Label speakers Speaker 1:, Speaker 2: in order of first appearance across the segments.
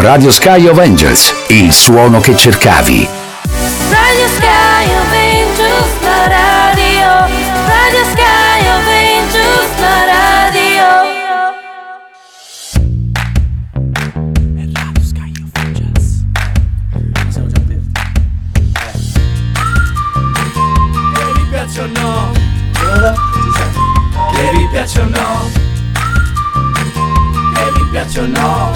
Speaker 1: Radio Sky Avengers, il suono che cercavi.
Speaker 2: Radio Sky Avengers, la radio. Radio Sky Avengers, la oh. radio.
Speaker 3: Siamo già aperti. Che vi piace o no? Che vi piace o no? Che vi piace o no?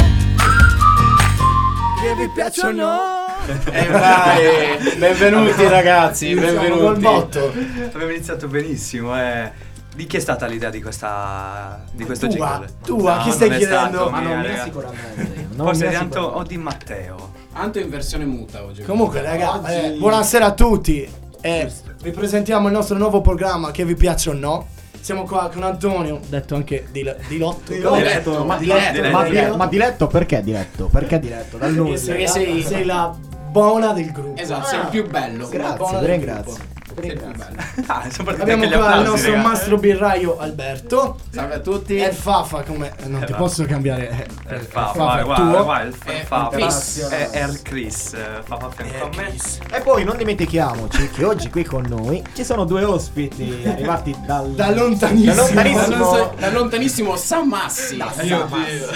Speaker 3: Che vi piace o no? Eh,
Speaker 4: E vai, benvenuti ragazzi,
Speaker 3: Iniziamo
Speaker 4: benvenuti.
Speaker 3: col botto.
Speaker 4: Abbiamo iniziato benissimo, eh. Di chi è stata l'idea di questa di questo
Speaker 3: Tua,
Speaker 4: jingle?
Speaker 3: tua,
Speaker 4: No,
Speaker 3: chi stai
Speaker 4: non è
Speaker 3: chiedendo?
Speaker 4: stato mio,
Speaker 5: Eh,
Speaker 4: raga.
Speaker 5: sicuramente.
Speaker 4: Forse di Anto o di Matteo.
Speaker 5: Anto in versione muta oggi.
Speaker 3: Comunque, raga, eh, buonasera a tutti. Eh, vi presentiamo il nostro nuovo programma che vi piace o no. Siamo qua con Antonio, detto anche di, di Lotto.
Speaker 4: Diretto,
Speaker 6: ma,
Speaker 4: ma-
Speaker 6: diletto, ma,
Speaker 4: diretto.
Speaker 6: ma diletto perché diletto? Perché diletto? Dal nulla.
Speaker 3: Perché sei, sei la buona del gruppo.
Speaker 5: Esatto, sei il più bello.
Speaker 3: La buona del
Speaker 6: Grazie, ti
Speaker 3: gruppo.
Speaker 6: ringrazio.
Speaker 5: Sei il più bello.
Speaker 4: Ah, sono partiti
Speaker 3: Abbiamo
Speaker 4: anche
Speaker 3: qua
Speaker 4: gli
Speaker 3: il
Speaker 4: applausi,
Speaker 3: nostro
Speaker 4: raga.
Speaker 3: mastro birraio Alberto.
Speaker 5: Salve a tutti.
Speaker 3: E il Fafa come... eh, Non ti
Speaker 4: va.
Speaker 3: posso cambiare... eh,
Speaker 4: Eh,
Speaker 3: il
Speaker 4: fa,
Speaker 3: Fafa
Speaker 4: fa,
Speaker 3: è
Speaker 4: guarda,
Speaker 3: tuo.
Speaker 4: guarda, il fa,
Speaker 5: Eh,
Speaker 4: fa,
Speaker 5: Chris.
Speaker 4: fa- è è il Chris, eh, fa fa fianco a me.
Speaker 6: E poi non dimentichiamoci che oggi qui con noi ci sono due ospiti arrivati dal,
Speaker 3: Da lontanissimo.
Speaker 6: Da lontanissimo.
Speaker 5: Da lontan- da lontanissimo San Massi.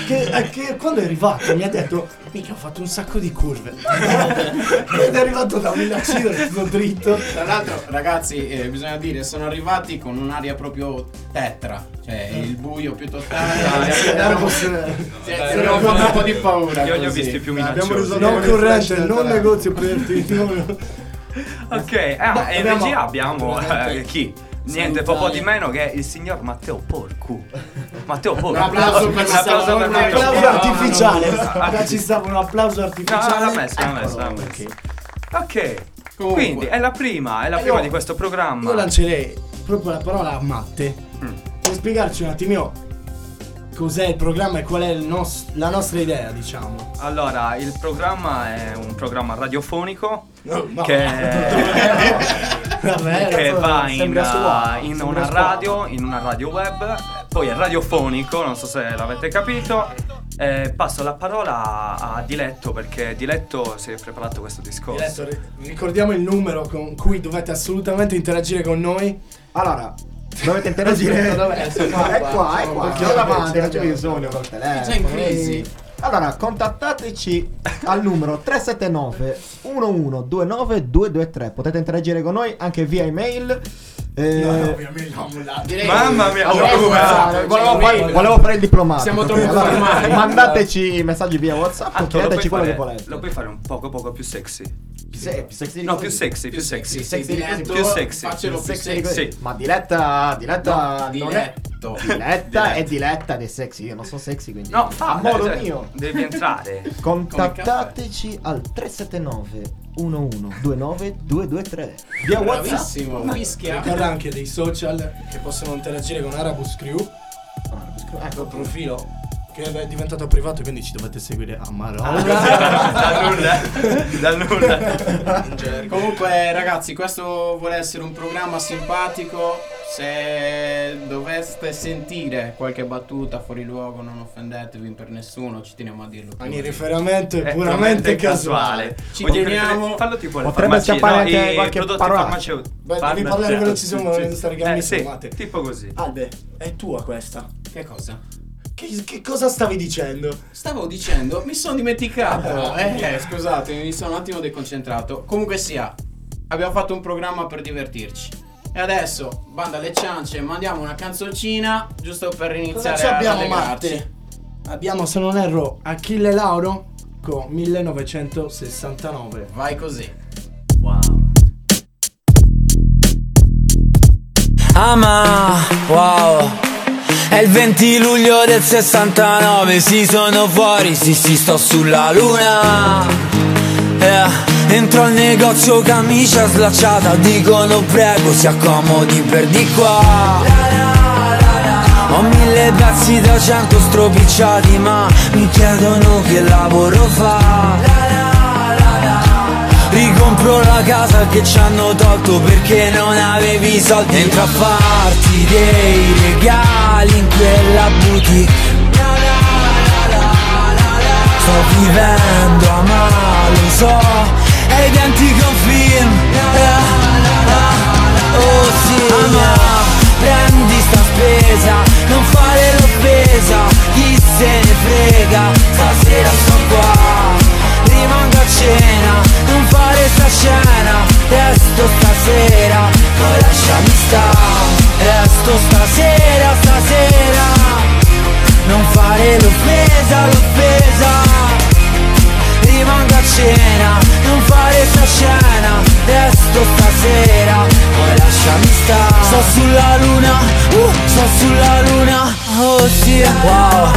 Speaker 3: Che, eh, che quando è arrivato mi ha detto mica ho fatto un sacco di curve ed è arrivato da Milacino tutto dritto
Speaker 5: Tra l'altro, ragazzi, eh, bisogna dire, sono arrivati con un'aria proprio tetra. Cioè, il buio più
Speaker 4: Dai,
Speaker 5: totale.
Speaker 4: dai,
Speaker 5: Abbiamo
Speaker 3: Erano-
Speaker 5: sì,
Speaker 4: dai,
Speaker 5: abbiamo
Speaker 4: dai,
Speaker 5: fatto
Speaker 4: dai.
Speaker 5: un po' di paura.
Speaker 4: Io li ho
Speaker 5: così.
Speaker 4: visti più
Speaker 3: risolto
Speaker 4: minacciosi.
Speaker 3: non
Speaker 6: le flash
Speaker 3: corrente
Speaker 6: del
Speaker 3: non
Speaker 6: telefono.
Speaker 3: negozio aperti no.
Speaker 4: Oh, Ok, ah, e in
Speaker 3: abbiamo-
Speaker 4: regia abbiamo
Speaker 5: Ovviamente-
Speaker 4: eh, chi? Niente,
Speaker 5: Salutare.
Speaker 4: poco di meno che il signor Matteo Porcu. Matteo Porcu.
Speaker 5: applauso per
Speaker 4: Un applauso
Speaker 5: Matteo
Speaker 4: per
Speaker 3: un
Speaker 5: Porcu.
Speaker 4: Matteo
Speaker 3: applauso
Speaker 5: no,
Speaker 4: Porcu.
Speaker 3: artificiale
Speaker 4: no, no.
Speaker 3: Qua ci stava un applauso
Speaker 4: No, l'ha
Speaker 3: artificiale
Speaker 4: messo, l'ha messo, l'ha messo. Ok.
Speaker 5: Comunque.
Speaker 4: Quindi è la prima, è la prima
Speaker 3: io-
Speaker 4: di questo programma.
Speaker 3: io lancerei proprio la parola a Matte
Speaker 4: Mm.
Speaker 3: per spiegarci un attimino cos'è il programma e qual è il nos- la nostra idea diciamo
Speaker 4: Allora, il programma è un programma radiofonico
Speaker 3: no.
Speaker 4: che,
Speaker 3: Vabbè,
Speaker 4: che
Speaker 3: ragazzi,
Speaker 4: va in, uh,
Speaker 6: sembra sua-
Speaker 4: in
Speaker 6: sembra
Speaker 4: una
Speaker 6: sua.
Speaker 4: radio, in una radio web, poi è radiofonico, non so se l'avete capito. Eh, passo la parola a, a Diletto perché Diletto si è preparato questo discorso.
Speaker 3: Adesso ri- ricordiamo il numero con cui dovete assolutamente interagire con noi.
Speaker 6: Allora, dovete interagire.
Speaker 3: Aspetta, dov'è?
Speaker 6: È qua, è qua, è qua.
Speaker 3: Perché vabbè,
Speaker 6: Ho
Speaker 3: ce
Speaker 6: davanti, non c'è
Speaker 3: l'abbiamo.
Speaker 6: bisogno col telefono.
Speaker 5: Già in crisi.
Speaker 6: ehi. Allora, contattateci al numero 379 1129 223. Potete interagire con noi anche via email. Eh,
Speaker 5: Direi-
Speaker 4: Mamma mia,
Speaker 5: Allora,
Speaker 4: oh,
Speaker 5: guarda,
Speaker 4: guarda,
Speaker 5: volevo
Speaker 6: volevo, fare,
Speaker 5: fare-
Speaker 6: volevo fare il diplomatico.
Speaker 5: Siamo
Speaker 6: ok?
Speaker 5: troppo
Speaker 6: Allora,
Speaker 5: formali.
Speaker 6: Mandateci messaggi via WhatsApp,
Speaker 4: Anto, Ah, lo puoi
Speaker 6: chiedeteci quello
Speaker 4: fare-
Speaker 6: che volete.
Speaker 4: Lo puoi fare un poco poco più sexy.
Speaker 6: Se- sexy di
Speaker 4: No,
Speaker 6: così.
Speaker 4: più sexy, più
Speaker 5: più sexy,
Speaker 4: sexy.
Speaker 5: sei
Speaker 6: Sexy di così.
Speaker 5: diretto,
Speaker 4: Più sexy.
Speaker 5: faccelo più
Speaker 6: Sexy di
Speaker 5: sexy.
Speaker 6: così.
Speaker 4: Sì.
Speaker 6: Ma diretta, diretta,
Speaker 5: No,
Speaker 6: non è-
Speaker 5: diretto. certo.
Speaker 6: Diletta
Speaker 4: Diletta.
Speaker 6: è diletta ed è sexy. Io non sono sexy, quindi.
Speaker 4: No, fa
Speaker 6: a modo
Speaker 4: cioè,
Speaker 6: mio.
Speaker 4: Devi entrare.
Speaker 6: Contattateci al 379 1129 223 via WhatsApp.
Speaker 5: Bravissimo, mischia.
Speaker 3: Ricorda anche dei social che possono interagire con Arabus Crew.
Speaker 6: Ah,
Speaker 3: Ecco il profilo che è diventato privato, quindi ci dovete seguire a
Speaker 5: Ah,
Speaker 3: Marola.
Speaker 4: da nulla.
Speaker 3: eh.
Speaker 4: Da nulla.
Speaker 5: Comunque, ragazzi, questo vuole essere un programma simpatico. Se doveste sentire qualche battuta fuori luogo, non offendetevi per nessuno, ci teniamo a dirlo. Eh,
Speaker 3: Ogni riferimento è
Speaker 4: Eh, È
Speaker 3: puramente casuale.
Speaker 5: Ci
Speaker 4: Ogni-
Speaker 3: eh,
Speaker 5: teniamo-
Speaker 4: Fallo tipo alle
Speaker 6: Potrebbe
Speaker 4: farmacie,
Speaker 6: sciappare
Speaker 4: no,
Speaker 6: anche
Speaker 4: i
Speaker 6: qualche
Speaker 4: prodotti
Speaker 6: parola.
Speaker 4: farmaceutici.
Speaker 3: Beh, devi parlare veloce, siamo
Speaker 4: Sì.
Speaker 3: in Instagram,
Speaker 4: Eh, sì,
Speaker 3: insomma, te.
Speaker 4: tipo così.
Speaker 3: Albe, è tua questa.
Speaker 5: Che cosa?
Speaker 3: Che, che cosa stavi dicendo?
Speaker 5: Stavo dicendo, mi sono dimenticato. Eh, scusate, mi sono un attimo deconcentrato. Comunque sia, abbiamo fatto un programma per divertirci. E adesso, banda alle ciance, mandiamo una canzoncina giusto per
Speaker 3: Cosa
Speaker 5: iniziare
Speaker 3: ci abbiamo,
Speaker 5: a
Speaker 3: Matte? Abbiamo, se non erro, Achille Lauro con 1969.
Speaker 5: Vai così.
Speaker 4: Wow.
Speaker 7: Ama, wow È il 20 luglio del 69 Sì, sono fuori, sì, sì, sto sulla luna Eh, Entro al negozio camicia slacciata Dicono prego, si accomodi per di qua Ho mille pezzi da cento stropicciati Ma mi chiedono che lavoro fa Ricompro la casa che ci hanno tolto perché non avevi i soldi Entro a farti dei regali in quella boutique Na, na, na, na, na, na. Sto vivendo a male, lo so È identico a un film eh, ah, Oh sì Ama, prendi sta spesa Non fare l'offesa Chi se ne frega Stasera sono qua Rimango a cena Non fare sta scena Resto stasera Poi lasciami stare Resto stasera, stasera non fare l'offesa, l'offesa Rimango a cena, non fare sta scena Resto stasera, poi lasciami stare Sto sulla luna, uh, sto sulla luna Oh sì, wow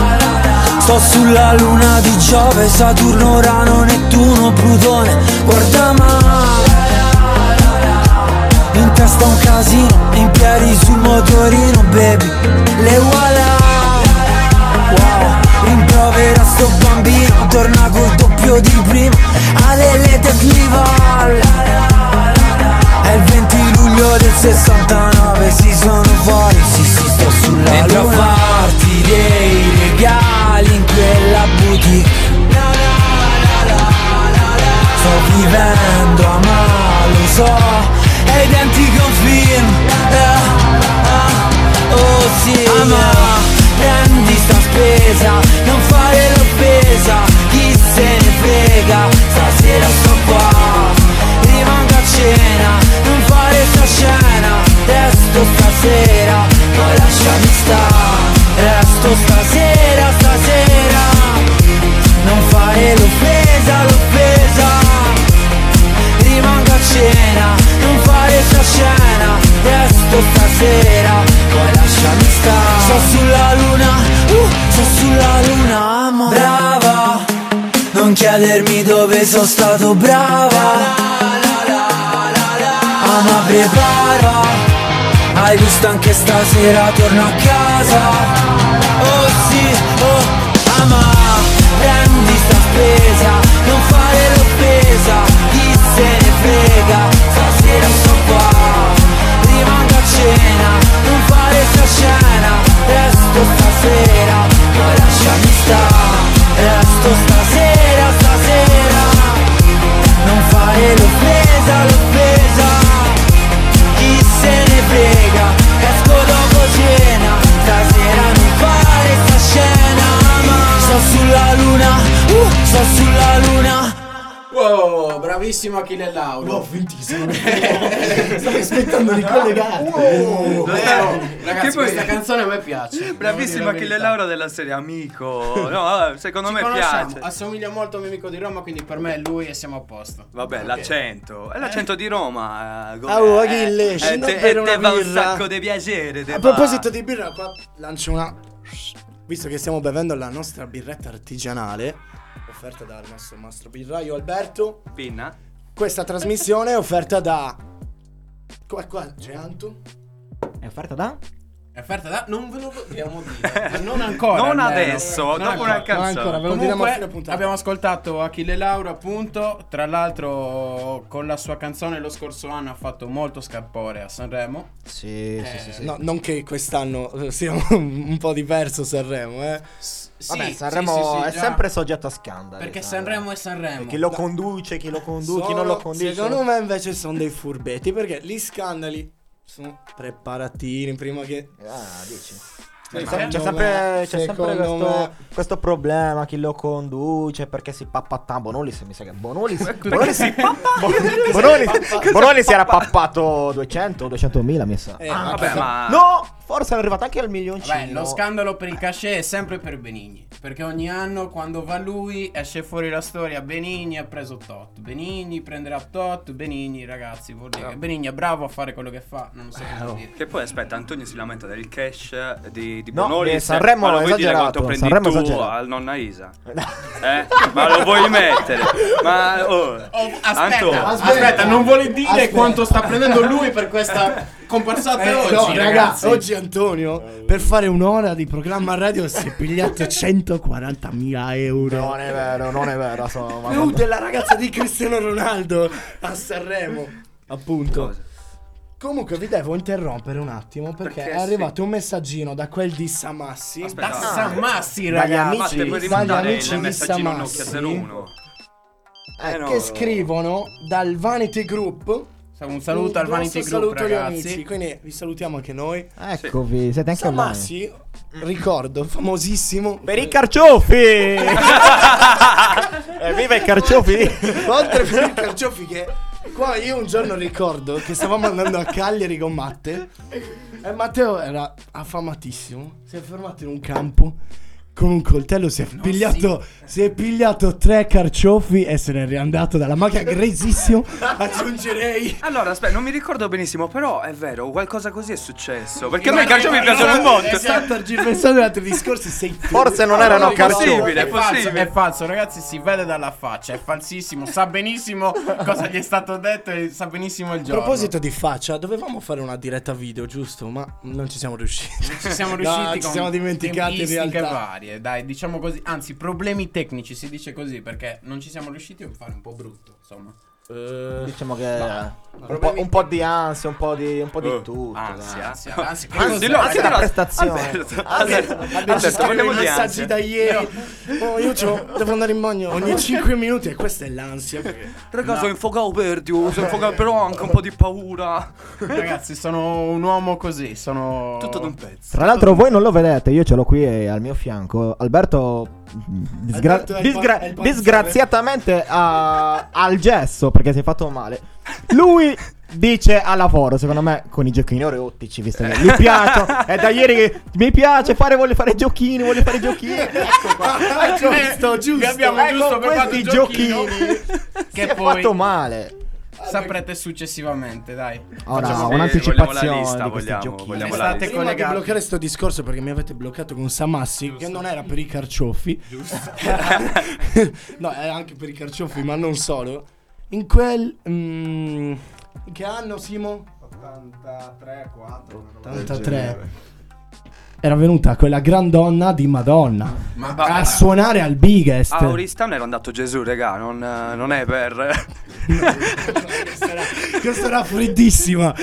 Speaker 7: Sto sulla luna di Giove, Saturno, Urano, Nettuno, Plutone Guarda ma in testa un casino, in piedi sul motorino, baby Le voilà Wow, rimprovera sto bambino Torna col doppio di prima Alele Tecnival È il 20 luglio del 69 Si sono fuori, si si sto sulla Entro luna a farti dei regali in quella boutique Sto vivendo a male, lo so È identico a un film eh, ah, Oh sì Ama, prendi sta spesa Non fare l'offesa Chi se ne frega Stasera sto qua Rimango a cena Non fare sta scena Resto stasera Poi lasciami stare Resto stasera, stasera non fare l'offesa, l'offesa Rimango a cena, non fare sta scena Resto stasera, poi lasciami stare Sto sulla luna, uh, sto sulla luna, ma Brava, non chiedermi dove sono stato brava Ah ma prepara hai visto anche stasera torno a casa Oh sì, oh ama Prendi sta spesa Non fare l'offesa Chi se ne frega Stasera sto qua Rimango a cena Non fare sta scena Resto stasera Poi lasciami stare Resto stasera, stasera Non fare l'offesa, l'offesa chi se ne frega Esco dopo cena Stasera non fare sta scena Ma sto sulla luna uh, Sto sulla luna
Speaker 5: Wow, bravissimo Achille Lauro.
Speaker 3: Wow, ventissimo. Stavo aspettando di collegare.
Speaker 5: Wow.
Speaker 4: Wow.
Speaker 5: Eh, ragazzi,
Speaker 4: Che poi-
Speaker 5: questa canzone a me piace.
Speaker 4: Bravissimo Achille Laura della serie Amico. No, eh, secondo
Speaker 5: Ci
Speaker 4: me
Speaker 5: conosciamo, Ah,
Speaker 4: piace.
Speaker 5: Assomiglia molto a un mio amico di Roma, quindi per me è lui e siamo a posto.
Speaker 4: Vabbè, l'accento. È l'accento di Roma. eh, Gomez.
Speaker 8: Au, Achille,
Speaker 4: Eh,
Speaker 8: scendi a
Speaker 4: te-
Speaker 8: bere
Speaker 4: te
Speaker 8: una
Speaker 4: va un
Speaker 8: birra.
Speaker 4: sacco di piacere. te
Speaker 3: A
Speaker 4: va.
Speaker 3: proposito di birra, qua lancio una. Visto che stiamo bevendo la nostra birretta artigianale, offerta dal nostro mastro birraio Alberto,
Speaker 4: Pinna.
Speaker 3: questa trasmissione è offerta da. Qua, qua c'è Anto.
Speaker 6: È offerta da?
Speaker 5: È offerta da. Non ve lo dobbiamo dire. ma non ancora.
Speaker 4: Non
Speaker 5: almeno.
Speaker 4: adesso,
Speaker 5: Non
Speaker 4: dopo
Speaker 5: ancora.
Speaker 4: una canzone.
Speaker 3: ancora, ve lo diremo a fine
Speaker 5: Comunque
Speaker 3: puntata.
Speaker 5: abbiamo ascoltato Achille Laura appunto, tra l'altro con la sua canzone lo scorso anno ha fatto molto scarpore a Sanremo.
Speaker 8: Sì, Eh, sì, sì, sì.
Speaker 3: Eh, No, non che quest'anno eh, sia un, un po' diverso Sanremo, eh.
Speaker 8: Vabbè,
Speaker 5: Sì,
Speaker 8: Sanremo
Speaker 5: sì, sì, sì,
Speaker 8: è
Speaker 5: già.
Speaker 8: sempre soggetto a scandali.
Speaker 5: Perché
Speaker 8: Sanremo.
Speaker 5: Sanremo è Sanremo.
Speaker 8: Chi lo conduce, chi lo conduce, chi non
Speaker 3: Sono-
Speaker 8: lo conduce.
Speaker 3: Secondo me invece sono dei furbetti perché gli scandali sono preparatini prima che. Eh,
Speaker 8: Ah, dici.
Speaker 3: Secondo
Speaker 8: C'è sempre, c'è
Speaker 3: secondo
Speaker 8: sempre questo,
Speaker 3: me-
Speaker 8: questo problà, chi lo conduce, perché si pappatta Bonoli, se mi sa che Bonoli, si- Bonoli, si-
Speaker 6: Boh.
Speaker 8: Bonoli, Bonoli- Bonoli si era pappato 200, 200.000 mi sa.
Speaker 3: Eh,
Speaker 8: Ah,
Speaker 3: ma-
Speaker 4: Vabbè, ma.
Speaker 8: No, forse è arrivato anche al milioncino.
Speaker 5: Vabbè, lo scandalo per il cachet è sempre per Benigni. Perché ogni anno quando va lui esce fuori la storia. Benigni ha preso Tot. Benigni prenderà Tot. Benigni, ragazzi, vuol dire che Benigni è bravo a fare quello che fa. Non lo so
Speaker 8: Eh,
Speaker 5: cosa
Speaker 8: oh.
Speaker 5: dire.
Speaker 4: Che poi aspetta, Antonio si lamenta del cash di, di
Speaker 8: No,
Speaker 4: Bonoli.
Speaker 8: eh,
Speaker 4: se-
Speaker 8: Sanremo
Speaker 4: ma lo
Speaker 8: è
Speaker 4: vuoi dire
Speaker 8: esagerato,
Speaker 4: quanto prendi
Speaker 8: Sanremo è
Speaker 4: tu
Speaker 8: esagerato.
Speaker 4: al nonna Isa? Eh? Ma lo vuoi mettere? Ma oh,
Speaker 5: Oh,
Speaker 4: Anto,
Speaker 5: aspetta, aspetta, non vuole dire quanto sta prendendo lui per questa comparsata
Speaker 3: Eh,
Speaker 5: oggi,
Speaker 3: no,
Speaker 5: ragazzi.
Speaker 3: raga, oggi Antonio per fare un'ora di programma radio si è pigliato 140.000 euro.
Speaker 8: Non è vero, non è vero, so, ma-
Speaker 3: Più della ragazza di Cristiano Ronaldo a Sanremo, appunto.
Speaker 4: Cosa?
Speaker 3: Comunque vi devo interrompere un attimo perché,
Speaker 4: Perché
Speaker 3: è
Speaker 4: sì.
Speaker 3: arrivato un messaggino da quel di Samassi.
Speaker 4: Aspetta,
Speaker 3: Da-
Speaker 4: ah,
Speaker 5: Sammassi,
Speaker 3: Dagli
Speaker 5: ragazzi.
Speaker 3: amici
Speaker 4: Matte, puoi
Speaker 3: dagli
Speaker 4: rimandare
Speaker 3: amici
Speaker 4: il
Speaker 3: di
Speaker 4: messaggino a Nokia
Speaker 3: Samassi.
Speaker 4: 01.
Speaker 3: eh,
Speaker 4: Eh, no.
Speaker 3: che scrivono dal Vanity Group.
Speaker 5: Un saluto al
Speaker 3: Un grosso
Speaker 5: Vanity Group,
Speaker 3: saluto agli
Speaker 5: ragazzi.
Speaker 3: amici, quindi vi salutiamo anche noi.
Speaker 8: Ecco,
Speaker 6: Eccovi, siete anche online.
Speaker 3: Samassi, ricordo, famosissimo.
Speaker 9: Per i carciofi! eh, viva i carciofi!
Speaker 3: Oltre per il carciofi che qua io un giorno ricordo che stavamo andando a Cagliari con Matte e Matteo era affamatissimo, si è fermato in un campo con un coltello si è pigliato si è pigliato tre carciofi e se n'è riandato dalla macchina grisissimo aggiungerei
Speaker 4: Allora, aspetta, non mi ricordo benissimo, però è vero, qualcosa così è successo. Perché a me i carciofi mi piacciono un monte.
Speaker 3: sta tergiversando gli altri discorsi sei tu.
Speaker 9: Forse non erano
Speaker 4: no,
Speaker 9: carciofi.
Speaker 4: possibile.
Speaker 5: È falso,
Speaker 4: possibile.
Speaker 5: è falso, ragazzi, si vede dalla faccia, è falsissimo, sa benissimo cosa gli è stato detto e sa benissimo il
Speaker 3: A
Speaker 5: giorno.
Speaker 3: proposito di faccia, dovevamo fare una diretta video, giusto? Ma non ci siamo riusciti.
Speaker 5: ci siamo riusciti
Speaker 3: No, ci
Speaker 5: con
Speaker 3: siamo dimenticati in
Speaker 5: tempistiche
Speaker 3: realtà.
Speaker 5: varie, dai, diciamo così, anzi, problemi tecnici, si dice così, perché non ci siamo riusciti a fare un po' brutto, insomma.
Speaker 4: Eh,
Speaker 9: Diciamo che un, po', un po' di ansia, un po' di, un po' di
Speaker 4: Oh.
Speaker 9: tutto.
Speaker 5: Anzi,
Speaker 9: dai.
Speaker 5: anzi, anzi, che
Speaker 4: Anzi,
Speaker 5: cos'è?
Speaker 4: no,
Speaker 9: Anche
Speaker 4: anzi,
Speaker 9: la
Speaker 4: no,
Speaker 6: Ah,
Speaker 9: prestazione.
Speaker 4: Adesso,
Speaker 3: Ci
Speaker 4: adesso
Speaker 3: scrivono
Speaker 4: parliamo di
Speaker 3: messaggi
Speaker 4: ansia.
Speaker 3: da ieri. Oh, io c'ho- devo andare in bagno ogni 5 minuti e questa è l'ansia. perché-
Speaker 4: Raga, sono infogato per
Speaker 3: oh.
Speaker 4: Dio, sono infogato però ho anche un po' di paura.
Speaker 5: Ragazzi, sono un uomo così, sono...
Speaker 4: Tutto d'un pezzo.
Speaker 6: Tra l'altro voi non lo vedete, io ce l'ho qui eh, al mio fianco. Alberto, mm, disgra-
Speaker 3: Alberto è il pa-
Speaker 6: disgra-
Speaker 3: è il panzone.
Speaker 6: disgraziatamente ha- al gesso perché si è fatto male. Lui dice a lavoro, secondo me, con i giochini oreottici, visto che gli piacciono. È da ieri che mi piace fare, voglio fare giochini, voglio fare giochini.
Speaker 3: Ah, giusto, giusto.
Speaker 5: Vi abbiamo
Speaker 6: Ecco
Speaker 5: giusto preparato
Speaker 6: questi
Speaker 5: il giochino
Speaker 6: giochini.
Speaker 5: Che
Speaker 6: si è
Speaker 5: poi
Speaker 6: fatto male.
Speaker 5: saprete successivamente, dai.
Speaker 6: Ora,
Speaker 4: Facciamo-
Speaker 6: un'anticipazione
Speaker 4: vogliamo la lista,
Speaker 6: di questi
Speaker 4: vogliamo,
Speaker 6: giochini.
Speaker 4: vogliamo.
Speaker 5: Restate
Speaker 4: volare.
Speaker 3: Prima di
Speaker 5: collegati.
Speaker 3: bloccare sto discorso perché mi avete bloccato con Samassi che non era per i carciofi. no, era anche per i carciofi, ma non solo. In quel mm, in che anno Simo? 83. Era venuta quella gran donna di Madonna
Speaker 5: Ma
Speaker 3: a suonare al Biggest.
Speaker 4: A Oristano era andato Gesù, raga, non, eh, non è per...
Speaker 3: Questa era freddissima.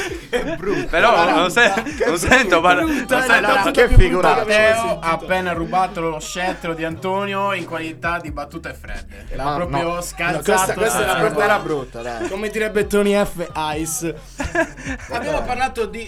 Speaker 4: Però non, se- non sento parlare... Non
Speaker 3: Allora,
Speaker 4: sento...
Speaker 9: che
Speaker 3: più brutta
Speaker 9: figurata.
Speaker 3: che avevo
Speaker 6: Cioè,
Speaker 5: Matteo
Speaker 3: sentito.
Speaker 5: ha appena rubato lo scettro di Antonio in qualità di battute fredde.
Speaker 6: Eh,
Speaker 5: L'ha
Speaker 9: Ma
Speaker 5: proprio
Speaker 9: no.
Speaker 5: scalzato.
Speaker 3: No, questa- questa
Speaker 5: senza
Speaker 3: era proprio-
Speaker 5: guardia.
Speaker 3: era
Speaker 9: brutta, dai.
Speaker 3: Come direbbe Tony F. Ice.
Speaker 5: Abbiamo parlato di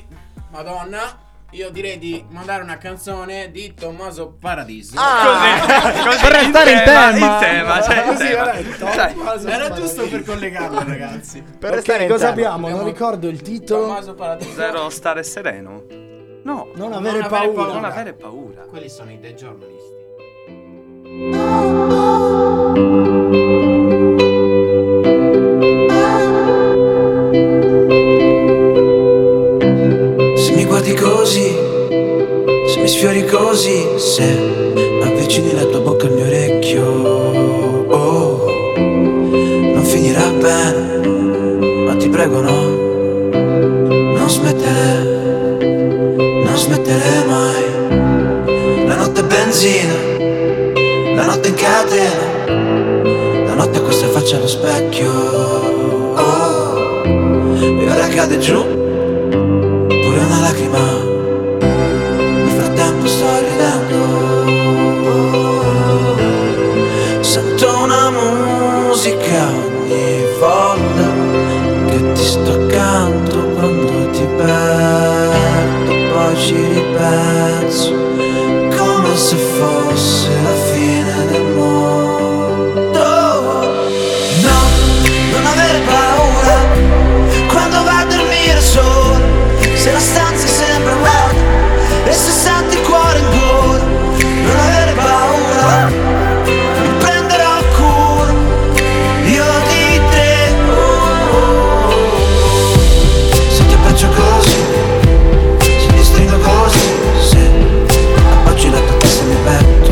Speaker 5: Madonna. Io direi di mandare una canzone di Tommaso Paradiso.
Speaker 4: Ah! Così, così,
Speaker 6: Per restare in tema.
Speaker 4: In tema, cioè, in
Speaker 3: Così,
Speaker 4: tema.
Speaker 3: vabbè, top.
Speaker 4: Dai,
Speaker 5: Era giusto per collegarlo, ragazzi.
Speaker 9: Per
Speaker 3: Ok,
Speaker 9: restare in
Speaker 3: cosa
Speaker 9: tema.
Speaker 3: abbiamo? Non ricordo il titolo.
Speaker 5: Tommaso Paradiso.
Speaker 4: zero stare sereno. No,
Speaker 3: Non avere
Speaker 5: Non avere
Speaker 3: paura.
Speaker 5: paura.
Speaker 4: non avere paura.
Speaker 5: Quelli sono i The Journalisti.
Speaker 7: Se mi guardi così, se mi sfiori così, se avvicini la tua bocca al mio orecchio, oh, non finirà bene, ma ti prego no, non smettere, non smettere mai. La notte è benzina, la notte in catena, la notte ha questa faccia allo specchio, oh, e ora cade giù pure una lacrima Nel frattempo sto ridendo Sento una musica ogni volta Che ti sto accanto quando ti perdo Poi ci ripenso Come se fosse la fine del mondo No, non avere paura quando va a dormire sola Se la stanza sembra vuota e se senti il cuore in gola Non avere paura, mi prenderò cura io di te oh, oh, oh. Se ti abbraccio così, se ti stringo così Se appoggi la tua testa al mio petto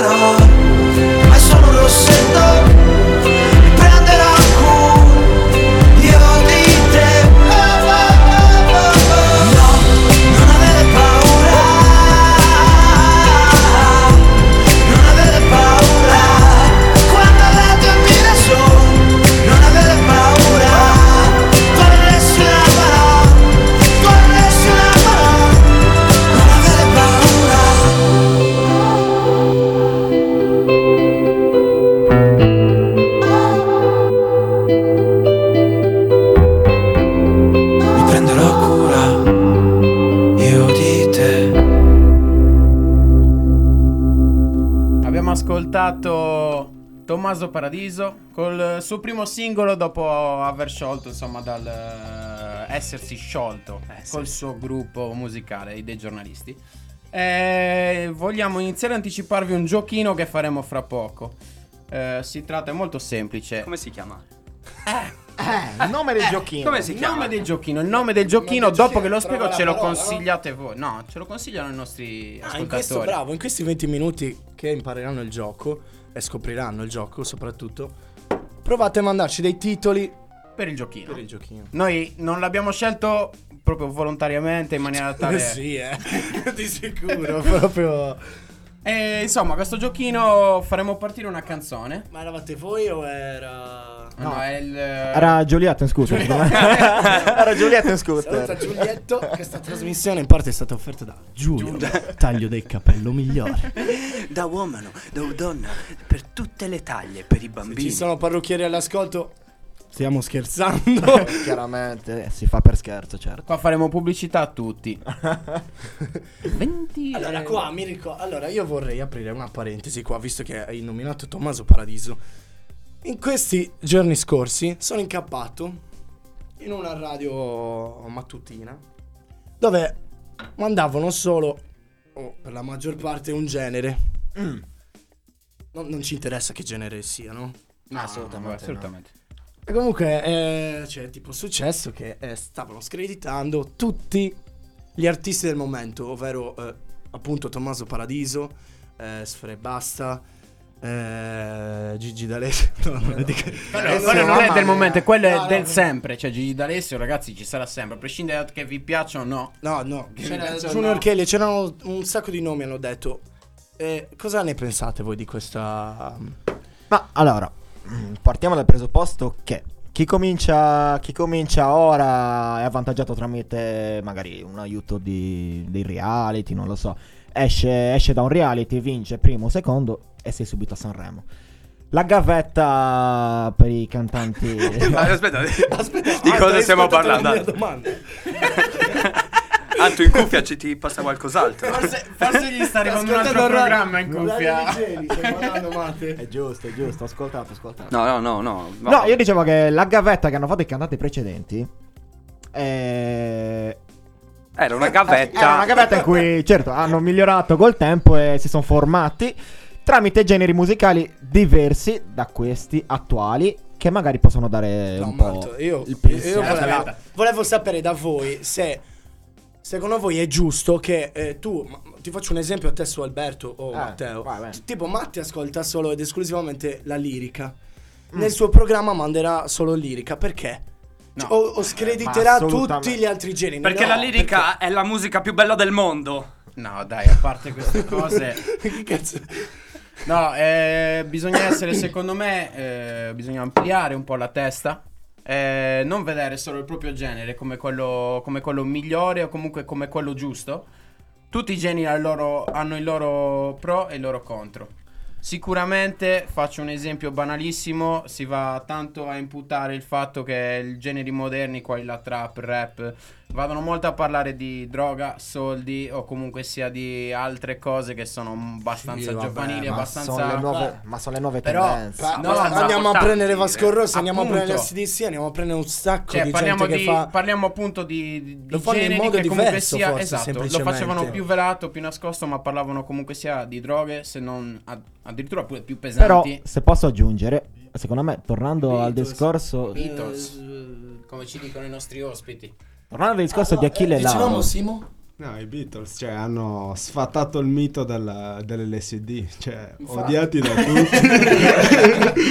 Speaker 10: ma sono un rossetto Mi prenderà culo di te Oh, oh, oh, oh, oh. No, non avere paura Non avere paura Quando vai a dormire su Non avere paura Con nessuna parola Con nessuna parola Non avere paura mi prenderò cura io di te.
Speaker 5: Abbiamo ascoltato Tommaso Paradiso col eh, suo primo singolo dopo aver sciolto, insomma, dal eh, essersi sciolto
Speaker 4: Eh,
Speaker 5: col suo gruppo musicale i dei giornalisti. Eh, vogliamo iniziare a anticiparvi un giochino che faremo fra poco. Eh, si tratta, è molto semplice.
Speaker 4: Come si chiama?
Speaker 6: Eh, il nome del giochino.
Speaker 4: Come si
Speaker 5: Il
Speaker 4: chiama?
Speaker 5: nome del giochino, il nome del giochino, dopo che lo
Speaker 3: trova
Speaker 5: spiego,
Speaker 3: la
Speaker 5: ce
Speaker 6: eh.
Speaker 5: lo
Speaker 3: parola, no?
Speaker 5: consigliate voi. No, ce lo consigliano i nostri
Speaker 3: Ah, in questo
Speaker 5: ascoltatori.
Speaker 3: bravo, in questi 20 minuti che impareranno il gioco e scopriranno il gioco soprattutto, provate a mandarci dei titoli
Speaker 5: per il giochino.
Speaker 3: per il giochino.
Speaker 5: Noi non l'abbiamo scelto proprio volontariamente in maniera tale.
Speaker 3: Eh sì, eh. Di sicuro, proprio.
Speaker 5: E insomma, questo giochino faremo partire una canzone.
Speaker 3: Ma eravate voi o era...
Speaker 5: No, è il.
Speaker 6: Era Giulietta in scooter. Era Giulietta in
Speaker 3: Saluta
Speaker 6: scooter.
Speaker 3: Giulietto, questa trasmissione in parte è stata offerta da Giulio, taglio del capello migliore.
Speaker 4: Da uomo, da donna, per tutte le taglie, per i bambini.
Speaker 3: Ci sono parrucchieri all'ascolto? Stiamo scherzando.
Speaker 6: Chiaramente eh, si fa per scherzo, certo.
Speaker 5: Qua faremo pubblicità a tutti. 20.
Speaker 3: Allora, qua mi ricordo. Allora, io vorrei aprire una parentesi qua, visto che hai nominato Tommaso Paradiso. In questi giorni scorsi sono incappato in una radio mattutina dove mandavano solo, o per la maggior parte, un genere.
Speaker 5: Mm.
Speaker 3: Non, non ci interessa che genere siano.
Speaker 5: No, assolutamente. assolutamente.
Speaker 3: E comunque, eh, cioè, tipo, è successo che eh, stavano screditando tutti gli artisti del momento, ovvero eh, appunto Tommaso Paradiso, eh, Sfere Basta, eh, Gigi D'Alessio. No, non è di-
Speaker 5: Quello,
Speaker 3: Eh,
Speaker 5: quello
Speaker 3: sì,
Speaker 5: non è
Speaker 3: mamma
Speaker 5: del
Speaker 3: mia.
Speaker 5: momento, quello
Speaker 3: No,
Speaker 5: è
Speaker 3: no,
Speaker 5: del
Speaker 3: no.
Speaker 5: sempre. Cioè, Gigi D'Alessio, ragazzi, ci sarà sempre. A prescindere da che vi piaccia o no.
Speaker 3: No, no, c'era
Speaker 5: cazzo
Speaker 3: Junior
Speaker 5: no?
Speaker 3: Kelly, c'erano un sacco di nomi, hanno detto. Eh, cosa ne pensate voi di questa...
Speaker 6: Ma allora, mm, partiamo dal presupposto che chi comincia, chi comincia ora è avvantaggiato tramite magari un aiuto di, dei reality, non lo so. Esce, esce da un reality, vince primo, secondo e sei subito a Sanremo. La gavetta per i cantanti.
Speaker 4: Ma aspetta, di
Speaker 3: Ah,
Speaker 4: cosa
Speaker 3: hai
Speaker 4: stiamo
Speaker 3: ascoltato la
Speaker 4: parlando?
Speaker 3: mia domanda?
Speaker 4: Anto in cuffia ci ti passa qualcos'altro.
Speaker 5: Forse, forse gli sta arrivando un
Speaker 3: Ascoltando
Speaker 5: altro
Speaker 3: il ra-
Speaker 5: programma in
Speaker 3: Radio
Speaker 5: cuffia.
Speaker 3: Vigeli, stiamo parlando, Mate.
Speaker 6: è giusto, è giusto, ascoltate, ascoltate.
Speaker 4: No, no, no, no.
Speaker 6: No, io dicevo che la gavetta che hanno fatto i cantanti precedenti eh, è...
Speaker 4: Era una
Speaker 6: Era
Speaker 4: gavetta.
Speaker 6: una Eh, gavetta in cui, certo, hanno migliorato col tempo e si sono formati tramite generi musicali diversi da questi attuali che magari possono dare
Speaker 3: No,
Speaker 6: un
Speaker 3: Marto,
Speaker 6: po'
Speaker 3: Esatto,
Speaker 5: Oh,
Speaker 3: io,
Speaker 6: il
Speaker 3: io
Speaker 6: pizzico.
Speaker 3: volevo, volevo sapere da voi se secondo voi è giusto che eh, tu, ma- ti faccio un esempio a te su Alberto o
Speaker 6: Eh,
Speaker 3: Matteo,
Speaker 6: vai, vai.
Speaker 3: T- tipo Matti ascolta solo ed esclusivamente la lirica,
Speaker 6: Mm.
Speaker 3: nel suo programma manderà solo lirica, perché? Cioè, O, o screditerà
Speaker 6: Eh, ma assolutamente.
Speaker 3: tutti gli altri generi.
Speaker 4: Perché
Speaker 3: No,
Speaker 4: la lirica è la musica più bella del mondo.
Speaker 5: No, dai, a parte queste cose.
Speaker 3: perché- che cazzo?
Speaker 5: No, eh, bisogna essere, secondo me, eh, bisogna ampliare un po' la testa. eh, non vedere solo il proprio genere come quello, come quello migliore o comunque come quello giusto. Tutti i generi hanno il loro- hanno il loro pro e il loro contro. Sicuramente, faccio un esempio banalissimo, si va tanto a imputare il fatto che i generi moderni, quali la trap, il rap, vadano molto a parlare di droga, soldi o comunque sia di altre cose che sono abbastanza
Speaker 3: Sì, vabbè,
Speaker 5: giovanili,
Speaker 6: ma,
Speaker 5: abbastanza...
Speaker 6: sono le nuove, ma sono le nuove
Speaker 5: Però-
Speaker 6: tendenze.
Speaker 5: Fa-
Speaker 3: No,
Speaker 5: abbastanza
Speaker 3: andiamo a
Speaker 4: importanti,
Speaker 3: prendere Vasco Rossi, andiamo a
Speaker 5: appunto.
Speaker 3: prendere SDC, andiamo a prendere un sacco
Speaker 5: Cioè,
Speaker 3: di
Speaker 5: parliamo,
Speaker 3: gente che
Speaker 5: di-
Speaker 3: fa...
Speaker 5: parliamo appunto di, di
Speaker 3: Lo fanno in
Speaker 5: generi
Speaker 3: modo
Speaker 5: che comunque
Speaker 3: diverso,
Speaker 5: sia
Speaker 3: forse,
Speaker 5: esatto, lo
Speaker 3: semplicemente.
Speaker 5: facevano più velato, più nascosto, ma parlavano comunque sia di droghe, se non ad- addirittura pure più
Speaker 3: Esatto.
Speaker 6: Però,
Speaker 5: pesanti.
Speaker 6: se posso aggiungere, secondo me, tornando al discorso...
Speaker 5: Beatles, Eh, come ci dicono i nostri ospiti.
Speaker 6: Tornando al discorso di Achille
Speaker 3: Dicevamo
Speaker 6: Lauro...
Speaker 3: Simo?
Speaker 11: No, i Beatles, cioè, hanno sfatato il mito della- dell'LSD, cioè, odiati da tutti.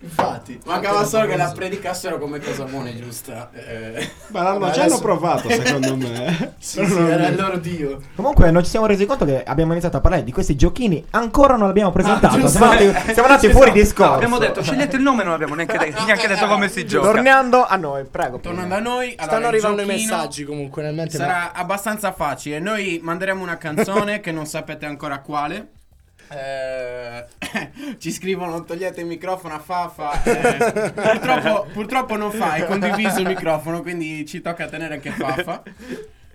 Speaker 3: Infatti,
Speaker 11: eh,
Speaker 5: Mancava solo che la predicassero come cosa buona e giusta. Eh,
Speaker 11: Ma l'hanno, ci hanno provato, secondo me.
Speaker 3: Sì, sì, era il loro dio.
Speaker 6: Comunque non ci siamo resi conto che abbiamo iniziato a parlare di questi giochini, ancora non
Speaker 3: Ah,
Speaker 6: l'abbiamo presentato,
Speaker 5: giusto.
Speaker 6: siamo andati, siamo andati fuori discorso.
Speaker 4: No, abbiamo detto scegliete il nome, non abbiamo neanche, de- neanche detto come si gioca.
Speaker 6: Tornando a noi, prego.
Speaker 5: tornando a noi, allora,
Speaker 3: Stanno
Speaker 5: il
Speaker 3: arrivando i
Speaker 5: giochino
Speaker 3: messaggi comunque nel mente. ma-
Speaker 5: Sarà abbastanza facile. Noi manderemo una canzone che non sapete ancora quale. Eh, ci scrivono togliete il microfono a Fafa eh, purtroppo, purtroppo non fa è condiviso il microfono quindi ci tocca tenere anche Fafa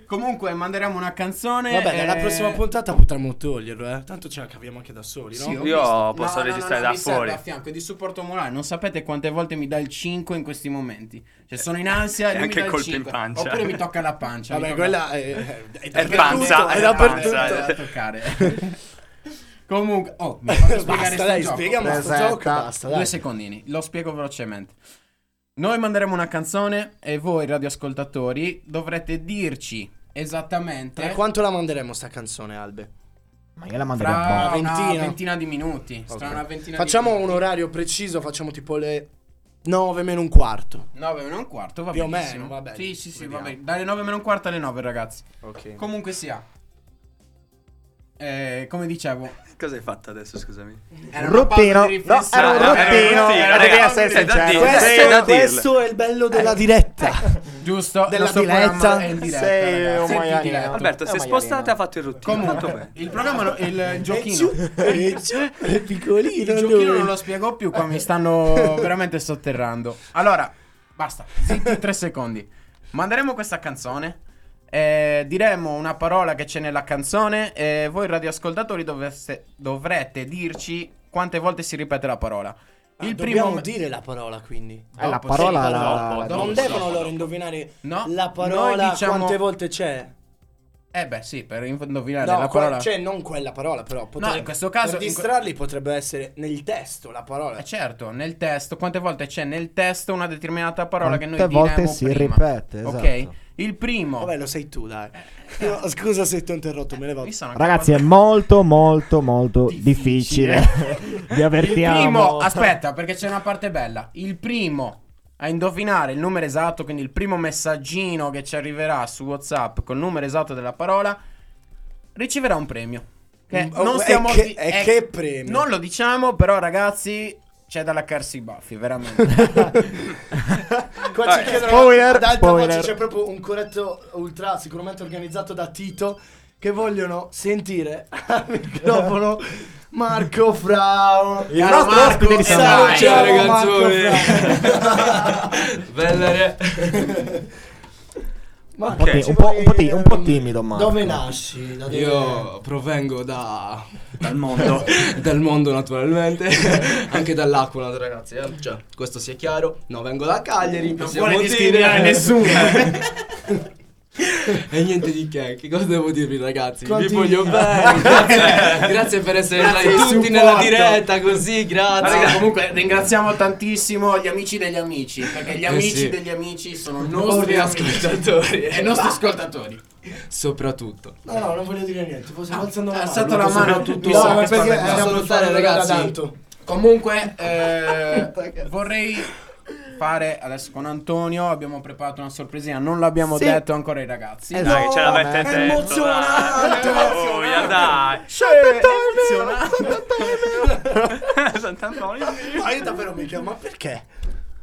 Speaker 5: comunque manderemo una canzone
Speaker 3: Vabbè,
Speaker 5: eh,
Speaker 3: nella prossima puntata potremmo toglierlo, eh. Tanto ce la caviamo anche da soli, no?
Speaker 5: Sì, ho
Speaker 4: Io
Speaker 5: visto.
Speaker 4: posso registrare da
Speaker 5: mi serve
Speaker 4: fuori.
Speaker 5: A fianco è di supporto morale, non sapete quante volte mi dà il 5 in questi momenti. Cioè, sono in ansia
Speaker 4: E
Speaker 5: e lui mi
Speaker 4: anche
Speaker 5: dà il
Speaker 4: colpo in
Speaker 5: 5.
Speaker 4: pancia.
Speaker 5: Oppure mi tocca la pancia. mi
Speaker 3: Vabbè,
Speaker 5: tocca-
Speaker 3: quella è, è, dappertutto,
Speaker 4: panza,
Speaker 3: è
Speaker 4: è
Speaker 3: dappertutto.
Speaker 4: panza.
Speaker 5: da toccare. Comunque, oh, mi fate
Speaker 3: Basta,
Speaker 5: spiegare sto
Speaker 3: dai,
Speaker 5: gioco.
Speaker 3: spieghiamo questo
Speaker 6: Resetta.
Speaker 3: gioco. Basta, dai.
Speaker 5: Due secondini, lo spiego velocemente. Noi manderemo una canzone e voi radioascoltatori dovrete dirci esattamente
Speaker 3: Tra quanto la manderemo sta canzone, Albe?
Speaker 6: Ma io la manderei a
Speaker 5: fra
Speaker 6: bomba.
Speaker 5: una ventina,
Speaker 3: ventina.
Speaker 5: di minuti. Fra
Speaker 3: Ok.
Speaker 5: una ventina
Speaker 3: Facciamo
Speaker 5: di
Speaker 3: un orario preciso, facciamo tipo le 9 meno un quarto.
Speaker 5: 9 meno un quarto, va
Speaker 3: Più o
Speaker 5: benissimo.
Speaker 3: meno, va bene.
Speaker 5: Sì, sì, sì, va
Speaker 3: Vediamo.
Speaker 5: bene. Dalle 9 meno un quarto alle 9, ragazzi.
Speaker 4: Ok.
Speaker 5: Comunque sia. Eh, come dicevo,
Speaker 4: Cosa hai fatto adesso, scusami?
Speaker 5: era una pausa di
Speaker 6: Ruttino, no,
Speaker 5: riflessione. Ah,
Speaker 6: era un
Speaker 4: No, era un
Speaker 6: ruttino,
Speaker 4: ruttino,
Speaker 6: era devi
Speaker 4: raga.
Speaker 6: essere
Speaker 4: Sì, da
Speaker 6: sincero.
Speaker 4: dire.
Speaker 6: Sei-
Speaker 4: Questo- da dirlo.
Speaker 3: questo è il bello della diretta.
Speaker 5: Eh. Giusto,
Speaker 3: Della
Speaker 5: il nostro
Speaker 3: diretta.
Speaker 5: programma è in diretta,
Speaker 6: Sei
Speaker 5: ragazzi,
Speaker 6: un
Speaker 5: è in
Speaker 6: maialino.
Speaker 5: diretta.
Speaker 4: Alberto,
Speaker 6: Eh,
Speaker 4: si è
Speaker 6: maialino.
Speaker 4: spostata e ha fatto il routine. Tanto
Speaker 5: Comunque,
Speaker 4: bene.
Speaker 5: il programma, lo- il giochino.
Speaker 3: E giù, è
Speaker 5: Il
Speaker 3: piccolino
Speaker 5: giochino
Speaker 3: lui.
Speaker 5: non lo spiego più, qua mi stanno veramente sotterrando. Allora, basta, zitti tre secondi. Manderemo questa canzone, eh, diremo una parola che c'è nella canzone e voi radioascoltatori doveste- dovrete dirci quante volte si ripete la parola.
Speaker 3: Ah,
Speaker 5: Il
Speaker 3: dobbiamo
Speaker 5: primo...
Speaker 3: dire la parola, quindi.
Speaker 6: Eh, la
Speaker 5: Dopo,
Speaker 6: parola
Speaker 5: sì,
Speaker 6: la-
Speaker 4: dopo,
Speaker 6: la-
Speaker 4: dopo.
Speaker 3: non
Speaker 5: sì.
Speaker 3: devono loro indovinare
Speaker 5: No,
Speaker 3: la parola
Speaker 5: noi diciamo-
Speaker 3: quante volte c'è.
Speaker 5: Eh beh sì, per indovinare
Speaker 3: No,
Speaker 5: la
Speaker 3: qua-
Speaker 5: parola...
Speaker 3: cioè non quella parola, però potrebbe-
Speaker 5: in questo caso-
Speaker 3: per
Speaker 5: in que-
Speaker 3: distrarli potrebbe essere nel testo la parola.
Speaker 5: Eh, certo, nel testo, quante volte c'è nel testo una determinata parola
Speaker 6: Quante
Speaker 5: che noi diremo
Speaker 6: volte si
Speaker 5: prima.
Speaker 6: ripete,
Speaker 5: Ok?
Speaker 6: esatto.
Speaker 5: Il primo...
Speaker 3: Vabbè, lo sei tu, dai. No, scusa se ti ho interrotto, me ne vado.
Speaker 5: Mi sono anche
Speaker 6: Ragazzi, è
Speaker 5: fatto-
Speaker 6: molto molto molto difficile. Vi
Speaker 5: Il
Speaker 6: avvertiamo.
Speaker 5: primo, aspetta, perché c'è una parte bella. Il primo a indovinare il numero esatto, quindi il primo messaggino che ci arriverà su WhatsApp col numero esatto della parola, riceverà un premio. Che
Speaker 3: Mm, oh,
Speaker 5: non
Speaker 3: e
Speaker 5: stiamo
Speaker 3: che-
Speaker 5: di-
Speaker 3: e
Speaker 5: eh,
Speaker 3: che premio?
Speaker 5: Non lo diciamo, però, ragazzi, c'è da laccarsi i baffi, veramente. Eh.
Speaker 3: Qua ci
Speaker 4: Vabbè.
Speaker 3: chiedono
Speaker 6: Spoiler,
Speaker 3: ad alta
Speaker 6: spoiler.
Speaker 3: voce c'è proprio un corretto ultra sicuramente organizzato da Tito che vogliono sentire al microfono Marco Frau.
Speaker 6: Il nostro ospite di
Speaker 3: Ciao,
Speaker 6: stamani.
Speaker 3: ciao,
Speaker 4: ragazzi.
Speaker 3: Marco Frau.
Speaker 4: Bella re.
Speaker 3: Ma
Speaker 4: Ok.
Speaker 3: poi ci
Speaker 6: Un po'- un po'
Speaker 3: vuoi-
Speaker 6: ti- un po' timido, Marco.
Speaker 3: Dove nasci? Da dove-
Speaker 12: Io provengo da,
Speaker 4: Dal mondo.
Speaker 12: dal mondo naturalmente, anche dall'Aquila ragazzi, eh. Cioè, questo sia chiaro, no vengo da Cagliari,
Speaker 5: non
Speaker 12: possiamo
Speaker 5: vuole
Speaker 12: dire-
Speaker 5: discriminare nessuno.
Speaker 12: E niente di che, che cosa devo dirvi ragazzi? Vi
Speaker 3: Continua.
Speaker 12: voglio bene, grazie, grazie per essere
Speaker 5: Grazie
Speaker 12: là
Speaker 5: del
Speaker 12: tutti nella
Speaker 5: supporto.
Speaker 12: diretta così,
Speaker 5: Ma
Speaker 12: grazie.
Speaker 5: raga, comunque ringraziamo tantissimo gli amici degli amici, perché gli
Speaker 12: Eh
Speaker 5: amici
Speaker 12: sì.
Speaker 5: degli amici sono
Speaker 12: nostri
Speaker 5: nostri amici
Speaker 12: ascoltatori
Speaker 5: e i nostri ascoltatori.
Speaker 12: soprattutto.
Speaker 3: No, no, non voglio dire niente. Forse alzando
Speaker 5: ha
Speaker 3: la mano.
Speaker 5: Ah, alzato la
Speaker 3: Posso-
Speaker 5: mano tutto.
Speaker 3: No,
Speaker 5: Sa
Speaker 3: ma
Speaker 5: che sta
Speaker 3: perché
Speaker 5: andando.
Speaker 3: stiamo
Speaker 12: Salutare,
Speaker 3: parlando
Speaker 12: ragazzi.
Speaker 3: da tanto.
Speaker 5: Comunque, eh, vorrei fare adesso con Antonio. Abbiamo preparato una sorpresina, non l'abbiamo
Speaker 6: Sì.
Speaker 5: detto ancora ai ragazzi.
Speaker 6: Esatto.
Speaker 4: Eh, Dai, ce l'avete
Speaker 6: È
Speaker 4: detto. Emozionante. Oh, yeah,
Speaker 5: Ah,
Speaker 4: dai.
Speaker 5: Cioè,
Speaker 4: Sant'Antonio.
Speaker 3: Ma io davvero mi chiedo, ma perché?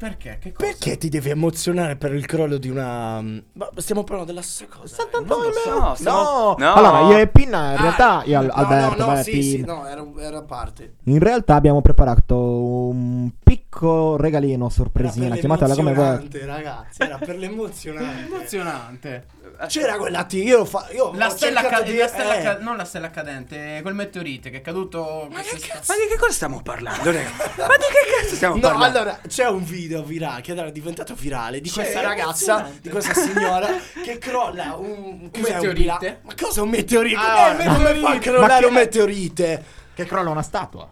Speaker 5: Perché? Che cosa?
Speaker 3: Perché ti devi emozionare per il crollo di una. Ma stiamo parlando della stessa cosa. eh?
Speaker 4: Non lo so,
Speaker 6: No.
Speaker 4: stiamo-
Speaker 6: Allora, io e Pinna in realtà, io,
Speaker 3: Ah, No,
Speaker 6: Alberto,
Speaker 3: no, no,
Speaker 6: vabbè,
Speaker 3: sì,
Speaker 6: Pinna.
Speaker 3: sì, no, era, era a parte.
Speaker 6: In realtà abbiamo preparato un piccolo regalino sorpresina, chiamatela come vuoi.
Speaker 3: l'emozionante, ragazzi, era per l'emozionante.
Speaker 5: Emozionante.
Speaker 3: C'era quella T, io lo fa, io
Speaker 5: La
Speaker 3: ho
Speaker 5: stella,
Speaker 3: cercato
Speaker 5: ca-
Speaker 3: di-
Speaker 5: la stella
Speaker 3: eh.
Speaker 5: ca- non la stella cadente, quel meteorite che è caduto.
Speaker 4: Ma che
Speaker 5: questa-
Speaker 4: cazzo? Ma di che cosa stiamo parlando, raga? Ma di che cazzo stiamo
Speaker 3: No,
Speaker 4: parlando?
Speaker 3: allora c'è un video virale che era diventato virale di questa ragazza, di questa signora che crolla un, cos'è, un
Speaker 5: meteorite?
Speaker 3: pila- Ma cosa un meteorite?
Speaker 5: Ah,
Speaker 3: Eh, come fa a crollare un meteorite?
Speaker 6: Che crolla una statua.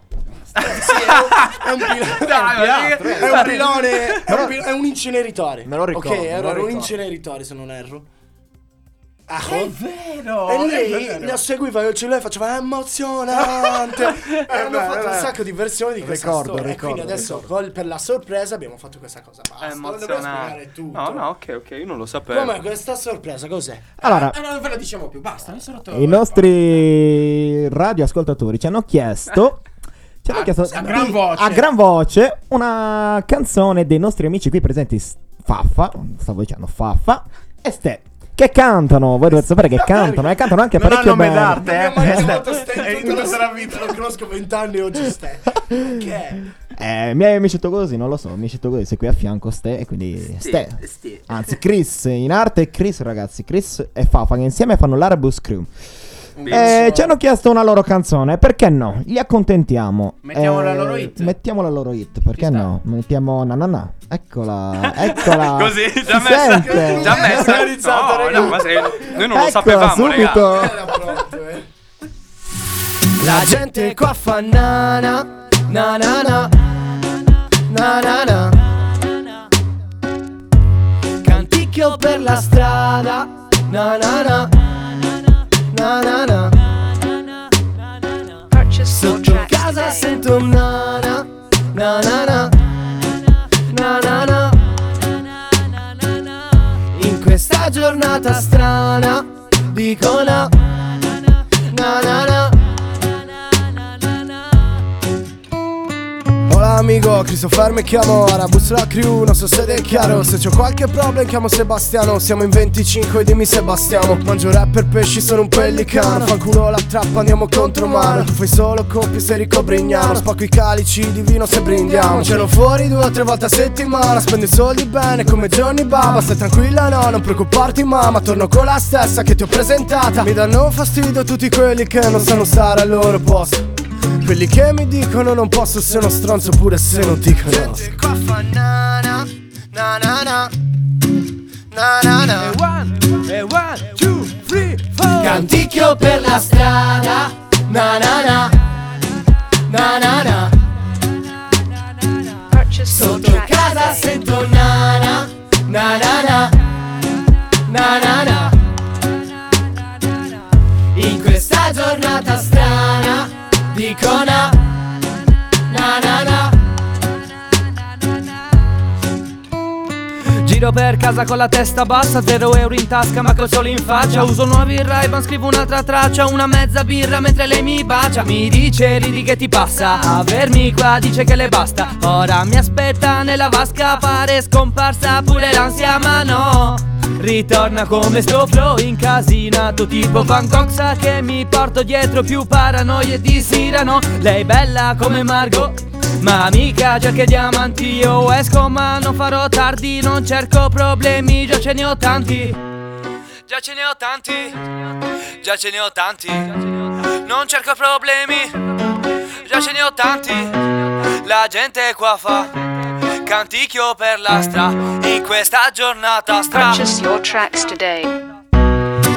Speaker 3: È un pila-
Speaker 4: Dai, ma di che-
Speaker 3: È un pilone, è un, pil- è un inceneritore.
Speaker 6: Me lo ricordo,
Speaker 3: Ok,
Speaker 6: me lo
Speaker 3: era un
Speaker 6: ricordo.
Speaker 3: inceneritore se non erro. È
Speaker 5: vero!
Speaker 3: Ah, oh. E
Speaker 5: è
Speaker 3: lei
Speaker 5: vero.
Speaker 3: la seguiva io il cellulare e faceva "È emozionante.
Speaker 8: Eh,
Speaker 3: e abbiamo Eh, fatto un sacco di versioni di questa
Speaker 6: Ricordo,
Speaker 3: storia.
Speaker 6: ricordo,
Speaker 3: e quindi adesso col- per la sorpresa abbiamo fatto questa cosa. Basta.
Speaker 4: È
Speaker 3: non dobbiamo spiegare
Speaker 4: emozionante.
Speaker 3: tutto.
Speaker 4: No, no, ok, ok, io non lo sapevo.
Speaker 3: Come questa sorpresa cos'è?
Speaker 6: Allora,
Speaker 5: Ah, non ve la diciamo più, basta, mi sono rotto.
Speaker 6: i nostri radioascoltatori ci hanno chiesto. Ci
Speaker 3: Ah,
Speaker 6: hanno
Speaker 5: A-
Speaker 6: chiesto
Speaker 5: a gran voce.
Speaker 6: a gran voce una canzone dei nostri amici qui presenti, S- Faffa, stavo dicendo Faffa, e Ste, che cantano, voi dovete sapere che cantano, e cantano anche
Speaker 8: Non
Speaker 6: parecchio
Speaker 8: hanno
Speaker 6: bene.
Speaker 8: medarte, eh.
Speaker 3: Ma
Speaker 8: Eh,
Speaker 3: è
Speaker 8: Ste.
Speaker 3: stato Stan tutta la sera vita, lo conosco vent'anni oggi Stan. Che è?
Speaker 6: Eh, mi hai mi hai scelto così, non lo so, mi hai scelto così, sei qui a fianco Ste, e quindi Ste. Anzi, Chris in arte e Chris, ragazzi, Chris e Fafa che insieme fanno l'Arabus Crew. Eh, ci hanno chiesto una loro canzone, perché no? Li accontentiamo.
Speaker 5: Mettiamo
Speaker 6: Eh,
Speaker 5: la loro hit.
Speaker 6: Mettiamo la loro hit, perché no? Mettiamo na na na. Eccola, eccola.
Speaker 4: Così,
Speaker 6: Si
Speaker 4: già messa.
Speaker 6: sente?
Speaker 4: Già messa. No, no, ma se, noi non
Speaker 5: Ecco,
Speaker 4: lo sapevamo,
Speaker 6: subito.
Speaker 4: raga.
Speaker 13: La gente qua fa na na na na na na na na Canticchio per la strada na na na na na na Sotto casa sento un na na na na na na na na In questa giornata strana dico na na na na
Speaker 14: Hola amico, Cristofar mi chiamo, Arabus la crew, non so se ti è chiaro Se c'ho qualche problem chiamo Sebastiano, siamo in 25 dimmi se bastiamo Mangio rap per pesci, sono un pellicano, fanculo la trappa andiamo contro mano Tu fai solo copie se ricobrignano, spacco i calici di vino se brindiamo C'ero fuori due o tre volte a settimana, spendo i soldi bene come Johnny Baba Stai tranquilla no, non preoccuparti mamma, torno con la stessa che ti ho presentata Mi danno fastidio tutti quelli che non sanno stare al loro posto quelli che mi dicono non posso se uno stronzo pure se non ti conosco
Speaker 13: qua fa na na na na na na na na e one two three four canticchio per la strada na na na na na na sotto casa sento na na na na na na na na in questa giornata strana dico na na na na
Speaker 15: Giro per casa con la testa bassa, zero euro in tasca ma col sole in faccia Uso nuovi Ray-Ban, scrivo un'altra traccia, una mezza birra mentre lei mi bacia Mi dice ridi che ti passa, avermi qua dice che le basta Ora mi aspetta nella vasca, pare scomparsa pure l'ansia ma no Ritorna come sto flow incasinato tipo Van Gogh Sa che mi porto dietro più paranoie di Sirano Lei bella come Margot ma mica già che diamanti io esco ma non farò tardi Non cerco problemi, già ce ne ho tanti Già ce ne ho tanti Già ce ne ho tanti Non cerco problemi Già ce ne ho tanti La gente qua fa Canticchio per la stra In questa giornata stra
Speaker 16: Purchase your tracks today.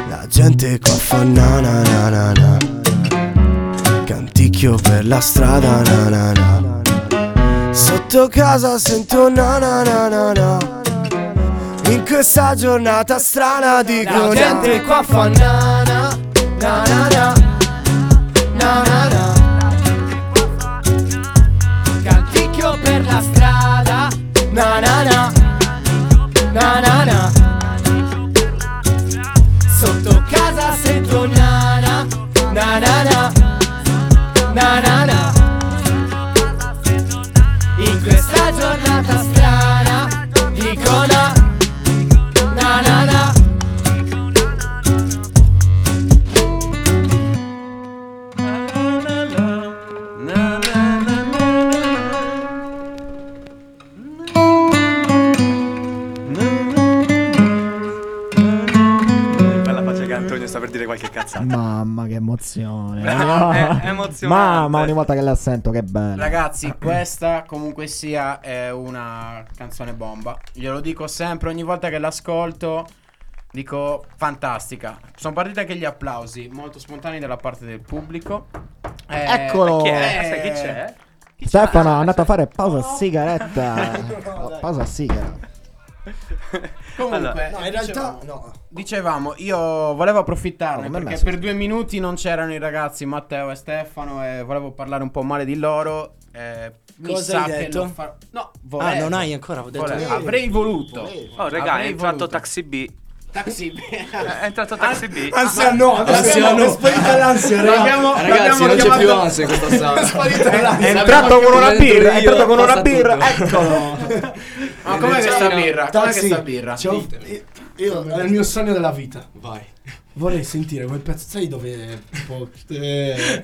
Speaker 14: La gente qua fa na na na na na Canticchio per la strada na na na
Speaker 13: Sotto casa sento na na na na na In questa giornata strana dico
Speaker 14: na.
Speaker 13: La gente qua fa na na na na na Na na na Canticchio per la strada Na na na Na na na Sotto casa sento na na Na na na Na na na in questa giornata strana dico na na na na
Speaker 4: Bella faccia che Antonio sta per dire qualche cazzata.
Speaker 6: Mamma che emozione.
Speaker 5: È- è emozionante.
Speaker 6: Mamma, ogni volta che la sento che bella.
Speaker 5: Ragazzi, questa comunque sia è una canzone bomba. Glielo dico sempre, ogni volta che l'ascolto dico fantastica. Sono partiti anche gli applausi, molto spontanei dalla parte del pubblico. Eh,
Speaker 6: Eccolo.
Speaker 5: chi è?
Speaker 6: Eh,
Speaker 5: Sai chi c'è?
Speaker 6: Stefano è andato a fare pausa sigaretta. pausa sigara.
Speaker 5: Comunque,
Speaker 3: no, in realtà, no.
Speaker 5: Dicevamo, io volevo approfittarne
Speaker 3: Come me
Speaker 5: perché
Speaker 3: messo.
Speaker 5: per due minuti non c'erano i ragazzi Matteo e Stefano e volevo parlare un po' male di loro. eh, mi
Speaker 13: Cosa
Speaker 5: sa
Speaker 13: hai
Speaker 5: che
Speaker 13: detto?
Speaker 5: lo farò- No,
Speaker 13: Ah,
Speaker 5: volevo.
Speaker 13: non hai ancora detto
Speaker 5: Volevo.
Speaker 13: niente.
Speaker 5: Avrei voluto.
Speaker 4: Oh, raga, è
Speaker 5: Avrei
Speaker 4: entrato
Speaker 5: voluto.
Speaker 4: Taxi B.
Speaker 5: Taxi B.
Speaker 4: È entrato Taxi B.
Speaker 3: Ansia no, ansia no, è sparita l'ansia. no.
Speaker 5: L'abbiamo-
Speaker 3: Ragazzi,
Speaker 5: l'abbiamo
Speaker 3: non c'è
Speaker 5: chiamato-
Speaker 3: più ansia in questa sala. È sparita l'ansia.
Speaker 6: entrato con una birra, è entrato con una
Speaker 3: passa
Speaker 6: birra,
Speaker 3: tutto.
Speaker 6: eccolo.
Speaker 5: Ma Ah, com'è questa birra? Com'è
Speaker 3: Taxi,
Speaker 5: questa birra?
Speaker 3: c'ho-
Speaker 5: Ditemi.
Speaker 3: Io, è il mio sogno della vita. Vai. Vorrei sentire quel pezzo, sai dove tipo eh,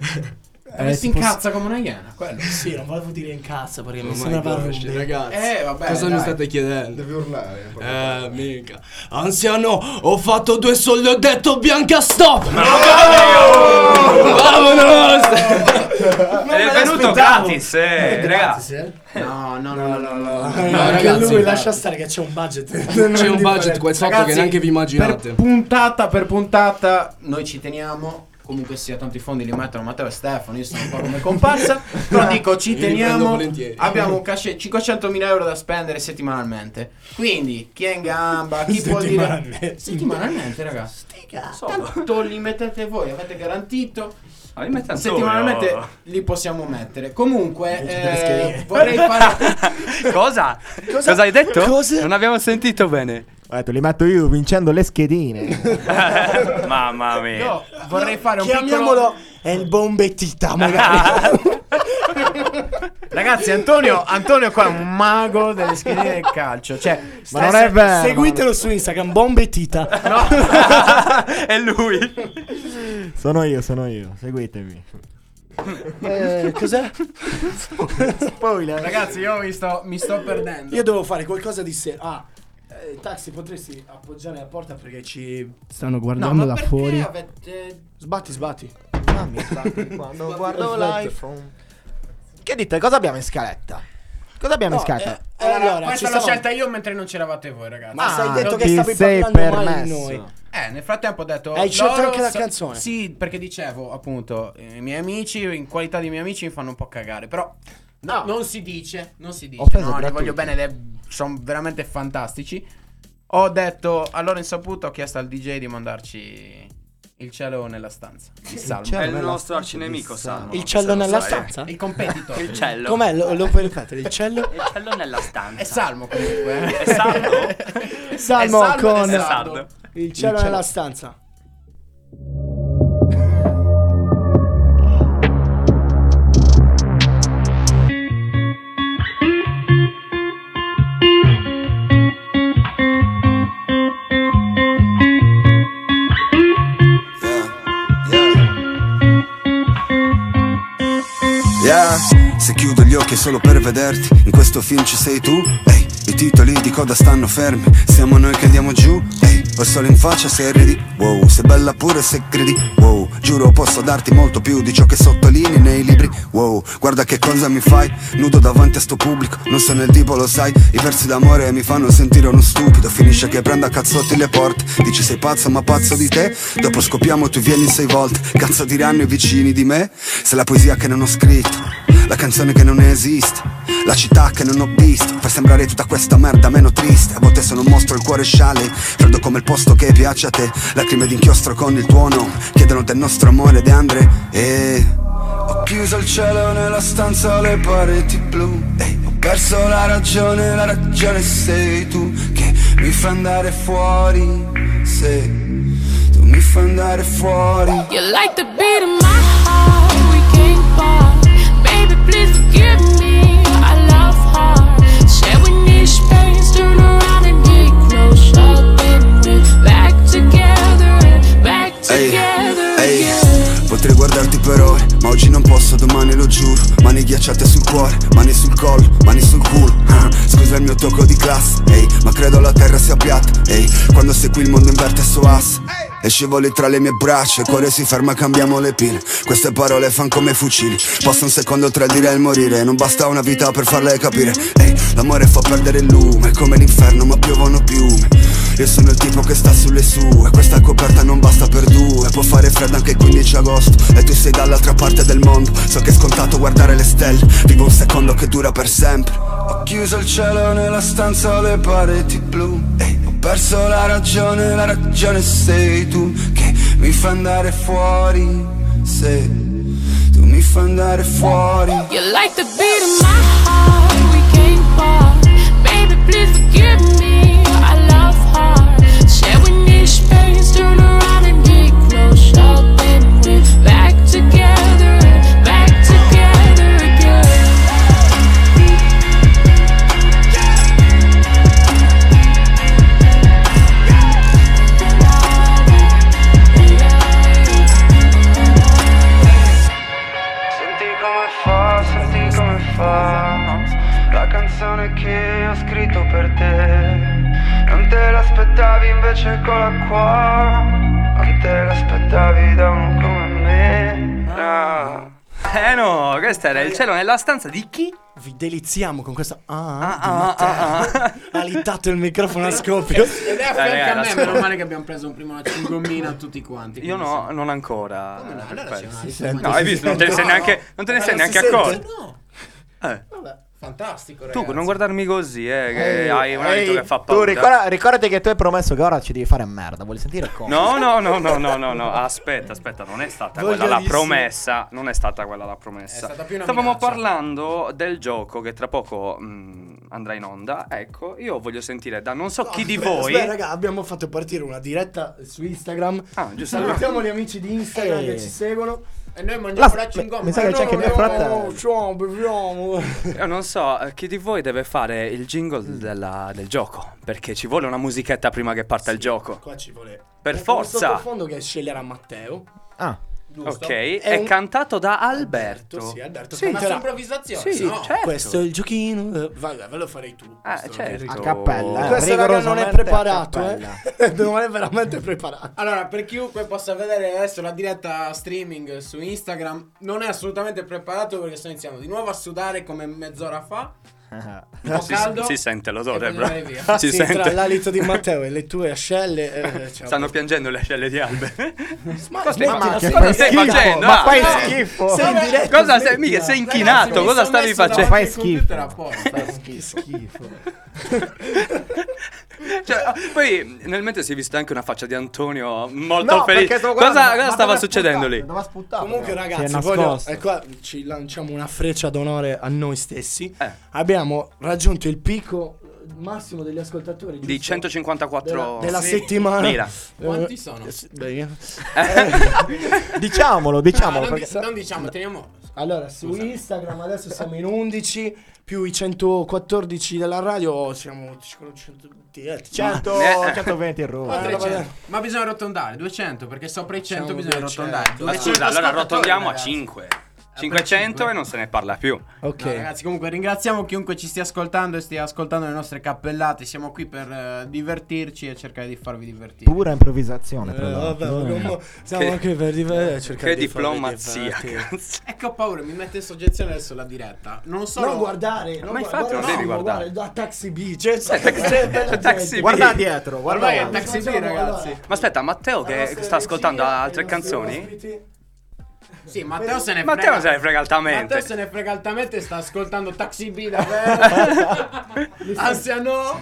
Speaker 5: Dove si
Speaker 3: tipo-
Speaker 5: incazza come una iena, quello.
Speaker 3: Sì, non volevo dire incazza perché mi
Speaker 12: Oh my
Speaker 3: sembrava
Speaker 12: gosh,
Speaker 3: rude.
Speaker 12: ragazzi,
Speaker 5: Eh, vabbè,
Speaker 12: cosa mi
Speaker 5: dai.
Speaker 12: state chiedendo?
Speaker 11: Devi urlare.
Speaker 12: Eh, mica. Anziano, ho fatto due soldi, ho detto Bianca stop! Vamonos!
Speaker 4: Ed è venuto gratis, eh, raga.
Speaker 5: No, no, no, no, no,
Speaker 3: Anche
Speaker 12: ragazzi,
Speaker 3: Eh, lui lascia stare che c'è un budget.
Speaker 12: C'è un budget qua sotto che
Speaker 5: Ragazzi,
Speaker 12: neanche vi immaginate.
Speaker 5: Per puntata per puntata, noi ci teniamo. Comunque sia, tanti fondi li mettono Matteo e Stefano. Io sono un po' come comparsa. Però dico, ci
Speaker 12: Io li prendo
Speaker 5: teniamo.
Speaker 12: volentieri.
Speaker 5: Abbiamo un cachet 500.000 euro da spendere settimanalmente. Quindi, chi è in gamba, chi può dire.
Speaker 3: Settimanalmente.
Speaker 5: Settimanalmente, ragazzi. Tanto li mettete voi, avete garantito.
Speaker 4: Ma li mette Antonio.
Speaker 5: Settimanalmente
Speaker 3: oh.
Speaker 5: li possiamo mettere. Comunque,
Speaker 4: Leggi
Speaker 5: eh,
Speaker 4: delle schede.
Speaker 5: vorrei fare.
Speaker 4: Cosa? Cosa? hai detto? Non abbiamo sentito bene.
Speaker 6: Ho detto, li metto io vincendo le schedine.
Speaker 4: Mamma mia.
Speaker 5: Io vorrei fare un
Speaker 3: Chiamiamolo El Bombettita, magari.
Speaker 5: Ragazzi, Antonio, Antonio qua è un mago delle schedine del calcio. Cioè,
Speaker 3: Ma non
Speaker 5: se-
Speaker 3: è vero.
Speaker 5: Seguite
Speaker 3: Seguitelo su Instagram, Bombettita.
Speaker 4: È lui.
Speaker 6: Sono io, sono io. Seguitemi.
Speaker 3: Eh, cos'è?
Speaker 5: Spoiler. Ragazzi, io mi sto, mi sto perdendo.
Speaker 3: Io devo fare qualcosa di serio. Ah, eh, taxi, potresti appoggiare la porta perché ci stanno guardando da fuori. Sbatti, sbatti.
Speaker 6: Quando guardo l'iPhone. Che dite, cosa abbiamo in scaletta? Cosa abbiamo in scaletta?
Speaker 5: Allora,
Speaker 3: allora, ci
Speaker 5: questa l'ho
Speaker 3: stavamo-
Speaker 5: scelta io mentre non c'eravate voi, ragazzi.
Speaker 3: Ma Ah, sei detto
Speaker 5: non-
Speaker 3: che stavi parlando male di noi.
Speaker 5: Eh, nel frattempo ho detto.
Speaker 3: Hai scelto
Speaker 5: loro
Speaker 3: anche la
Speaker 5: so-
Speaker 3: canzone.
Speaker 5: Sì, perché dicevo, appunto, i miei amici, in qualità di miei amici, mi fanno un po' cagare. Però. No, non si dice. Non si dice.
Speaker 6: Offesa
Speaker 5: no, li
Speaker 6: gratuita.
Speaker 5: voglio bene, ed è- sono veramente fantastici. Ho detto, allora insaputo, ho chiesto al DJ di mandarci il cielo nella stanza. Il Salmo.
Speaker 4: È il nostro arcinemico, Salmo.
Speaker 3: Il cello
Speaker 4: se lo
Speaker 3: nella
Speaker 4: sai.
Speaker 3: stanza?
Speaker 5: eh, Il competitor.
Speaker 4: Il cello.
Speaker 3: Com'è? Lo, lo puoi ripetere? Il cello?
Speaker 4: Il cello nella stanza.
Speaker 5: È Salmo comunque. eh.
Speaker 4: È Salmo?
Speaker 3: Salmo
Speaker 5: È Salmo
Speaker 3: con
Speaker 5: ed è Sardo.
Speaker 3: il
Speaker 5: Il
Speaker 3: cielo
Speaker 5: cielo.
Speaker 3: nella stanza.
Speaker 16: Yeah, se chiudo gli occhi è solo per vederti, in questo film ci sei tu. Ehi, i titoli di coda stanno fermi, siamo noi che andiamo giù. Ehi, ho il sole in faccia se ridi, wow, sei bella pure se credi. Wow, giuro posso darti molto più di ciò che sottolinei nei libri. Wow, guarda che cosa mi fai, nudo davanti a sto pubblico, non sono il tipo, lo sai. I versi d'amore mi fanno sentire uno stupido, finisce che prendo a cazzotti le porte. Dici sei pazzo ma pazzo di te, dopo scopiamo tu vieni sei volte. Cazzo diranno i vicini di me, se la poesia che non ho scritto. La canzone che non esiste, la città che non ho visto, fa sembrare tutta questa merda meno triste. A volte sono un mostro, il cuore sciale, freddo come il posto che piace a te. Lacrime d'inchiostro con il tuono, chiedono del nostro amore De Andre. eh. E Ho chiuso il cielo nella stanza, le pareti blu. Ehi, ho perso la ragione, la ragione sei tu che mi fa andare fuori. Se tu mi fa andare fuori.
Speaker 2: You like the beat of my heart, we can't part. Baby, please forgive me. I love hard. Said we need space, turn around and get closer, baby. Back together and back
Speaker 16: Ehi,
Speaker 2: together
Speaker 16: ehi,
Speaker 2: again.
Speaker 16: potrei guardarti per ore, ma oggi non posso, domani lo giuro. Mani ghiacciate sul cuore, mani sul collo, mani sul culo. ah. scusa il mio tocco di classe, ehi, ma credo la terra sia piatta, ehi. Quando sei qui il mondo inverte il suo asse. E scivoli tra le mie braccia, il cuore si ferma, cambiamo le pile. Queste parole fan come fucili. Passa un secondo tra il dire e il morire. Non basta una vita per farle capire. Ehi, l'amore fa perdere il lume, come l'inferno, ma piovono piume. Io sono il tipo che sta sulle sue Questa coperta non basta per due Può fare freddo anche il 15 agosto E tu sei dall'altra parte del mondo So che è scontato guardare le stelle Vivo un secondo che dura per sempre Ho chiuso il cielo nella stanza ho le pareti blu Ehi, Ho perso la ragione, la ragione sei tu Che mi fa andare fuori Se tu mi fa andare fuori
Speaker 2: You like the beat of my heart, we can't part. Baby, please forgive me. I love hard. Said we need space, turn around and get close up, and we're back together, back together again.
Speaker 17: Senti come fa, senti come fa La canzone che ho scritto per te Non te l'aspettavi invece eccola qua Non te l'aspettavi da uno come me no.
Speaker 4: Eh no, questo era il cielo nella stanza di chi?
Speaker 3: Vi deliziamo con questa. Ah,
Speaker 4: ah,
Speaker 3: ah,
Speaker 4: ah, ah.
Speaker 3: Ha littato il microfono a scoppio.
Speaker 5: Ed è a
Speaker 4: Eh,
Speaker 5: fianco a
Speaker 4: ragazzi,
Speaker 5: me, meno male che abbiamo preso prima una cingommina a tutti quanti.
Speaker 4: Io no, non ancora.
Speaker 5: Allora c'è una
Speaker 4: Sì,
Speaker 5: lista,
Speaker 4: sì.
Speaker 5: ma
Speaker 4: no, hai
Speaker 5: si
Speaker 4: visto? Non te
Speaker 5: sente?
Speaker 4: ne sei
Speaker 5: No.
Speaker 4: neanche, non te ne
Speaker 5: Ma
Speaker 4: sei
Speaker 5: non si
Speaker 4: neanche
Speaker 5: sente?
Speaker 4: accorto.
Speaker 5: No.
Speaker 4: Eh,
Speaker 5: Fantastico, ragazzi.
Speaker 4: tu non guardarmi così, eh, che
Speaker 5: Ehi,
Speaker 4: hai un alito
Speaker 5: ehi,
Speaker 4: che fa
Speaker 6: Tu
Speaker 4: paura.
Speaker 6: ricorda- ricordati che tu hai promesso che ora ci devi fare merda. Vuoi sentire cosa?
Speaker 4: No, no, no, no, no, no, no, aspetta, aspetta, non è stata quella la
Speaker 6: Voglierissimo.
Speaker 4: promessa, non è stata quella la promessa.
Speaker 5: È stata più una
Speaker 4: Stavamo parlando del gioco che tra poco mm, andrà in onda. Ecco, io voglio sentire da non so chi di
Speaker 3: Aspetta,
Speaker 4: voi.
Speaker 3: aspetta, raga, abbiamo fatto partire una diretta su Instagram.
Speaker 4: Ah, giusto.
Speaker 3: Salutiamo gli amici di Instagram
Speaker 4: Eh.
Speaker 3: che ci seguono. E noi
Speaker 6: La- la cingomma. mi sa
Speaker 3: Eh,
Speaker 6: che c'è anche mio fratello.
Speaker 3: Ciao, beviamo.
Speaker 4: Io non so eh, chi di voi deve fare il jingle della- del gioco, perché ci vuole una musichetta prima che parta il gioco.
Speaker 3: Qua ci vuole.
Speaker 4: Per
Speaker 3: un
Speaker 4: forza.
Speaker 3: sottofondo che sceglierà Matteo.
Speaker 6: Ah.
Speaker 3: Giusto?
Speaker 4: Ok,
Speaker 3: È
Speaker 4: è,
Speaker 3: un-
Speaker 4: cantato da Alberto.
Speaker 3: Sì, Alberto,
Speaker 4: Sì,
Speaker 5: cioè,
Speaker 3: ma
Speaker 4: te la-
Speaker 3: improvvisazione.
Speaker 4: Sì, certo.
Speaker 3: Questo è il giochino. eh, Vabbè, ve lo farei tu. questo.
Speaker 4: certo.
Speaker 6: A cappella, eh.
Speaker 3: Questo raga non è
Speaker 6: Rigorosamente
Speaker 3: preparato,
Speaker 6: a
Speaker 3: eh. non è veramente preparato.
Speaker 5: Allora, per chiunque possa vedere adesso la diretta streaming su Instagram, non è assolutamente preparato perché sto iniziando di nuovo a sudare come mezz'ora fa.
Speaker 4: No,
Speaker 5: po'
Speaker 4: si,
Speaker 5: caldo
Speaker 4: si sente
Speaker 5: e
Speaker 4: l'odore,
Speaker 5: voglio
Speaker 4: bro.
Speaker 5: andare via.
Speaker 4: Si
Speaker 3: Sì,
Speaker 4: sente.
Speaker 3: tra l'alito di Matteo e le tue ascelle. eh, c'è
Speaker 4: Stanno piangendo le ascelle di Alberto.
Speaker 3: Ma
Speaker 4: cosa
Speaker 3: smettila,
Speaker 4: cosa
Speaker 3: che fai
Speaker 4: stai
Speaker 3: schifo,
Speaker 4: facendo?
Speaker 3: ma
Speaker 4: Ah,
Speaker 3: fai
Speaker 4: eh.
Speaker 3: schifo. Sei in diretta,
Speaker 4: Cosa sei,
Speaker 3: smettila.
Speaker 4: mica,
Speaker 3: Ragazzi,
Speaker 4: sei inchinato,
Speaker 3: mi
Speaker 4: cosa
Speaker 3: son
Speaker 4: stavi
Speaker 3: messo davanti
Speaker 4: facendo?
Speaker 3: Fai il computer
Speaker 4: Cioè, poi nel mentre si è vista anche una faccia di Antonio molto
Speaker 6: No, perché
Speaker 4: felice.
Speaker 6: stavo
Speaker 4: Cosa,
Speaker 6: guardando,
Speaker 4: cosa
Speaker 6: ma
Speaker 4: stava
Speaker 6: dov'è
Speaker 4: succedendo
Speaker 6: spuntato?
Speaker 4: lì?
Speaker 6: Dov'è spuntato?
Speaker 3: Comunque,
Speaker 6: Si è
Speaker 3: ragazzi,
Speaker 6: nascosto.
Speaker 3: voglio, e qua ci lanciamo una freccia d'onore a noi stessi.
Speaker 4: Eh.
Speaker 3: Abbiamo raggiunto il picco massimo degli ascoltatori giusto?
Speaker 4: Di 154
Speaker 3: della, della settimana.
Speaker 4: Mila.
Speaker 3: Eh,
Speaker 5: Quanti sono?
Speaker 3: eh, sì, beh, io- Eh.
Speaker 6: Eh. Diciamolo,
Speaker 5: non,
Speaker 6: diciamolo. perché-
Speaker 5: dic- non diciamo, teniamo.
Speaker 3: Allora, su Instagram adesso siamo in 11 più i 114 della radio, oh, siamo 110,
Speaker 6: 100,
Speaker 4: Ah.
Speaker 5: Eh.
Speaker 3: Ma-
Speaker 6: 120 errori.
Speaker 3: Eh,
Speaker 5: Ma 300. Certo, Ma bisogna arrotondare, 200, perché sopra i 100
Speaker 3: Siamo
Speaker 5: bisogna
Speaker 3: 200.
Speaker 5: arrotondare.
Speaker 4: Ma
Speaker 5: 200
Speaker 4: scusa, allora
Speaker 5: ascoltatori,
Speaker 4: arrotondiamo a
Speaker 5: ragazzi.
Speaker 4: 5. 500 e non se ne parla più.
Speaker 3: Ok.
Speaker 5: No, ragazzi, comunque ringraziamo chiunque ci stia ascoltando e stia ascoltando le nostre cappellate. Siamo qui per eh, divertirci e cercare di farvi divertire.
Speaker 6: Pura improvvisazione. tra
Speaker 5: Eh,
Speaker 6: l'altro.
Speaker 5: vabbè,
Speaker 6: Eh.
Speaker 5: come-
Speaker 3: Siamo
Speaker 5: Che-
Speaker 3: anche per
Speaker 5: eh,
Speaker 3: div- cercare
Speaker 4: che
Speaker 3: di farvi
Speaker 4: diplomazia,
Speaker 3: divertire.
Speaker 5: Ecco, ho paura, mi mette in soggezione adesso la diretta. Non so.
Speaker 3: Non guardare, non
Speaker 5: ma
Speaker 3: guardare,
Speaker 5: infatti non
Speaker 3: guarda-
Speaker 5: devi
Speaker 3: no,
Speaker 5: guardare.
Speaker 3: guarda, Taxi B,
Speaker 4: Cioè,
Speaker 3: Cioè, c'è
Speaker 4: Taxi B.
Speaker 5: Ormai è taxi B, ragazzi.
Speaker 4: Ma aspetta, Matteo che sta ascoltando altre canzoni?
Speaker 5: Sì, eh, Matteo se ne frega.
Speaker 4: Matteo se ne frega altamente.
Speaker 5: Matteo se ne frega altamente e sta ascoltando Taxi B davvero. Ansia no.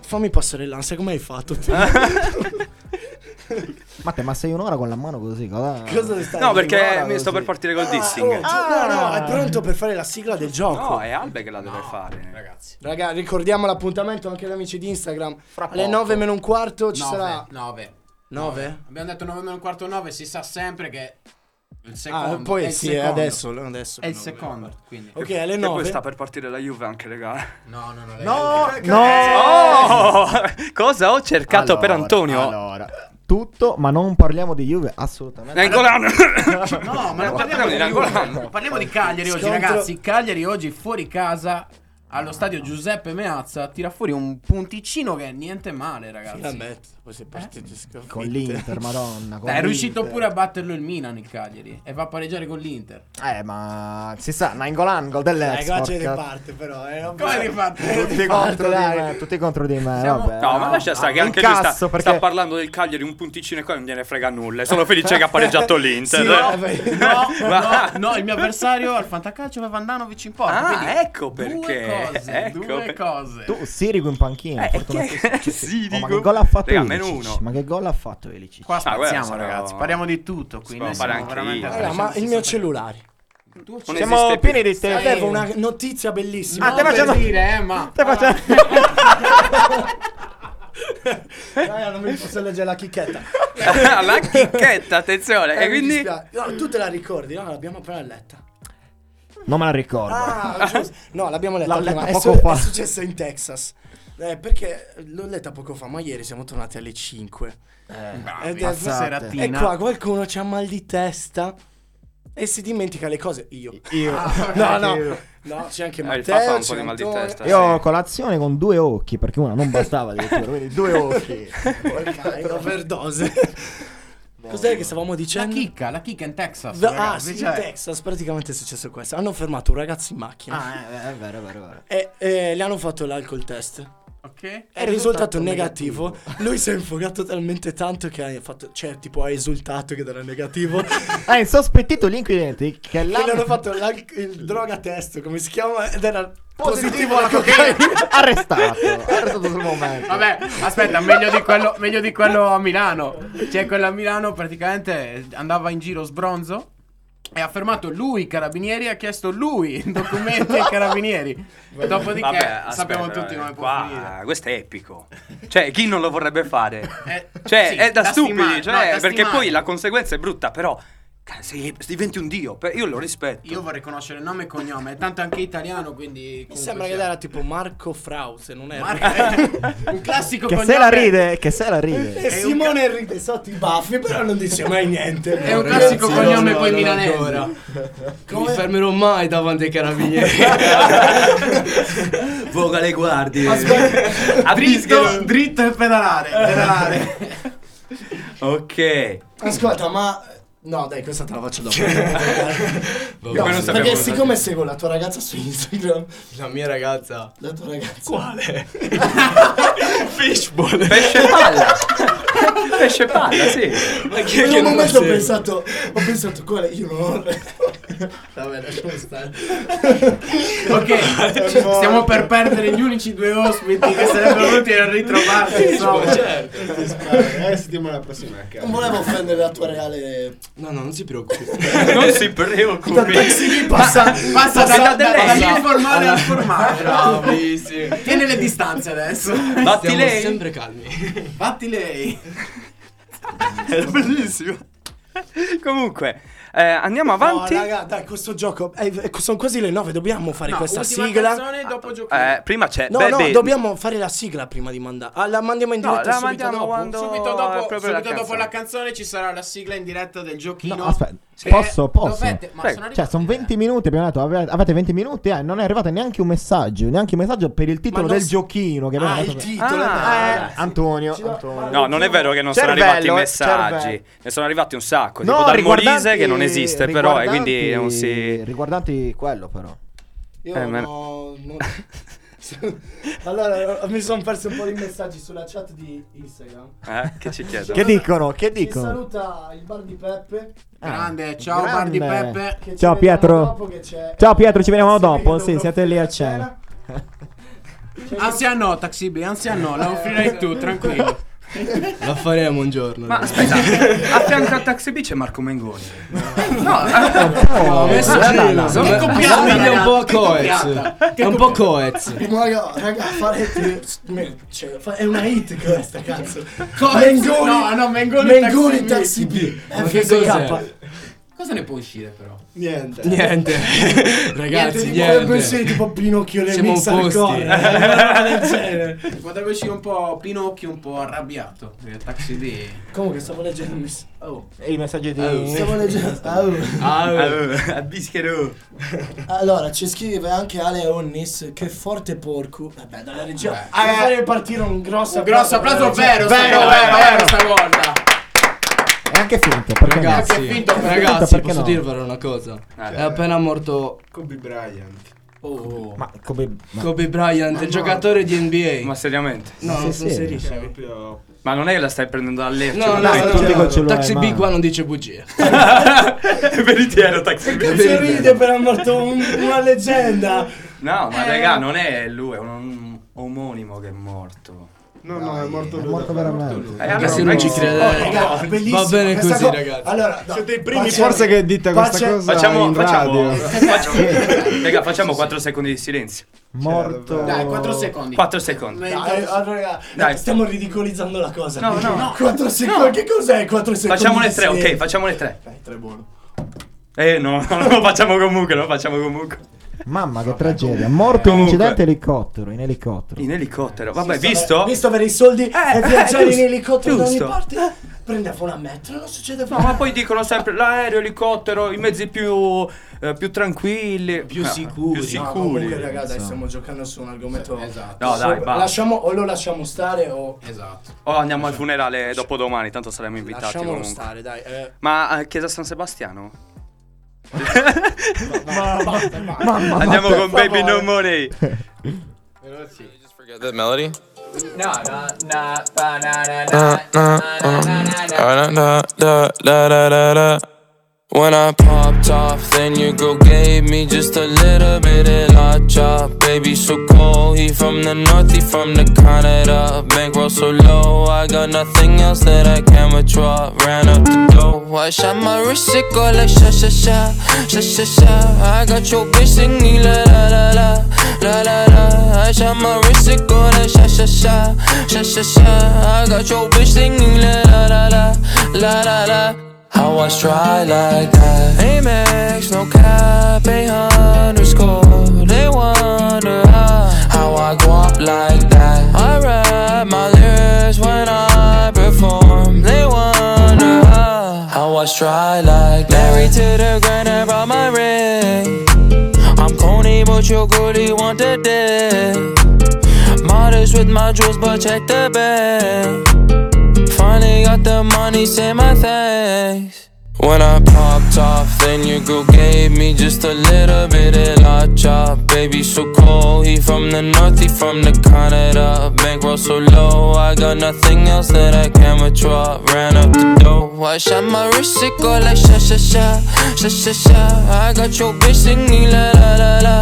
Speaker 3: Fammi passare l'ansia, come hai fatto? tu?
Speaker 6: Matte, ma sei un'ora con la mano così? Cosa,
Speaker 3: Cosa stai
Speaker 4: No, perché
Speaker 3: guarda
Speaker 4: mi sto
Speaker 3: così.
Speaker 4: per partire
Speaker 5: Ah,
Speaker 4: col
Speaker 3: Oh,
Speaker 4: dissing.
Speaker 3: no, no, è pronto per fare la sigla del gioco.
Speaker 4: No, è Albe che la deve fare. Ragazzi.
Speaker 3: Raga, ricordiamo l'appuntamento anche agli amici di Instagram. Alle
Speaker 5: poco.
Speaker 3: 9 meno un quarto ci
Speaker 5: Nove,
Speaker 3: sarà.
Speaker 5: nove.
Speaker 3: Nove?
Speaker 5: Abbiamo detto 9 meno un quarto 9, si sa sempre che il
Speaker 3: Ah,
Speaker 5: secondo è
Speaker 3: poi
Speaker 5: il
Speaker 3: sì,
Speaker 5: secondo.
Speaker 3: adesso, adesso
Speaker 5: è il
Speaker 3: no,
Speaker 5: secondo, quindi.
Speaker 3: Ok, alle
Speaker 4: E poi
Speaker 3: 9.
Speaker 4: sta per partire la Juve anche, raga.
Speaker 5: No, no, no.
Speaker 6: No,
Speaker 4: Oh, cosa ho cercato per
Speaker 6: Allora,
Speaker 4: Antonio?
Speaker 6: Allora, tutto, ma non parliamo di Juve assolutamente.
Speaker 4: Angolano.
Speaker 5: No, ma
Speaker 4: No,
Speaker 5: non
Speaker 4: parliamo
Speaker 5: parliamo
Speaker 4: di
Speaker 5: di
Speaker 4: Nangolano.
Speaker 5: Parliamo di Cagliari oggi,
Speaker 6: Scontro-
Speaker 5: ragazzi. Cagliari oggi fuori casa allo stadio Giuseppe Meazza tira fuori un punticino che è niente male, ragazzi. Eh?
Speaker 3: Sì, vabbè, poi si è partiti sconfitti.
Speaker 6: Con l'Inter, madonna, con
Speaker 5: Dai, è riuscito
Speaker 6: l'Inter.
Speaker 5: pure a batterlo il Milan il Cagliari e va a pareggiare con l'Inter.
Speaker 6: Eh, ma si sa, Nangolan, gol dell'ex. porca-
Speaker 5: però, Come riparte?
Speaker 6: Tutti contro eh, di me, tutti contro di me, vabbè.
Speaker 4: No,
Speaker 5: Eh,
Speaker 4: ma lascia stare che
Speaker 6: Ah,
Speaker 4: anche lui
Speaker 6: incazzo,
Speaker 4: sta,
Speaker 6: perché-
Speaker 4: sta parlando del Cagliari, un punticino e qua non gliene frega nulla. è Solo felice che ha pareggiato l'Inter.
Speaker 5: Sì, no,
Speaker 4: Eh.
Speaker 5: no,
Speaker 4: Ma-
Speaker 5: no, no, il mio avversario al fantacalcio aveva Andanovic in porta.
Speaker 4: Ah,
Speaker 5: quindi
Speaker 4: ecco
Speaker 5: Due
Speaker 4: perché.
Speaker 5: cose,
Speaker 4: Ecco
Speaker 5: due
Speaker 4: per-
Speaker 5: cose.
Speaker 6: Tu Sirigu in
Speaker 4: Eh,
Speaker 6: panchina, fortunatissimo.
Speaker 4: Sirigu.
Speaker 6: Oh, ma che gol ha fatto
Speaker 4: Raga, meno
Speaker 6: Ilicic?
Speaker 4: uno.
Speaker 6: Ma che gol ha fatto Ilicic?
Speaker 5: Qua
Speaker 4: Ah, guarda,
Speaker 5: spaziamo,
Speaker 4: sono-
Speaker 5: ragazzi. Parliamo di tutto qui. Noi
Speaker 4: Spara
Speaker 5: siamo
Speaker 4: anche
Speaker 5: veramente
Speaker 4: io.
Speaker 5: a
Speaker 3: Allora, ma il mio cellulare.
Speaker 5: Non Siamo esiste pieni più. di te.
Speaker 3: Avevo una notizia bellissima.
Speaker 5: Ah, te
Speaker 3: Non per
Speaker 5: facendo-
Speaker 3: dire, eh, ma. Te
Speaker 6: facendo.
Speaker 3: Raga, non mi posso leggere la chicchetta.
Speaker 4: la chicchetta, attenzione.
Speaker 3: Eh,
Speaker 4: e
Speaker 3: mi
Speaker 4: quindi.
Speaker 3: dispiace. No, tu te la ricordi? No, l'abbiamo appena letta.
Speaker 6: Non me la ricordo.
Speaker 3: Ah, giusto. No, l'abbiamo letta
Speaker 6: L'ho
Speaker 3: prima.
Speaker 6: letta
Speaker 3: È
Speaker 6: poco
Speaker 3: su-
Speaker 6: fa.
Speaker 3: È successo in Texas. Eh, perché l'ho letta poco fa, ma ieri siamo tornati alle 5.
Speaker 4: Eh,
Speaker 5: bravi.
Speaker 3: Ed è-
Speaker 5: Passate. Seratina.
Speaker 3: e qua qualcuno c'ha mal di testa e si dimentica le cose. Io.
Speaker 6: Io.
Speaker 3: no, no.
Speaker 6: Io.
Speaker 3: No, c'è anche
Speaker 4: Eh,
Speaker 3: Matteo.
Speaker 4: infatti ha un po'
Speaker 3: c'è
Speaker 4: di mal di
Speaker 3: Antonio.
Speaker 4: testa,
Speaker 6: Io ho colazione con due occhi, perché una non bastava addirittura, quindi due occhi.
Speaker 3: Porca, overdose. Cos'è che stavamo dicendo?
Speaker 5: La chicca, la chicca in Texas.
Speaker 3: Da- ah,
Speaker 5: ragazzi,
Speaker 3: sì,
Speaker 5: cioè-
Speaker 3: in Texas praticamente è successo questo. Hanno fermato un ragazzo in macchina.
Speaker 6: Ah,
Speaker 5: eh,
Speaker 6: è vero, è vero, è vero.
Speaker 3: E, e le hanno fatto l'alcol test.
Speaker 5: Ok.
Speaker 3: È il risultato negativo. Lui si è infogato talmente tanto che ha fatto. Cioè, tipo, ha esultato che era negativo. e
Speaker 6: Ha Ah, insospettito l'inquirente che
Speaker 3: gli
Speaker 6: l'ha...
Speaker 3: hanno fatto l'al- il droga test, come si chiama? Ed era positivo alla cocaina.
Speaker 6: arrestato. Arrestato sul momento.
Speaker 5: Vabbè, aspetta, meglio di, quello, meglio di quello a Milano. Cioè, quello a Milano praticamente andava in giro sbronzo. E ha fermato lui i carabinieri, ha chiesto lui i documenti ai carabinieri. E dopodiché
Speaker 4: Vabbè,
Speaker 5: sappiamo
Speaker 4: aspetta,
Speaker 5: tutti
Speaker 4: eh,
Speaker 5: come può
Speaker 4: qua,
Speaker 5: finire.
Speaker 4: Questo è epico. Cioè, chi non lo vorrebbe fare?
Speaker 5: Eh,
Speaker 4: Cioè,
Speaker 5: sì,
Speaker 4: è da,
Speaker 5: da
Speaker 4: stupidi.
Speaker 5: stimare,
Speaker 4: cioè,
Speaker 5: no, da
Speaker 4: perché
Speaker 5: stimare.
Speaker 4: poi la conseguenza è brutta, però. cara, Sei, diventi un dio. per- Io lo rispetto.
Speaker 5: Io vorrei conoscere il nome e cognome, è tanto anche italiano, quindi.
Speaker 3: Mi sembra che era tipo Marco Frause, non era.
Speaker 5: eh, un classico
Speaker 6: Che se la ride, che se la
Speaker 4: Eh,
Speaker 6: ride.
Speaker 3: E Simone ride sotto i baffi, però non dice mai niente.
Speaker 5: È un classico
Speaker 3: Ragazzi,
Speaker 5: cognome
Speaker 3: no,
Speaker 5: poi
Speaker 3: no, no,
Speaker 5: milanese.
Speaker 3: ancora.
Speaker 12: Non mi fermerò mai davanti ai carabinieri. Voga le guardie.
Speaker 5: dritto, dritto e pedalare.
Speaker 3: Eh,
Speaker 5: pedalare.
Speaker 4: Ok.
Speaker 3: Ascolta, ma. No, dai, questa te la faccio dopo.
Speaker 12: Boh,
Speaker 3: No,
Speaker 12: ma non
Speaker 3: perché
Speaker 12: sapevo-
Speaker 3: siccome seguo la tua ragazza su Instagram,
Speaker 12: La mia ragazza.
Speaker 3: la tua ragazza. Quale?
Speaker 12: Fishball.
Speaker 4: Pesce palla. Pesce palla, sì.
Speaker 12: Ma chi è
Speaker 3: In
Speaker 12: che
Speaker 3: un
Speaker 12: non
Speaker 3: momento ho
Speaker 12: segue?
Speaker 3: pensato, ho pensato, quale? Io non ho.
Speaker 12: Vabbè, lasciamo stare.
Speaker 5: ok, ci- stiamo per perdere gli unici due ospiti che sarebbero venuti a ritrovarsi. Insomma.
Speaker 3: certo.
Speaker 5: Certo.
Speaker 11: Eh, settimana prossima è a casa.
Speaker 3: Non volevo offendere la tua reale.
Speaker 12: No, no, non si preoccupi.
Speaker 4: non si preoccupi.
Speaker 3: Tanto si lì passa,
Speaker 5: Passa, passa da- da- dall'informale al formale.
Speaker 12: Bravissimo.
Speaker 5: Tieni le distanze adesso.
Speaker 12: Stiamo sempre calmi.
Speaker 5: Fatti lei.
Speaker 4: Era bellissimo. Comunque, eh, andiamo avanti.
Speaker 3: No, raga, dai, questo gioco. eh, sono quasi le 9, dobbiamo fare
Speaker 5: No,
Speaker 3: questa
Speaker 5: ultima
Speaker 3: sigla.
Speaker 5: canzone, dopo giochiamo.
Speaker 4: Eh, prima c'è.
Speaker 3: No,
Speaker 4: beh,
Speaker 3: no,
Speaker 4: beh,
Speaker 3: dobbiamo fare la sigla prima di mandare. Ah, la mandiamo in
Speaker 4: No,
Speaker 3: diretta
Speaker 4: la
Speaker 3: subito
Speaker 4: mandiamo
Speaker 3: dopo.
Speaker 4: quando-
Speaker 5: Subito
Speaker 4: Oh, è
Speaker 5: dopo,
Speaker 4: proprio
Speaker 5: subito
Speaker 4: la
Speaker 5: dopo
Speaker 4: canzone.
Speaker 5: la canzone ci sarà la sigla in diretta del giochino.
Speaker 6: No, aspetta,
Speaker 5: Che
Speaker 4: Eh,
Speaker 6: posso, posso.
Speaker 5: dovete- ma sono
Speaker 4: Certo.
Speaker 6: cioè, sono 20 minuti. Abbiamo detto, ave- avete 20 minuti. Eh, non è arrivato neanche un messaggio. Neanche un messaggio per il titolo
Speaker 4: non
Speaker 6: del
Speaker 4: s-
Speaker 6: giochino. Che abbiamo
Speaker 4: Ah,
Speaker 6: fatto-
Speaker 4: il titolo,
Speaker 6: Ah,
Speaker 4: eh,
Speaker 6: eh,
Speaker 4: ragazzi.
Speaker 6: Antonio, Antonio.
Speaker 4: No, non è vero che non
Speaker 6: Cervello,
Speaker 4: sono arrivati i
Speaker 6: eh,
Speaker 4: messaggi.
Speaker 6: cervello.
Speaker 4: Ne sono arrivati un sacco.
Speaker 6: No,
Speaker 4: tipo dal
Speaker 6: riguardanti-
Speaker 4: Molise che non esiste, però. E quindi non si.
Speaker 6: Riguardanti quello, però.
Speaker 3: Io
Speaker 4: Eh, ma-
Speaker 3: no, non- allora, mi sono perso un po' di messaggi sulla chat di Instagram.
Speaker 4: Eh, che ci chiedono?
Speaker 6: Che dicono? Che
Speaker 3: Ci
Speaker 6: dicono?
Speaker 3: saluta il bar di Peppe.
Speaker 6: Ah,
Speaker 5: Grande, ciao Bar di
Speaker 6: grande.
Speaker 5: Peppe.
Speaker 3: Che ci
Speaker 6: Eh. Ciao,
Speaker 3: vediamo
Speaker 6: Pietro.
Speaker 3: dopo che c'è-
Speaker 6: Ciao, Pietro, ci vediamo
Speaker 3: Sì,
Speaker 6: dopo.
Speaker 3: che
Speaker 6: Sì,
Speaker 3: dovrò
Speaker 6: siete lì
Speaker 3: fare
Speaker 6: a
Speaker 3: la
Speaker 6: cena.
Speaker 5: Ansia no, taxibile, ansia no, la offrirai tu, tranquillo.
Speaker 12: La faremo un giorno.
Speaker 4: Ma aspetta, a fianco a Taxi B c'è Marco Mengoni. No,
Speaker 12: No, messo giro.
Speaker 4: Sono copiato,
Speaker 12: Somiglia un po' a
Speaker 4: ragazzi,
Speaker 12: Coez. È un po' Coez.
Speaker 3: Ma raga, raga, farete. me- cioè, fa- è una hit questa cazzo.
Speaker 5: Coez,
Speaker 3: Mengoni,
Speaker 5: no, no, Mengoni
Speaker 3: Mengoni Taxi
Speaker 5: Taxi B.
Speaker 3: B.
Speaker 12: Ma che
Speaker 3: FSK.
Speaker 12: cos'è?
Speaker 5: Cosa ne può uscire però?
Speaker 3: Niente.
Speaker 12: Niente. Ragazzi, niente.
Speaker 3: Potrebbe essere tipo Pinocchio le
Speaker 12: Siamo
Speaker 3: mix al
Speaker 12: opposti.
Speaker 3: cuore, una
Speaker 5: Eh,
Speaker 3: roba del genere.
Speaker 5: Potrebbe uscire un po' Pinocchio, un po' arrabbiato. eh, Taxi D.
Speaker 3: Comunque stavo leggendo il mess- oh.
Speaker 5: il messaggio di-
Speaker 3: Stavo leggendo oh.
Speaker 4: Bischero.
Speaker 18: Allora, ci scrive anche Ale Onnis, che forte porco. Vabbè, dalla regia.
Speaker 3: Ah, eh. Farei partire un grosso
Speaker 18: Un grosso applauso vero,
Speaker 5: Eh,
Speaker 18: stavolta, vero
Speaker 5: stavolta.
Speaker 6: È anche finto, perché
Speaker 12: Ragazzi,
Speaker 6: no?
Speaker 12: ragazzi,
Speaker 6: perché
Speaker 12: posso
Speaker 6: no?
Speaker 12: dirvelo una cosa?
Speaker 6: Cioè.
Speaker 12: È appena morto
Speaker 11: Kobe Bryant.
Speaker 5: Oh.
Speaker 6: Ma come
Speaker 12: Kobe Bryant, il giocatore di NBA.
Speaker 4: Ma seriamente?
Speaker 12: No, non sono
Speaker 11: Cioè,
Speaker 12: serissimo.
Speaker 11: proprio-
Speaker 4: Ma non è che la stai prendendo all'ercio?
Speaker 12: No, no,
Speaker 4: dai.
Speaker 12: no, no, Taxi B qua non dice bugie.
Speaker 4: È veritiero, Taxi B.
Speaker 3: Cazzo ride per morto una leggenda.
Speaker 4: No, ma
Speaker 3: Eh.
Speaker 4: raga, non è lui, è un, un omonimo che è morto.
Speaker 11: No, no, è morto lui.
Speaker 6: Morto veramente.
Speaker 4: Eh, allora,
Speaker 12: se non ci crede-
Speaker 11: Oh, raga,
Speaker 12: Va
Speaker 11: bellissimo.
Speaker 12: bene
Speaker 11: Questa
Speaker 12: così,
Speaker 11: co-
Speaker 12: ragazzi.
Speaker 3: Allora, no,
Speaker 11: Siete i primi
Speaker 3: facciamo-
Speaker 11: forse che dite questa
Speaker 3: facciamo-
Speaker 11: cosa
Speaker 4: Facciamo,
Speaker 11: in
Speaker 4: facciamo,
Speaker 11: radio.
Speaker 4: facciamo, raga, facciamo 4 secondi di silenzio.
Speaker 6: Morto.
Speaker 3: Cioè, Dai, quattro secondi.
Speaker 4: 4 secondi.
Speaker 3: Dai, allora, raga,
Speaker 4: Dai.
Speaker 3: stiamo ridicolizzando la cosa.
Speaker 4: No, no.
Speaker 3: 4 secondi. Che cos'è 4 secondi?
Speaker 4: Facciamone
Speaker 3: di
Speaker 4: 3, ok,
Speaker 3: silenzio?
Speaker 4: facciamone 3.
Speaker 3: Dai, tre buono.
Speaker 4: Eh, no, no, lo facciamo comunque, lo facciamo comunque.
Speaker 6: Mamma che tragedia. Morto in
Speaker 4: Comunque.
Speaker 6: incidente elicottero, in elicottero.
Speaker 4: In elicottero, vabbè,
Speaker 3: Sì,
Speaker 4: visto?
Speaker 3: vabbè, Visto per i soldi e viaggiare
Speaker 4: giusto,
Speaker 3: in elicottero da ogni
Speaker 4: Eh, giusto. Eh.
Speaker 3: parte. Prendiamo una metro, non succede più.
Speaker 4: No, ma poi dicono sempre l'aereo, l'elicottero, i mezzi più, eh, più tranquilli,
Speaker 3: Più
Speaker 4: Ah,
Speaker 3: sicuri.
Speaker 4: Più
Speaker 3: No,
Speaker 4: sicuri.
Speaker 3: comunque, raga, dai,
Speaker 4: Insomma.
Speaker 3: stiamo giocando su un argomento. Esatto.
Speaker 4: No, dai, basta.
Speaker 3: Lasciamo, o lo lasciamo stare o.
Speaker 5: Esatto.
Speaker 4: Oh, andiamo al funerale dopodomani, tanto saremo invitati.
Speaker 3: Lasciamolo
Speaker 4: comunque.
Speaker 3: stare, dai. eh.
Speaker 4: Ma eh, Chiesa San Sebastiano?
Speaker 13: Mamma,
Speaker 4: Andiamo
Speaker 13: per
Speaker 4: con Baby No
Speaker 13: favore.
Speaker 4: Money.
Speaker 19: Forget that melody.
Speaker 13: No, no, no, banana,
Speaker 19: Uh, uh, uh. Da, da, da, da, da, da, da. When I popped off, then your girl gave me just a little bit of la chop. Baby, so cold, he from the north, he from the Canada. Bankroll so low, I got nothing else that I can withdraw. Ran up the dough, I shot my wrist, it go like sha sha sha, sha sha sha. I got your bitch singing la la la la, la la la. I shot my wrist, it go like sha sha sha, sha sha sha. I got your bitch singing la la la la, la la la. How I try like that. Amex, no cap, a underscore. They wonder how, how I go up like that. I rap my lyrics when I perform. They wonder how, how I try like that. Married to the grand and brought my ring. I'm corny, but your goodie want the dick. Modest with my jewels, but check the bag. Finally got the money, say my thanks. When I popped off, then your girl gave me just a little bit of la chop. Baby, so cold, he from the north, he from the Canada. Bankroll so low, I got nothing else that I can withdraw. Ran up the dough, I shot my wrist, it go like sha sha sha, sha sha sha. I got your bitch singing la la la la,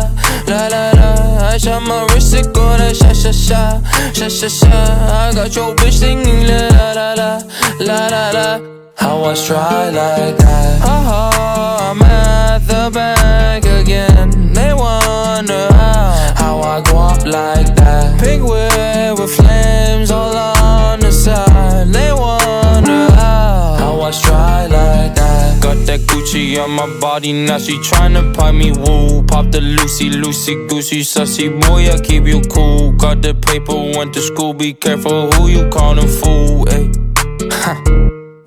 Speaker 19: la la la. I shot my wrist, it go like sha sha sha, sha sha sha. I got your bitch singing la la la la, la la la. How I try like that. Oh, I'm at the bank again. They wonder how, how I go up like that. Pink whip with flames all on the side. They wonder how, how I try like that. Got that Gucci on my body, now she tryna pie me woo. Pop the Lucy, Lucy, Goosey, sussy boy, I keep you cool. Got the paper, went to school, be careful who you callin' fool,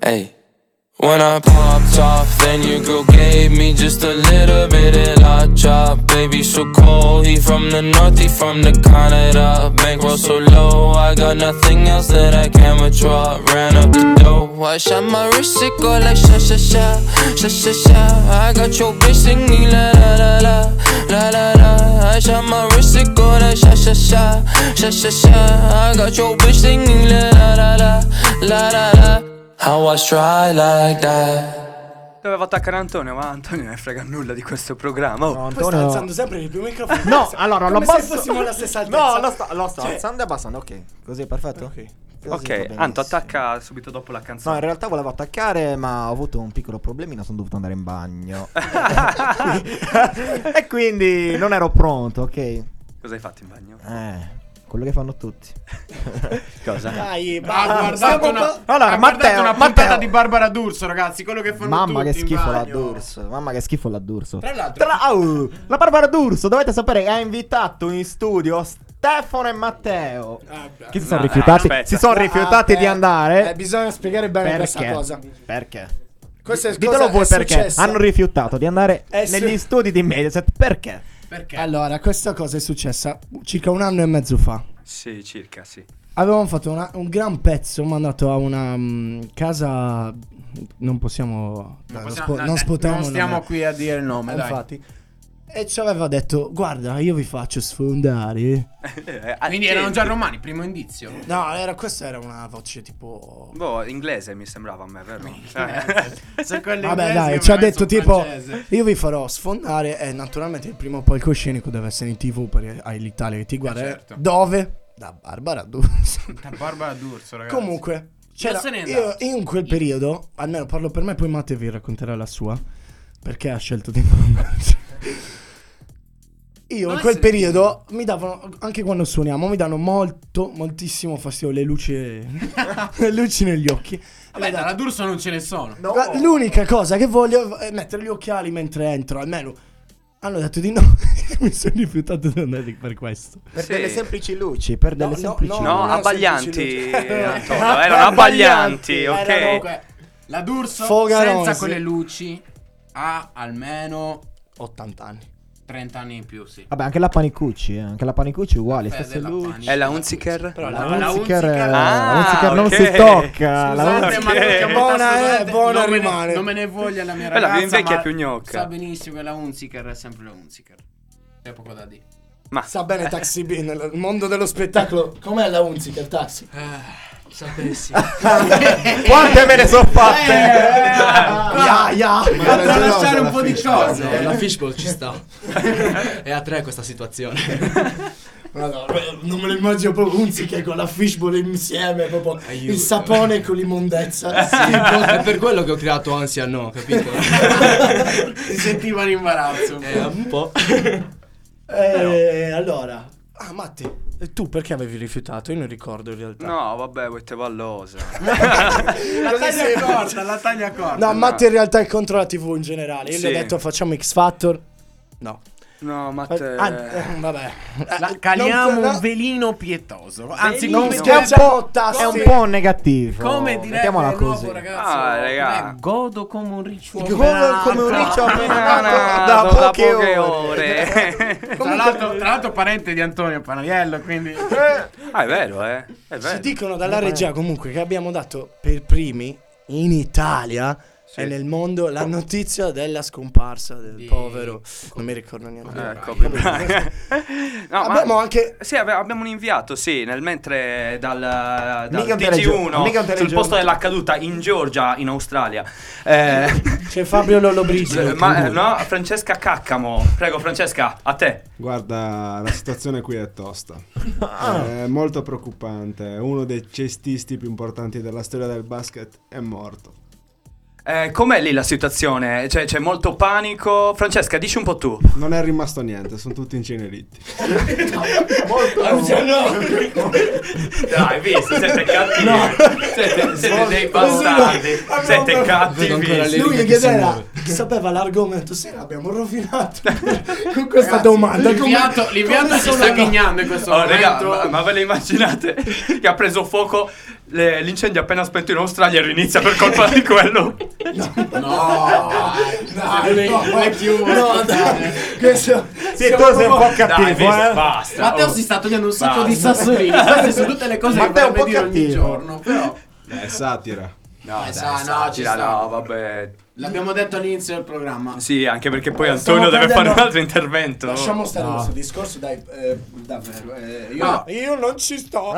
Speaker 19: ayy. Hey. When I popped off, then your girl gave me just a little bit of la chop. Baby, so cold, he from the north, he from the Canada. Bankroll so low, I got nothing else that I can withdraw. Ran up the dough, I shot my wrist, it go like sha sha sha, sha sha sha. I got your bitch singing la la la la, la la la. I shot my wrist, it go like sha sha sha, sha sha sha. I got your bitch singing la la la la, la la la. How I try like that.
Speaker 4: Eh, Dovevo attaccare Antonio, ma Antonio ne frega nulla di questo programma. Oh.
Speaker 3: Poi sta alzando sempre il più microfono.
Speaker 6: No, allora lo
Speaker 3: Come
Speaker 6: basso.
Speaker 3: se fossimo alla stessa altezza.
Speaker 6: no, lo sto, lo sto
Speaker 3: Cioè,
Speaker 6: alzando e abbassando. Ok, così è perfetto. Ok,
Speaker 4: Ok, Anto attacca subito dopo la canzone.
Speaker 6: No, in realtà volevo attaccare, ma ho avuto un piccolo problemino. Sono dovuto andare in bagno. e quindi non ero pronto, ok?
Speaker 4: Cosa hai fatto in bagno?
Speaker 6: Eh, quello che fanno tutti.
Speaker 8: Cosa?
Speaker 5: Dai,
Speaker 3: basta.
Speaker 5: guardate
Speaker 6: Stiamo
Speaker 5: una,
Speaker 6: pa- Allora,
Speaker 5: ha guardato
Speaker 6: Matteo,
Speaker 5: una puntata
Speaker 6: Matteo.
Speaker 5: di Barbara D'Urso, ragazzi, quello che fanno
Speaker 6: Mamma che
Speaker 5: tutti in
Speaker 6: schifo la
Speaker 5: bagno.
Speaker 6: D'Urso. Mamma che schifo la D'Urso.
Speaker 5: Tra l'altro,
Speaker 6: Tra- au, la Barbara D'Urso, dovete sapere, che ha invitato in studio Stefano e Matteo. Che si sono
Speaker 8: No,
Speaker 6: rifiutati,
Speaker 8: aspetta.
Speaker 6: si sono
Speaker 8: Ah,
Speaker 6: rifiutati
Speaker 8: beh,
Speaker 6: di andare.
Speaker 3: Eh, bisogna spiegare bene
Speaker 6: Perché?
Speaker 3: questa cosa.
Speaker 6: Perché?
Speaker 3: Questa è,
Speaker 6: Ditelo
Speaker 3: cosa
Speaker 6: voi
Speaker 3: è
Speaker 6: perché.
Speaker 3: successa.
Speaker 6: Hanno rifiutato di andare
Speaker 3: È su-
Speaker 6: negli studi di Mediaset. Perché?
Speaker 3: Allora, questa cosa è successa circa un anno e mezzo fa.
Speaker 4: Sì, circa, sì.
Speaker 3: Avevamo fatto una- un gran pezzo mandato a una mm, casa. Non possiamo. dai, Non,
Speaker 5: possiamo-
Speaker 3: spo-
Speaker 5: dai,
Speaker 3: non
Speaker 5: dai,
Speaker 3: spotiamo
Speaker 5: non
Speaker 3: il
Speaker 5: stiamo
Speaker 3: nome.
Speaker 5: qui a dire il nome,
Speaker 3: Eh,
Speaker 5: dai.
Speaker 3: Infatti. E ci aveva detto: Guarda, io vi faccio sfondare.
Speaker 5: Eh,
Speaker 6: Eh,
Speaker 5: Quindi erano già romani, primo indizio.
Speaker 3: No, era, questa era una voce tipo.
Speaker 4: Boh, inglese mi sembrava a me, vero? Cioè-
Speaker 5: Se quelli
Speaker 3: Vabbè,
Speaker 5: inglesi,
Speaker 3: dai,
Speaker 5: io
Speaker 3: ci ha
Speaker 5: veramente
Speaker 3: detto
Speaker 5: sono
Speaker 3: tipo: Ah,
Speaker 5: francese.
Speaker 3: Io vi farò sfondare. E naturalmente il primo palcoscenico deve essere in tv perché hai l'Italia che ti guarda.
Speaker 5: Eh, certo.
Speaker 3: Dove? Da Barbara D'Urso.
Speaker 6: eh,
Speaker 5: Da Barbara D'Urso, ragazzi.
Speaker 3: Comunque, c'era,
Speaker 5: Non se n'è
Speaker 3: io,
Speaker 5: andato.
Speaker 3: io in quel periodo, almeno parlo per me, poi Matteo vi racconterà la sua, perché ha scelto di non Io in quel periodo mi davano, anche quando suoniamo, mi danno molto, moltissimo fastidio le luci, le luci negli occhi.
Speaker 5: Vabbè, dalla D'Urso non ce ne sono.
Speaker 3: La- l'unica cosa che voglio è mettere gli occhiali mentre entro, almeno hanno detto di no, mi sono rifiutato di andare per questo.
Speaker 6: Per
Speaker 4: Sì.
Speaker 6: delle semplici luci, per delle semplici luci.
Speaker 4: no,
Speaker 6: Eh,
Speaker 4: abbaglianti,
Speaker 3: eh,
Speaker 4: Antonio, erano
Speaker 5: Abbaglianti,
Speaker 4: abbaglianti, ok?
Speaker 5: erano- comunque, La D'Urso
Speaker 3: Fogarosi.
Speaker 5: senza quelle luci ha almeno
Speaker 3: 80 anni.
Speaker 5: 30 anni in più, sì.
Speaker 6: Vabbè, anche la Panicucci, eh, anche la Panicucci è uguale,
Speaker 5: Beh,
Speaker 6: stesse
Speaker 5: della
Speaker 6: luci.
Speaker 5: Pani.
Speaker 4: È la Unziker?
Speaker 5: Però
Speaker 6: La
Speaker 5: no, la
Speaker 6: Hunziker,
Speaker 5: Hunziker-
Speaker 6: eh,
Speaker 5: Ah,
Speaker 6: la Hunziker non
Speaker 4: ok.
Speaker 6: si tocca. la
Speaker 5: Scusate,
Speaker 6: Hunziker-
Speaker 5: ma perché
Speaker 3: Buona,
Speaker 5: molto
Speaker 3: eh,
Speaker 5: studente-
Speaker 3: buona
Speaker 5: non me ne-
Speaker 3: rimane.
Speaker 5: Non me ne voglia la mia
Speaker 4: Quella più
Speaker 5: ragazza.
Speaker 4: invecchia
Speaker 5: ma
Speaker 4: più gnocca.
Speaker 5: Sa benissimo che la Unziker è sempre la Unziker. C'è poco da dire.
Speaker 4: Ma
Speaker 3: Sa bene Taxi B, nel mondo dello spettacolo, com'è la Unzica il taxi?
Speaker 5: Sapessi.
Speaker 6: Quante me ne sono fatte?
Speaker 3: Ya, ya.
Speaker 12: Ma era
Speaker 5: Potrà
Speaker 12: gelosa
Speaker 5: lasciare un
Speaker 12: la
Speaker 5: po' di
Speaker 12: fishbowl,
Speaker 5: cose.
Speaker 12: no, La fishbowl ci sta. È a tre questa situazione.
Speaker 18: Madonna, non me lo immagino proprio Unzi che con la fishbowl insieme, proprio il sapone con l'immondezza.
Speaker 12: Sì, è per quello che ho creato ansia no, capito?
Speaker 5: Si sentiva in imbarazzo.
Speaker 12: Eh, un po'.
Speaker 3: Eh, allora. Ah, Matte, e tu perché avevi rifiutato? Io non ricordo in realtà.
Speaker 4: No, vabbè, questa è vallosa.
Speaker 5: La taglia corta, la taglia corta.
Speaker 3: No, Matte in realtà è contro la TV in generale. Io
Speaker 4: Sì.
Speaker 3: gli ho detto facciamo X Factor. No.
Speaker 4: No, Matte...
Speaker 3: Ah, eh, vabbè.
Speaker 5: La- caliamo
Speaker 3: Non-
Speaker 5: un velino pietoso. Anzi,
Speaker 3: Velino?
Speaker 5: non
Speaker 3: È un po' tasti.
Speaker 6: È un po' negativo.
Speaker 5: Come
Speaker 6: Mettiamola
Speaker 5: direbbe
Speaker 6: così.
Speaker 5: così. ragazzi.
Speaker 4: Ah, raga.
Speaker 5: eh, Godo come un riccio.
Speaker 6: Godo come un riccio
Speaker 4: Ah,
Speaker 6: da
Speaker 4: da
Speaker 6: poche
Speaker 4: poche,
Speaker 6: ore.
Speaker 4: ore.
Speaker 5: Tra l'altro, tra l'altro parente di Antonio Panaiello, quindi...
Speaker 4: ah, è vero, eh. È vero.
Speaker 3: Ci dicono dalla regia comunque che abbiamo dato per primi in Italia e nel mondo la notizia della scomparsa del povero. Non mi ricordo neanche.
Speaker 4: Eh, Kobe Bryant. No, ma-
Speaker 3: Abbiamo anche-
Speaker 4: Sì, ave- abbiamo un inviato, sì, nel mentre dal, dal
Speaker 6: Mica un telegiorno, mica un
Speaker 4: TG1 sul
Speaker 6: telegiorno.
Speaker 4: posto della caduta in Georgia, in Australia. Eh,
Speaker 3: C'è Fabio Lollobrigida.
Speaker 4: eh, ma eh, no, Francesca Caccamo. Prego, Francesca, a te.
Speaker 11: Guarda, la situazione qui è tosta. È molto preoccupante. Uno dei cestisti più importanti della storia del basket è morto.
Speaker 4: Eh, com'è lì la situazione? Cioè, c'è molto panico. Francesca, dici un po' tu.
Speaker 11: Non è rimasto niente, sono tutti inceneriti.
Speaker 4: Dai, visto, siete cattivi. Siete, siete dei bastardi. Siete cattivi.
Speaker 18: Lui che era sapeva l'argomento, se l'abbiamo rovinato con questa
Speaker 5: Ragazzi,
Speaker 18: domanda. come-
Speaker 5: L'inviato, l'inviato
Speaker 18: come
Speaker 5: si
Speaker 18: sono
Speaker 5: sta
Speaker 18: andato?
Speaker 5: ghignando in questo
Speaker 4: Oh, raga,
Speaker 5: momento.
Speaker 4: ma, ma ve le immaginate che ha preso fuoco le- l'incendio appena spento in Australia e rinizia per colpa di quello?
Speaker 5: Dai, no, no,
Speaker 18: No, dai, questo
Speaker 6: Sì, tu sei un po'
Speaker 4: Dai,
Speaker 6: cattivo,
Speaker 4: visto,
Speaker 6: eh.
Speaker 4: basta.
Speaker 5: Matteo
Speaker 4: oh.
Speaker 5: si sta togliendo un sacco
Speaker 4: Basta.
Speaker 5: di sassolini. Queste sono tutte le cose
Speaker 6: Matteo è un
Speaker 5: che vorrebbe
Speaker 6: po'
Speaker 5: dire ogni
Speaker 6: cattivo.
Speaker 5: giorno. Però Eh,
Speaker 11: È satira.
Speaker 4: No, dai,
Speaker 5: sa, no,
Speaker 4: sta-
Speaker 5: ci
Speaker 4: gira,
Speaker 5: sta.
Speaker 4: no, vabbè.
Speaker 5: l'abbiamo detto all'inizio del programma.
Speaker 4: Sì, anche perché poi
Speaker 18: Stiamo
Speaker 4: Antonio deve fare
Speaker 18: perdendo-
Speaker 4: un altro intervento.
Speaker 18: Lasciamo stare questo discorso, dai, eh, davvero. eh, io,
Speaker 5: Ma-
Speaker 18: io non ci sto.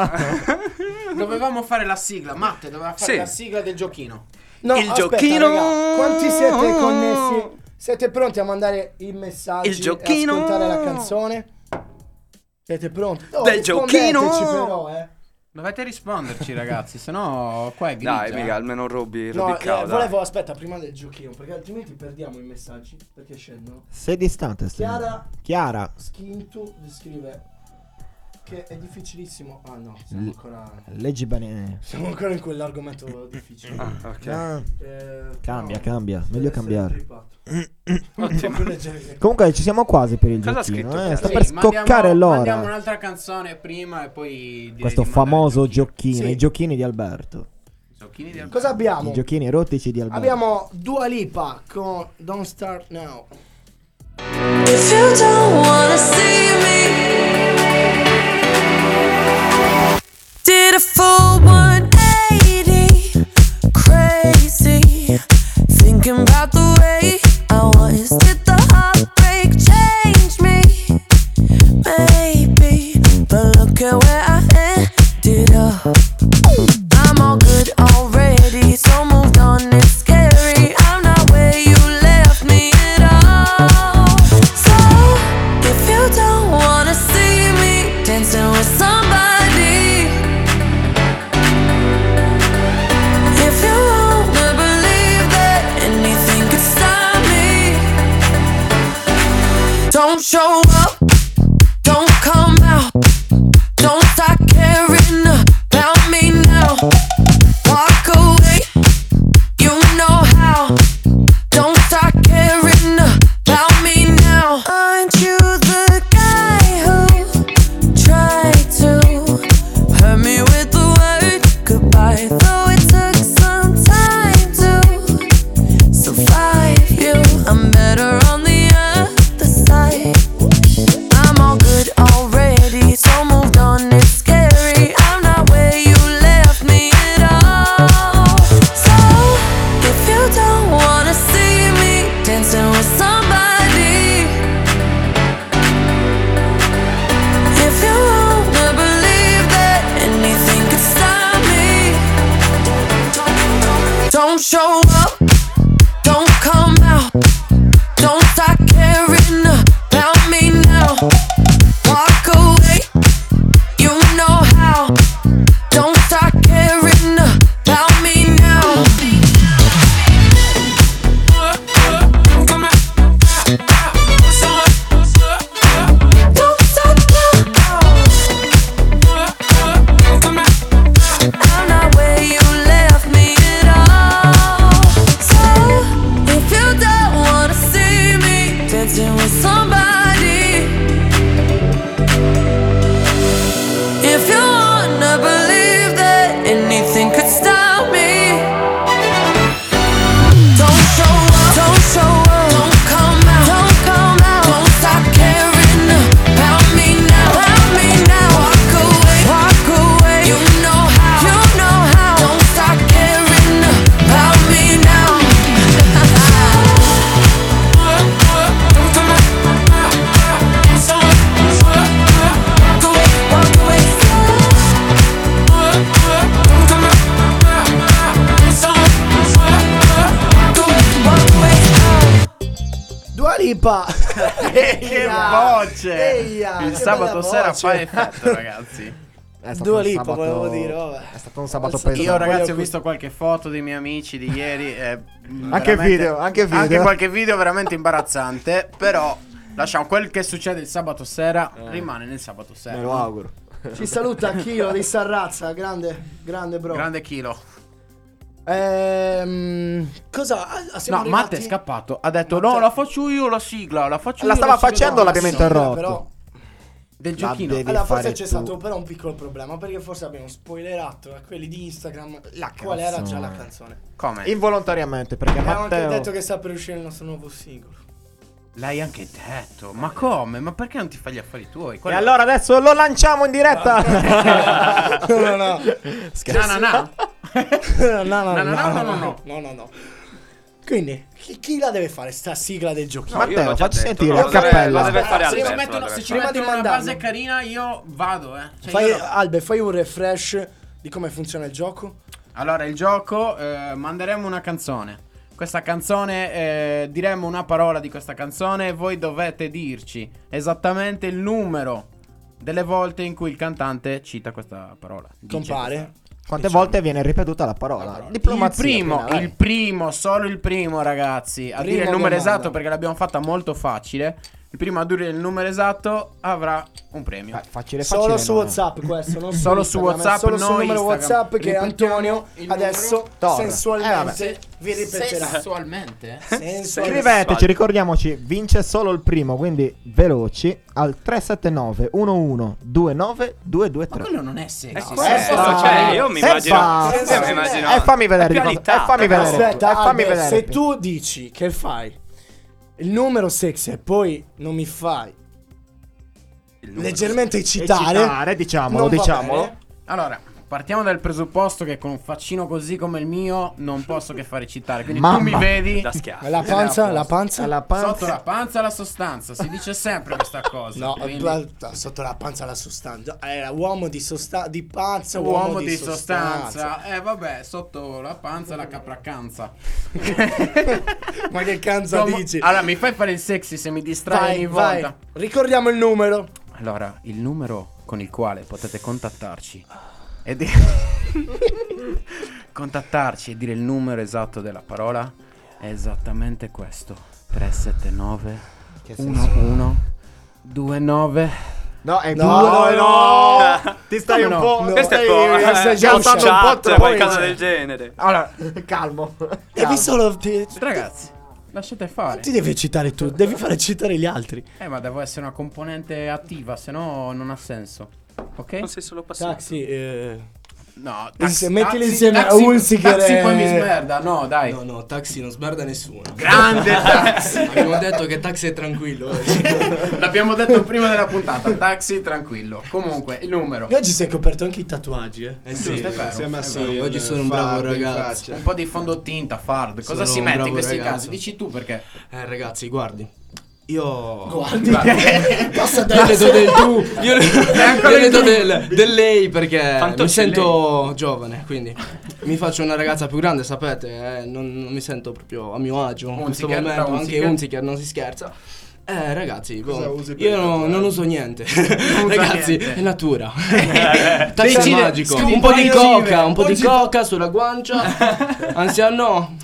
Speaker 5: Dovevamo fare la sigla. Matte doveva fare
Speaker 4: Sì.
Speaker 5: la sigla del giochino.
Speaker 3: No,
Speaker 4: Il
Speaker 3: aspetta,
Speaker 4: giochino!
Speaker 3: raga, quanti siete connessi? Siete pronti a mandare i messaggi?
Speaker 4: Il giochino!
Speaker 3: E ascoltare la canzone? Siete pronti? Oh,
Speaker 4: Del
Speaker 3: rispondeteci
Speaker 4: giochino!
Speaker 3: però, eh.
Speaker 5: Dovete risponderci, ragazzi, sennò qua è grigia.
Speaker 4: Dai, mica, almeno Robby,
Speaker 3: No,
Speaker 4: Robby
Speaker 3: eh,
Speaker 4: Cauda.
Speaker 3: volevo, aspetta, prima del giochino, perché altrimenti perdiamo i messaggi, perché scendono.
Speaker 6: Sei distante, sta-
Speaker 3: Chiara
Speaker 6: Chiara.
Speaker 3: Schintu scrive Che è difficilissimo. Ah no, siamo
Speaker 6: L-
Speaker 3: ancora.
Speaker 6: Leggi bene.
Speaker 3: Siamo ancora in quell'argomento difficile.
Speaker 6: Ah, ok.
Speaker 3: Eh,
Speaker 6: Cambia,
Speaker 3: no,
Speaker 6: cambia,
Speaker 3: deve
Speaker 6: meglio
Speaker 3: essere
Speaker 6: cambiare.
Speaker 3: tripato. Ottimo.
Speaker 6: Comunque ci siamo quasi per il
Speaker 4: Cosa ha
Speaker 6: giochino,
Speaker 4: scritto
Speaker 6: eh, sta
Speaker 4: Sì,
Speaker 6: per scoccare
Speaker 5: Mandiamo
Speaker 6: l'ora.
Speaker 5: un'altra canzone prima e poi direi
Speaker 6: Questo
Speaker 5: di mandare
Speaker 6: famoso giochino,
Speaker 5: Sì.
Speaker 6: i giochini di Alberto.
Speaker 5: i giochini di
Speaker 3: Cosa
Speaker 6: I
Speaker 3: abbiamo?
Speaker 6: giochini erotici di Alberto.
Speaker 3: Abbiamo Dua Lipa con Don't Start Now.
Speaker 2: If you don't wanna see me, did a full 180, crazy, thinking about the way I was. Did the heartbreak change me? Maybe, but look at where I ended up. I'm all good already, so moved on. It's scary. I'm not where you left me at all. So if you don't wanna see me dancing with somebody, if you wanna believe that anything could stop me, don't show up, don't come out, don't start caring about me now. Walk away, you know how. Don't start caring about me now. Aren't you the guy who tried to hurt me with the word goodbye? Though it took some time to survive you, I'm better on the other side. I'm all good already, so moved on. It's scary. I'm not where you left me at all. So if you don't wanna see me dancing with somebody, if you wanna believe that anything could stop me, don't show up, don't come out. Don't start caring about me now. Walk away, you know how. Don't start caring about me now. Don't stop now. I'm not where you left me at all. So if you don't wanna see me dancing with somebody, if you wanna believe that anything could stop me, don't show up, don't show up, don't come out, don't come out, don't stop caring about me now, about me now. Walk away, walk away. You know how, you know how. Don't stop caring about me now.
Speaker 3: Dua Lipa.
Speaker 5: Che voce!
Speaker 3: Eia,
Speaker 5: Il
Speaker 3: che
Speaker 5: sabato
Speaker 3: bella
Speaker 5: sera
Speaker 3: voce.
Speaker 5: fa effetto, ragazzi.
Speaker 6: È
Speaker 3: stato Dua un Lipa, sabato- volevo dire, vabbè.
Speaker 6: È stato un sabato
Speaker 5: pesante. Io,
Speaker 6: pesante.
Speaker 5: ragazzi,
Speaker 6: Voglio-
Speaker 5: ho visto qualche foto dei miei amici di ieri. eh,
Speaker 6: Anche
Speaker 5: veramente-
Speaker 6: video, anche video.
Speaker 5: Anche qualche video veramente imbarazzante. Però, lasciamo quel che succede il sabato sera,
Speaker 6: Eh.
Speaker 5: rimane nel sabato sera.
Speaker 6: Me lo auguro.
Speaker 3: Ci saluta Chilo di Sarrazza, grande, grande bro.
Speaker 5: Grande chilo.
Speaker 3: Ehm, cosa? ah, ah, siamo
Speaker 5: no,
Speaker 3: arrivati-
Speaker 5: Matte è scappato. Ha detto: No, la faccio io la sigla. La faccio
Speaker 6: La
Speaker 5: io.
Speaker 6: stava
Speaker 5: sigla".
Speaker 6: facendo, l'abbiamo
Speaker 5: Sigla,
Speaker 6: interrotto.
Speaker 5: però, Del
Speaker 6: La
Speaker 5: giochino.
Speaker 6: devi
Speaker 3: Allora,
Speaker 6: fare
Speaker 3: forse c'è
Speaker 6: tu.
Speaker 3: stato però un piccolo problema. Perché forse abbiamo spoilerato a quelli di Instagram qual era già la canzone.
Speaker 5: Come?
Speaker 6: Involontariamente, perché
Speaker 3: Abbiamo
Speaker 6: Matteo...
Speaker 3: anche detto che sta per uscire il nostro nuovo singolo.
Speaker 5: L'hai anche detto. Ma come? Ma perché non ti fai gli affari tuoi?
Speaker 6: E
Speaker 5: Qual è-
Speaker 6: allora adesso lo lanciamo in diretta.
Speaker 3: No, no, no.
Speaker 5: Scherzo. No, no,
Speaker 3: no. no, no,
Speaker 5: No, no, no, no, no,
Speaker 3: no, no, no, no. Quindi, chi, chi la deve fare sta sigla del giochino?
Speaker 6: No, io Matteo, l'ho già facci detto, sentire no, la lo deve- cappella. lo deve fare
Speaker 5: Se
Speaker 3: Alberto,
Speaker 5: ci
Speaker 3: lo
Speaker 5: mettono,
Speaker 3: deve
Speaker 5: se ci
Speaker 3: fare.
Speaker 5: mettono
Speaker 3: Prima di
Speaker 5: una base
Speaker 3: mandarlo.
Speaker 5: carina, io vado, eh. Cioè,
Speaker 3: Fai,
Speaker 5: io-
Speaker 3: Albe, fai un refresh di come funziona il gioco.
Speaker 5: Allora, il gioco eh,
Speaker 6: ehm,
Speaker 5: manderemo una canzone. Questa canzone, eh, diremo una parola di questa canzone e voi dovete dirci esattamente il numero delle volte in cui il cantante cita questa parola. Dice
Speaker 3: Compare.
Speaker 6: Quante volte viene ripetuta la parola?
Speaker 5: Il
Speaker 6: Diplomazia.
Speaker 5: primo,
Speaker 6: prima, dai.
Speaker 5: il primo, solo il primo, ragazzi. A
Speaker 6: Primo
Speaker 5: dire il numero
Speaker 6: domanda.
Speaker 5: esatto perché l'abbiamo fatta molto facile. prima a dire il numero esatto avrà un premio.
Speaker 6: Facile,
Speaker 3: Solo su WhatsApp questo, non su
Speaker 5: Solo su
Speaker 3: Instagram,
Speaker 5: WhatsApp,
Speaker 3: solo sul
Speaker 5: no
Speaker 3: numero
Speaker 5: Instagram.
Speaker 3: WhatsApp che
Speaker 5: Ripetiamo
Speaker 3: Antonio
Speaker 5: il numero.
Speaker 3: adesso
Speaker 6: Torna.
Speaker 3: sensualmente
Speaker 5: Eh, vabbè.
Speaker 3: vi ripeterà.
Speaker 5: Sensualmente?
Speaker 3: Sensualmente.
Speaker 6: Scriveteci, ricordiamoci, vince solo il primo, quindi veloci al 379 11 29 223.
Speaker 5: Quello non è serio.
Speaker 4: cioè, io mi immagino- io mi immagino-
Speaker 6: E eh, fammi vedere,
Speaker 4: È
Speaker 6: di cosa-
Speaker 4: qualità.
Speaker 6: eh, fammi vedere.
Speaker 3: Aspetta,
Speaker 6: eh, fammi
Speaker 3: Albe,
Speaker 6: vedere.
Speaker 3: se tu dici che fai il numero sexy e poi non mi fai leggermente eccitare,
Speaker 6: Eccitare, diciamolo,
Speaker 3: non va
Speaker 6: diciamolo.
Speaker 3: bene.
Speaker 5: Allora, partiamo dal presupposto che con un faccino così come il mio non posso che fare citare. Quindi
Speaker 3: Mamma.
Speaker 5: tu mi vedi.
Speaker 3: Da schiaffo. La panza, la panza? La panza.
Speaker 5: Sotto la panza la sostanza. Si dice sempre questa cosa.
Speaker 3: No,
Speaker 5: quindi-
Speaker 3: guarda, sotto la panza la sostanza. Era uomo di sostanza, di panza,
Speaker 5: uomo,
Speaker 3: uomo,
Speaker 5: di, sostanza. Eh vabbè, sotto la panza la capracanza. ma
Speaker 3: che canza
Speaker 5: dici? Allora, mi fai fare il sexy se mi distrai
Speaker 3: Vai,
Speaker 5: ogni
Speaker 3: vai.
Speaker 5: volta.
Speaker 3: Ricordiamo il numero.
Speaker 5: Allora, il numero con il quale potete contattarci è di- contattarci e dire il numero esatto della parola è esattamente questo. 379
Speaker 6: senso?
Speaker 5: 11 29
Speaker 6: No, è
Speaker 5: No,
Speaker 6: due,
Speaker 5: no.
Speaker 6: Ti stai
Speaker 5: Come
Speaker 6: un
Speaker 5: no?
Speaker 6: po'.
Speaker 5: No. Questo è po- eh,
Speaker 6: stai
Speaker 5: già
Speaker 6: gastando
Speaker 5: chat,
Speaker 6: un po' troppo.
Speaker 5: qualcosa del
Speaker 4: genere.
Speaker 5: Allora,
Speaker 6: calmo.
Speaker 3: Devi solo. Ti,
Speaker 5: Ragazzi, lasciate
Speaker 3: non
Speaker 5: fare.
Speaker 3: ti devi eccitare tu, devi far eccitare gli altri.
Speaker 5: Eh, ma devo essere una componente attiva, se no non ha senso. Ok? Non sei solo passato.
Speaker 3: Taxi, eh...
Speaker 5: No,
Speaker 3: Inse- mettili insieme a un sigarette.
Speaker 5: Taxi poi mi smerda, no, dai.
Speaker 12: No, no, taxi non sberda nessuno.
Speaker 5: Grande taxi.
Speaker 12: Abbiamo detto che taxi è tranquillo. eh.
Speaker 5: L'abbiamo detto prima della puntata, taxi tranquillo. Comunque, il numero.
Speaker 3: E oggi si è coperto anche i tatuaggi, eh.
Speaker 12: Eh
Speaker 5: Giusto,
Speaker 12: sì,
Speaker 5: è vero,
Speaker 12: si è
Speaker 5: è
Speaker 12: messo
Speaker 5: vero.
Speaker 12: in Oggi sono un bravo eh, fard in ragazzo. faccia.
Speaker 5: Un po' di fondotinta, fard. Cosa
Speaker 12: Sono
Speaker 5: si
Speaker 12: un
Speaker 5: mette in
Speaker 12: bravo
Speaker 5: questi
Speaker 12: ragazzo.
Speaker 5: casi? Dici tu perché.
Speaker 12: Eh, ragazzi, guardi. Io.
Speaker 5: Guardi.
Speaker 12: Passa io
Speaker 5: Passa
Speaker 12: le do
Speaker 5: adesso.
Speaker 12: del tu. Io le,
Speaker 5: E ancora
Speaker 12: io le
Speaker 5: il
Speaker 12: do
Speaker 5: tu.
Speaker 12: del, del lei perché mi
Speaker 5: Fantocci
Speaker 12: sento giovane. Quindi mi faccio una ragazza più grande, sapete. eh, non, non mi sento proprio a mio agio in questo
Speaker 5: Hunziker,
Speaker 12: momento.
Speaker 5: bravo,
Speaker 12: Anche
Speaker 5: Hunziker.
Speaker 12: Unziker non si scherza. Eh, ragazzi,
Speaker 5: Cosa
Speaker 12: boh,
Speaker 5: usi per
Speaker 12: io
Speaker 5: il
Speaker 12: non, non uso niente.
Speaker 5: usa
Speaker 12: ragazzi,
Speaker 5: niente.
Speaker 12: è natura.
Speaker 5: Eh.
Speaker 12: Taxi
Speaker 5: Decide-
Speaker 12: magico.
Speaker 5: scrivi
Speaker 12: Un po' di
Speaker 5: Brian
Speaker 12: coca,
Speaker 5: Singer.
Speaker 12: un po' di
Speaker 5: Oggi-
Speaker 12: coca sulla guancia. Anziano,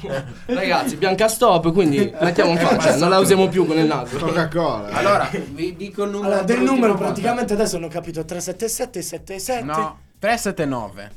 Speaker 12: ragazzi, bianca stop. Quindi mettiamo in
Speaker 5: Eh,
Speaker 12: faccia, non la usiamo più con il naso.
Speaker 11: Coca-Cola.
Speaker 5: Allora, vi dico il numero.
Speaker 3: Allora, del
Speaker 5: per l'ultima
Speaker 3: numero
Speaker 5: volta.
Speaker 3: praticamente adesso hanno capito 377 77.
Speaker 5: No, 379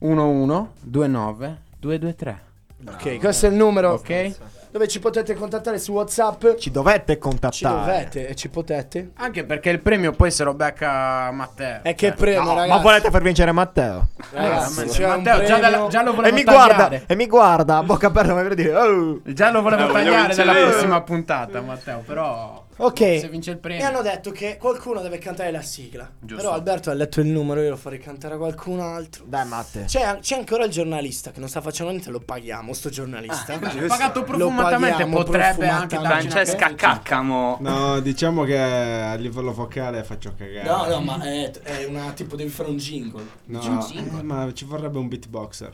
Speaker 5: 1129 223.
Speaker 3: Ok, questo è il numero.
Speaker 5: Ok.
Speaker 3: Dove ci potete contattare su WhatsApp?
Speaker 6: Ci dovete contattare.
Speaker 3: Ci dovete e ci potete.
Speaker 5: Anche perché il premio poi se lo becca Matteo. cioè.
Speaker 3: E che premio,
Speaker 6: No,
Speaker 3: ragazzi?
Speaker 6: ma volete far vincere Matteo?
Speaker 3: Ragazzi,
Speaker 5: Matteo,
Speaker 3: c'è un
Speaker 5: Matteo, già,
Speaker 3: premio.
Speaker 5: dalla- già lo
Speaker 6: E
Speaker 5: volevo
Speaker 6: mi
Speaker 5: tagliare.
Speaker 6: guarda, e mi guarda, a bocca aperta come per dire. "Oh".
Speaker 5: Già lo volevo
Speaker 6: Eh, voglio
Speaker 5: tagliare
Speaker 6: vincere
Speaker 5: dalla
Speaker 6: io.
Speaker 5: prossima puntata, Matteo, però
Speaker 3: Ok.
Speaker 5: se vince il
Speaker 3: Mi
Speaker 5: premio.
Speaker 3: hanno detto che qualcuno deve cantare la sigla.
Speaker 5: Giusto.
Speaker 3: Però Alberto ha letto il numero, io lo farei cantare a qualcun altro. Dai, Matte. C'è, c'è ancora il giornalista che non sta facendo niente, lo paghiamo, sto giornalista.
Speaker 5: Ah,
Speaker 4: giusto.
Speaker 3: Lo
Speaker 4: pagato
Speaker 5: profumatamente,
Speaker 3: paghiamo
Speaker 5: potrebbe anche
Speaker 3: profumatamente.
Speaker 4: darci una Francesca pezza. Caccamo.
Speaker 11: No, diciamo che a livello vocale faccio cagare.
Speaker 3: No, no, ma è, è una tipo devi fare un jingle.
Speaker 11: No,
Speaker 3: C'è un jingle.
Speaker 11: eh, ma ci vorrebbe un beatboxer.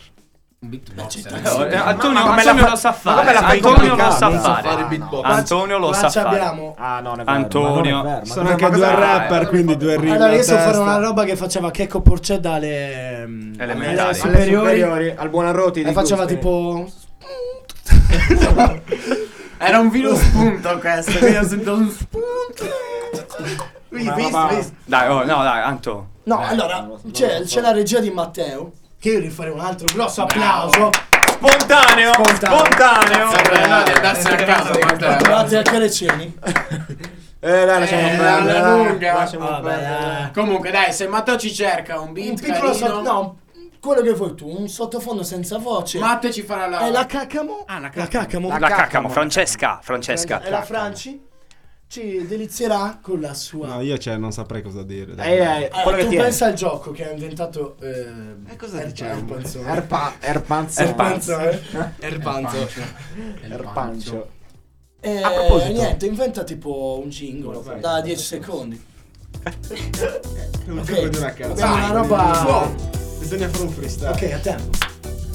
Speaker 5: Un
Speaker 11: beatboxer.
Speaker 4: Eh, Antonio, Antonio lo sa fare. Antonio lo sa fare. Antonio lo sa fare.
Speaker 6: Ah, no, non è vero.
Speaker 4: Antonio.
Speaker 6: ma non è vero, ma-
Speaker 11: Sono anche due rapper, quindi due rime.
Speaker 3: Allora,
Speaker 11: a
Speaker 3: io so fare
Speaker 11: testa.
Speaker 3: una roba che faceva Checco Porcè dalle ehm,
Speaker 4: Elementari.
Speaker 3: alle
Speaker 4: Alle
Speaker 3: superiori,
Speaker 6: superiori, al Buonarroti di
Speaker 3: E faceva
Speaker 6: Gusti.
Speaker 3: tipo
Speaker 5: Era un vino spunto questo, quindi ho sentito un spunto. Quindi,
Speaker 3: Ma-
Speaker 5: visto,
Speaker 3: ma-
Speaker 5: visto.
Speaker 4: Dai, oh, no, dai, Anto.
Speaker 3: No, allora c'è, c'è la regia di Matteo che io gli farei un altro grosso applauso.
Speaker 4: Spontaneo,
Speaker 3: spontaneo.
Speaker 5: Saprei darsi a casa, Matteo.
Speaker 3: Grazie a Carecini.
Speaker 6: Eh, dai,
Speaker 5: Eh,
Speaker 6: lasciamo perdere.
Speaker 5: alla
Speaker 6: dai.
Speaker 5: lunga.
Speaker 6: Lasciamo perdere.
Speaker 5: Comunque, dai, se Matteo ci cerca un beat,
Speaker 3: Un piccolo
Speaker 5: carino,
Speaker 3: sotto, no, quello che vuoi tu, un sottofondo senza voce.
Speaker 5: Matteo ci farà la.
Speaker 3: È la cacamo?
Speaker 5: Ah, la
Speaker 3: La cacamo.
Speaker 4: La cacamo, Francesca, Francesca.
Speaker 3: E la Franci ci delizierà con la sua.
Speaker 11: No, io cioè non saprei cosa dire. dai.
Speaker 6: Eh, eh,
Speaker 3: Allora,
Speaker 6: quello che
Speaker 3: tu
Speaker 6: tiene.
Speaker 3: pensa al gioco che ha inventato.
Speaker 11: Eh,
Speaker 3: e cosa dice?
Speaker 6: Erpa- Erpanzo. eh?
Speaker 3: Erpanzo.
Speaker 5: eh?
Speaker 12: Erpanzo.
Speaker 6: Erpancio.
Speaker 3: E
Speaker 6: A proposito.
Speaker 3: Eh, niente, inventa tipo un jingle da 10 secondi.
Speaker 11: Un
Speaker 3: Ok,
Speaker 11: gioco di una cazzo.
Speaker 3: abbiamo una roba.
Speaker 11: Bisogna fare un freestyle.
Speaker 3: Ok, a tempo.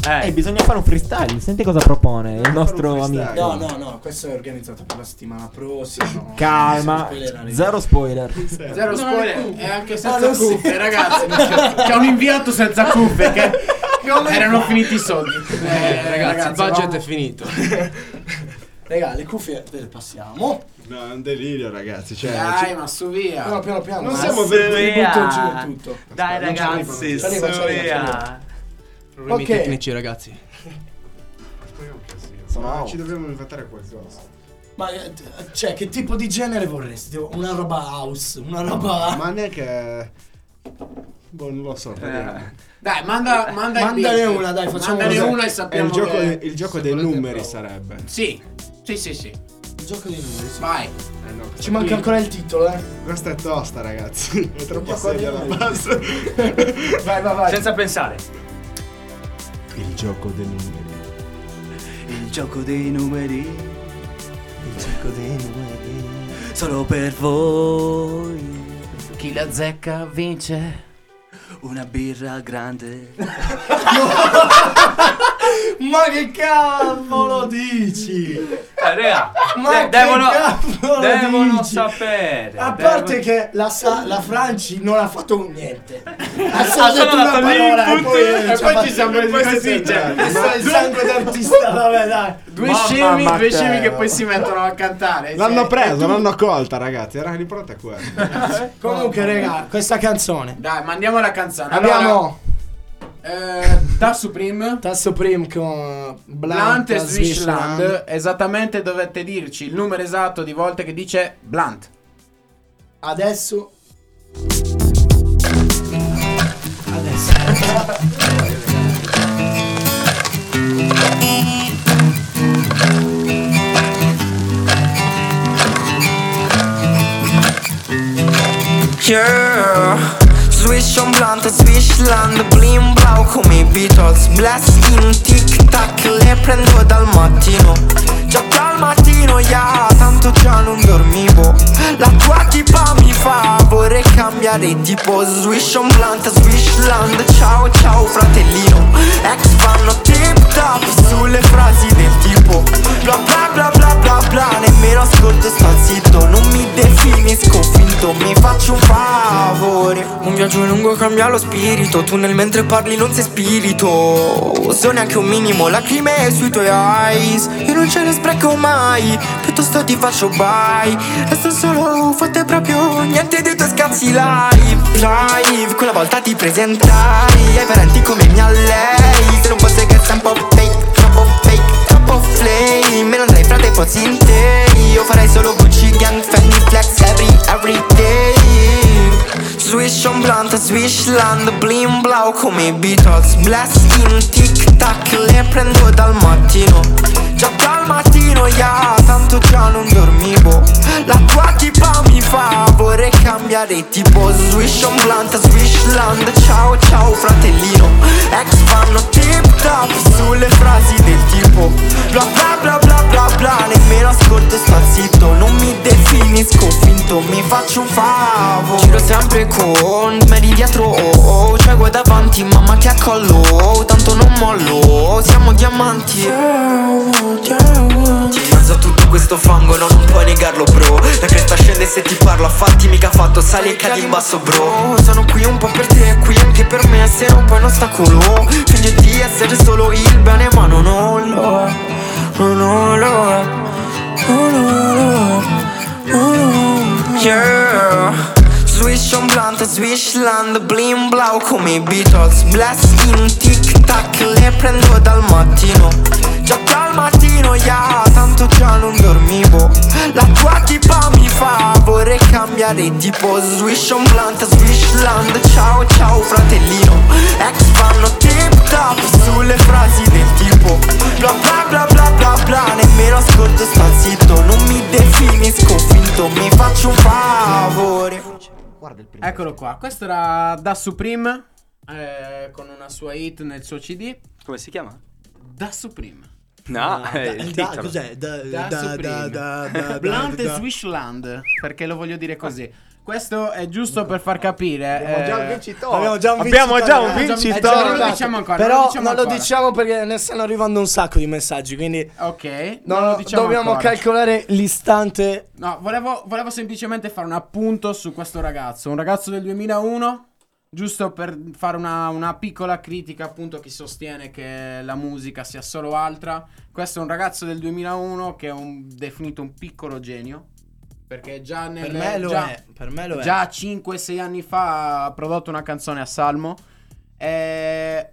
Speaker 6: Eh. bisogna fare un freestyle. Senti cosa propone il nostro amico.
Speaker 3: No, no, no, questo è organizzato per la settimana prossima.
Speaker 6: Calma, zero spoiler.
Speaker 5: Zero
Speaker 3: No,
Speaker 5: spoiler,
Speaker 3: cuffie.
Speaker 5: è anche
Speaker 3: Ah, non
Speaker 5: senza
Speaker 3: si-
Speaker 5: cuffie, ragazzi. C'è, c'è un inviato senza cuffie che erano finiti i soldi.
Speaker 12: Eh, ragazzi, il budget
Speaker 5: vamo-
Speaker 12: è finito.
Speaker 3: Raga, le cuffie ve le passiamo.
Speaker 11: No, è un delirio, ragazzi. Cioè,
Speaker 5: Dai,
Speaker 11: ci-
Speaker 5: ma su via.
Speaker 3: Piano, piano, piano.
Speaker 18: eh.
Speaker 11: Non
Speaker 3: Ma
Speaker 11: siamo
Speaker 3: sì,
Speaker 11: venuti
Speaker 3: via.
Speaker 11: in butto giù e tutto.
Speaker 4: Dai,
Speaker 11: Aspetta, non ci
Speaker 4: ragazzi,
Speaker 11: arrivo, non ci arrivo.
Speaker 4: su
Speaker 11: Arrivo, ci arrivo,
Speaker 4: via.
Speaker 11: ci arrivo.
Speaker 12: Problemi
Speaker 11: Ok.
Speaker 12: tecnici, ragazzi.
Speaker 11: Ma
Speaker 3: Wow.
Speaker 11: ci dobbiamo inventare qualcosa.
Speaker 18: Ma eh, t- cioè, che tipo di genere vorresti? Tipo Una roba house, una
Speaker 11: No,
Speaker 18: roba. Eh.
Speaker 11: ma neanche. Boh, non lo so. vediamo.
Speaker 5: Dai, manda, manda il
Speaker 18: Mandane
Speaker 5: beat.
Speaker 18: una, dai, facciamo
Speaker 5: Mandane
Speaker 18: così.
Speaker 5: una e
Speaker 11: È
Speaker 5: sappiamo
Speaker 11: il gioco,
Speaker 5: che...
Speaker 11: il gioco dei numeri sarebbe.
Speaker 5: Sì, sì, sì, sì. Il
Speaker 18: gioco dei numeri.
Speaker 5: Vai.
Speaker 11: Ci manca ancora
Speaker 18: il titolo, eh.
Speaker 11: Questa è tosta, ragazzi. È troppo seria la base.
Speaker 3: Vai, vai, vai.
Speaker 4: Senza pensare.
Speaker 11: Il gioco dei numeri.
Speaker 20: Il gioco dei numeri. Il gioco dei numeri. Solo per voi. Chi la zecca vince una birra grande.
Speaker 18: Ma che cavolo dici?
Speaker 4: Eh, raga,
Speaker 18: Ma
Speaker 4: de-
Speaker 18: che
Speaker 4: devono,
Speaker 18: cavolo
Speaker 4: devono
Speaker 18: dici?
Speaker 4: sapere.
Speaker 18: A
Speaker 4: devono-
Speaker 18: parte che la, sa- la Franci non ha fatto niente. Ha
Speaker 4: Ha
Speaker 18: solo
Speaker 4: solo
Speaker 18: detto una
Speaker 4: dato
Speaker 18: parola e
Speaker 4: l'input
Speaker 18: poi, eh,
Speaker 4: e
Speaker 18: ha
Speaker 4: poi
Speaker 18: fatto-
Speaker 4: ci siamo presi
Speaker 18: poi si
Speaker 4: così,
Speaker 18: è
Speaker 4: cioè.
Speaker 18: entrati.
Speaker 4: Ma-
Speaker 18: Questo è il sangue d'artista, vabbè dai.
Speaker 5: Due
Speaker 11: Mamma
Speaker 5: scemi, due
Speaker 11: Matteo.
Speaker 5: scemi che poi si mettono a cantare.
Speaker 11: L'hanno
Speaker 5: cioè, è
Speaker 11: preso,
Speaker 5: tutto-
Speaker 11: l'hanno colta, ragazzi. Era l'importante è quello.
Speaker 18: Comunque, raga, questa canzone.
Speaker 5: Dai, mandiamo la canzone.
Speaker 3: Abbiamo
Speaker 5: Allora, eh, Tasso Prim.
Speaker 3: Tasso Prim con
Speaker 5: Blunt
Speaker 3: Blunt
Speaker 5: e
Speaker 3: a
Speaker 5: Swishland.
Speaker 3: Swishland.
Speaker 5: Esattamente dovete dirci il numero esatto di volte che dice Blunt.
Speaker 18: Adesso.
Speaker 20: Yeah, swish on blunt e swishland Blim blau come i Beatles Blast in tic tac Le prendo dal mattino Già dal mattino, ya Tanto già non dormivo La tua tipa mi fa Vorrei cambiare tipo Swish on blunt e swishland Ciao ciao fratellino Ex vanno tip tap Sulle frasi del tipo Bla bla bla bla bla bla Nemmeno ascolto e sto zitto Non mi definisco finto Mi faccio un favore Un viaggio lungo cambia lo spirito Tu nel mentre parli non sei spirito So neanche un minimo Lacrime sui tuoi eyes Io non ce ne spreco mai Piuttosto ti faccio bye Resto solo Fate proprio niente dei tuoi scazzi live Live Quella volta ti presentai Ai parenti come mia lei Se non fosse che sei un po' fake Troppo fake Troppo flame Me ne andrei frate fossi in te Io farei solo Gucci gang Fendi flex every every day Swish on blunt Swishland Blim blau come i Beatles Blast in tic tac Le prendo dal mattino Già dal mattino ya Tanto già non dormivo La tua tipa mi fa Vorrei cambiare tipo Swish on blunt Swishland Ciao ciao fratellino Ex fanno tip tap Sulle frasi del tipo Bla bla bla bla bla bla Nemmeno ascolto e sto zitto Non mi definisco finto Mi faccio un favore Giro sempre con Meri dietro oh, oh Cioè guai davanti Mamma che accollo oh, Tanto non mollo Siamo diamanti Ti rimezzo a tutto questo fango No non puoi negarlo bro La cresta scende se ti parlo Affatti mica fatto Sali e cadi in basso bro Sono qui un po' per te Qui anche per me Se non poi un ostacolo Finge di essere solo il bene Ma non lo è Non lo è Non lo è Oh, Yeah Swish on blunt, swishland, blim blau come i Beatles Blast in tic tac, le prendo dal mattino Già dal mattino, ya, tanto già non dormivo La tua tipa mi fa, vorrei cambiare tipo Swish on blunt, swishland, ciao ciao fratellino Ex fanno tip tap sulle frasi del tipo Bla bla bla bla bla bla, nemmeno ascolto e sto zitto Non mi definisco finto, mi faccio un favore
Speaker 5: Eccolo qua. Questo era Da Supreme eh, con una sua hit nel suo CD.
Speaker 4: Come si chiama?
Speaker 5: Da Supreme.
Speaker 4: No,
Speaker 5: Ah,
Speaker 4: è
Speaker 3: eh,
Speaker 5: da-
Speaker 4: il
Speaker 5: da-
Speaker 4: titolo.
Speaker 5: cos'è? Da,
Speaker 4: da-
Speaker 5: Supreme.
Speaker 4: da- da- da-
Speaker 5: Blunt
Speaker 4: da- da-
Speaker 5: e Swishland, perché lo voglio dire così. Questo è giusto per far capire.
Speaker 3: Ah. Abbiamo già un
Speaker 5: eh,
Speaker 3: vincitore. Abbiamo già un vincitore.
Speaker 5: Eh, Non lo diciamo ancora.
Speaker 3: Però
Speaker 5: non lo diciamo
Speaker 3: non lo
Speaker 5: ancora.
Speaker 3: diciamo perché ne stanno arrivando un sacco di messaggi, quindi
Speaker 5: Ok,
Speaker 3: no,
Speaker 5: non lo diciamo
Speaker 3: dobbiamo
Speaker 5: ancora.
Speaker 3: calcolare l'istante.
Speaker 5: No, volevo, volevo semplicemente fare un appunto su questo ragazzo. Un ragazzo del 2001 Giusto per fare una, una piccola critica appunto a chi sostiene che la musica sia solo altra, questo è un ragazzo del 2001 che è un- definito un piccolo genio. Perché già nel,
Speaker 12: Per me lo
Speaker 5: già-
Speaker 12: è, per me lo è.
Speaker 5: Già 5-6 anni fa ha prodotto una canzone a Salmo. E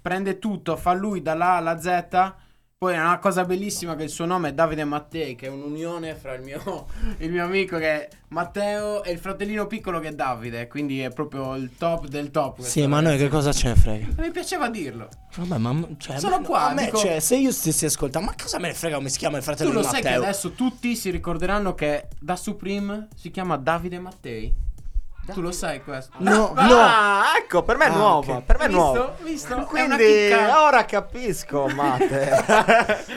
Speaker 5: prende tutto, fa lui dalla A alla Z. Poi è una cosa bellissima che il suo nome è Davide Mattei, che è un'unione fra il mio, il mio amico che è Matteo e il fratellino piccolo che è Davide. Quindi è proprio il top del top. questo
Speaker 12: Sì, ma a noi che cosa ce ne frega?
Speaker 5: Mi piaceva dirlo.
Speaker 12: Vabbè, ma cioè,
Speaker 5: Sono
Speaker 12: ma-
Speaker 5: qua,
Speaker 12: a me,
Speaker 5: dico-
Speaker 12: cioè, se io stessi ascoltando, ma cosa me ne frega come si chiama il fratello
Speaker 5: Tu lo
Speaker 12: di
Speaker 5: sai
Speaker 12: Matteo?
Speaker 5: che adesso tutti si ricorderanno che da Supreme si chiama Davide Mattei. Tu lo sai questo?
Speaker 6: No,
Speaker 5: Ah,
Speaker 6: no. ecco, per me è
Speaker 5: Ah,
Speaker 6: nuova,
Speaker 5: ok.
Speaker 6: per me è
Speaker 5: Visto?
Speaker 6: nuova.
Speaker 5: Visto? È una
Speaker 6: Quindi
Speaker 5: chicca.
Speaker 6: ora capisco, Mate.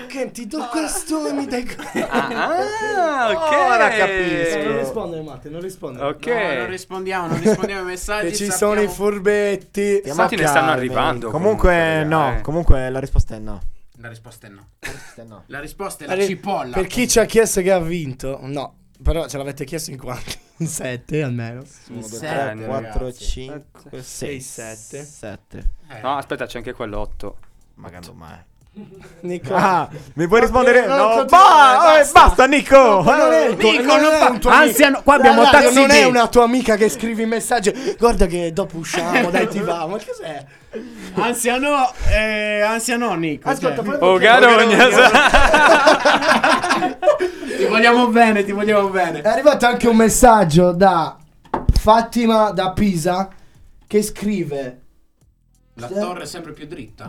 Speaker 3: Che ti do questo e mi dai quello.
Speaker 6: Ah, ok. Ora capisco.
Speaker 3: Non rispondere, Matte, non rispondere.
Speaker 5: No, non rispondiamo, non rispondiamo ai messaggi.
Speaker 3: Che ci
Speaker 5: sappiamo-
Speaker 3: sono i furbetti.
Speaker 6: Stiamo calmi. Comunque, eh. no, comunque la risposta è no.
Speaker 5: La risposta è no.
Speaker 6: no.
Speaker 5: La risposta è
Speaker 3: La
Speaker 5: la,
Speaker 3: ri-
Speaker 5: cipolla.
Speaker 3: Per chi ci ha chiesto che ha vinto, no. Però ce l'avete chiesto in quanti? In sette almeno.
Speaker 5: In
Speaker 6: eh,
Speaker 5: sette,
Speaker 6: 4,
Speaker 5: ragazzi.
Speaker 6: 5, 6, 7. 7.
Speaker 4: No, aspetta, c'è anche quell'otto.
Speaker 6: Magando mai.
Speaker 3: Nicola.
Speaker 6: Ah, mi
Speaker 3: Va
Speaker 6: puoi rispondere?
Speaker 3: bene,
Speaker 6: No,
Speaker 3: non
Speaker 6: ba-
Speaker 3: continuare,
Speaker 6: eh, basta. Nico.
Speaker 3: ma non è-
Speaker 6: Nico,
Speaker 3: non
Speaker 6: non
Speaker 3: è
Speaker 6: fa-
Speaker 3: un tuo
Speaker 6: anzi,
Speaker 3: amico.
Speaker 6: no, qua abbiamo
Speaker 3: Dai, dai,
Speaker 6: taxi
Speaker 3: Non è
Speaker 6: D.
Speaker 3: una tua amica che scrivi messaggi. Guarda che dopo usciamo, dai ti va. Ah, Ma che cos'è?
Speaker 5: Anziano, eh, anziano Nico.
Speaker 3: Ascolta,
Speaker 5: cioè.
Speaker 3: poi- Oh, Garogna. Oh,
Speaker 5: ti vogliamo bene, ti vogliamo bene.
Speaker 3: È arrivato anche un messaggio da Fatima da Pisa che scrive
Speaker 5: La torre è sempre più dritta.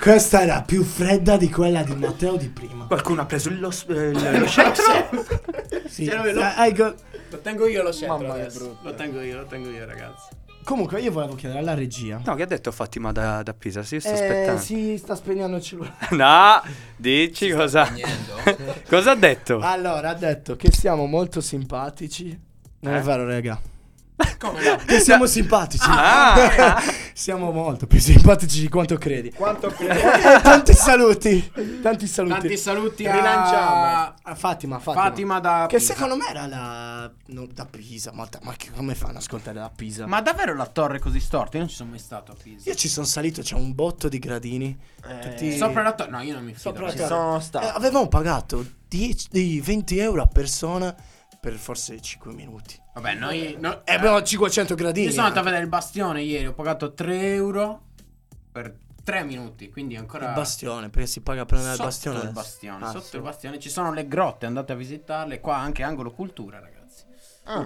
Speaker 3: Questa era più fredda di quella di Matteo di prima. Ah,
Speaker 4: Qualcuno ha preso il lo, eh,
Speaker 5: Lo
Speaker 4: lo
Speaker 3: Sì.
Speaker 5: Cioè, lo-
Speaker 3: Eh, ecco.
Speaker 5: Lo tengo io lo scettro adesso. Lo tengo io, lo tengo io, ragazzi.
Speaker 3: Comunque io volevo chiedere alla regia.
Speaker 4: No, che ha detto Fatima da, da Pisa? Sì, sto
Speaker 3: Eh,
Speaker 4: aspettando.
Speaker 3: si sta spegnendo il cellulare.
Speaker 4: No, dici cosa. cosa ha
Speaker 3: Oh.
Speaker 4: detto?
Speaker 3: Allora, ha detto che siamo molto simpatici. Non è
Speaker 4: Eh?
Speaker 3: vero, raga.
Speaker 5: Come no?
Speaker 3: Che siamo simpatici.
Speaker 4: Ah.
Speaker 3: siamo molto più simpatici di quanto credi.
Speaker 5: Quanto
Speaker 3: Eh, tanti saluti. Tanti saluti.
Speaker 5: Tanti saluti a-
Speaker 3: Rilanciamo. A Fatima, Fatima.
Speaker 5: Fatima da
Speaker 3: Che
Speaker 5: Pisa.
Speaker 3: secondo me era la... no, da Pisa. Ma, da- ma che- come fanno ad ascoltare da Pisa?
Speaker 5: Ma davvero la torre è così storta? Io non ci sono mai stato a Pisa. Eh,
Speaker 3: Io ci sono salito, c'è un botto di gradini. tutti-
Speaker 5: Sopra la torre? No, io non mi fido.
Speaker 3: Sopra la
Speaker 5: Ci
Speaker 3: torre.
Speaker 5: sono
Speaker 3: Eh, avevamo pagato 10 di 20 euro a persona per forse 5 minuti.
Speaker 5: Vabbè, noi. no-
Speaker 3: E Eh, abbiamo 500 gradini. eh.
Speaker 5: Io sono andato a vedere il bastione ieri, ho pagato 3 euro per 3 minuti, quindi ancora...
Speaker 3: Il bastione, perché si paga per andare al
Speaker 5: Sotto
Speaker 3: bastione
Speaker 5: il
Speaker 3: adesso.
Speaker 5: bastione,
Speaker 3: Ah,
Speaker 5: sotto
Speaker 3: sì.
Speaker 5: il bastione ci sono le grotte, andate a visitarle, qua anche angolo cultura, ragazzi.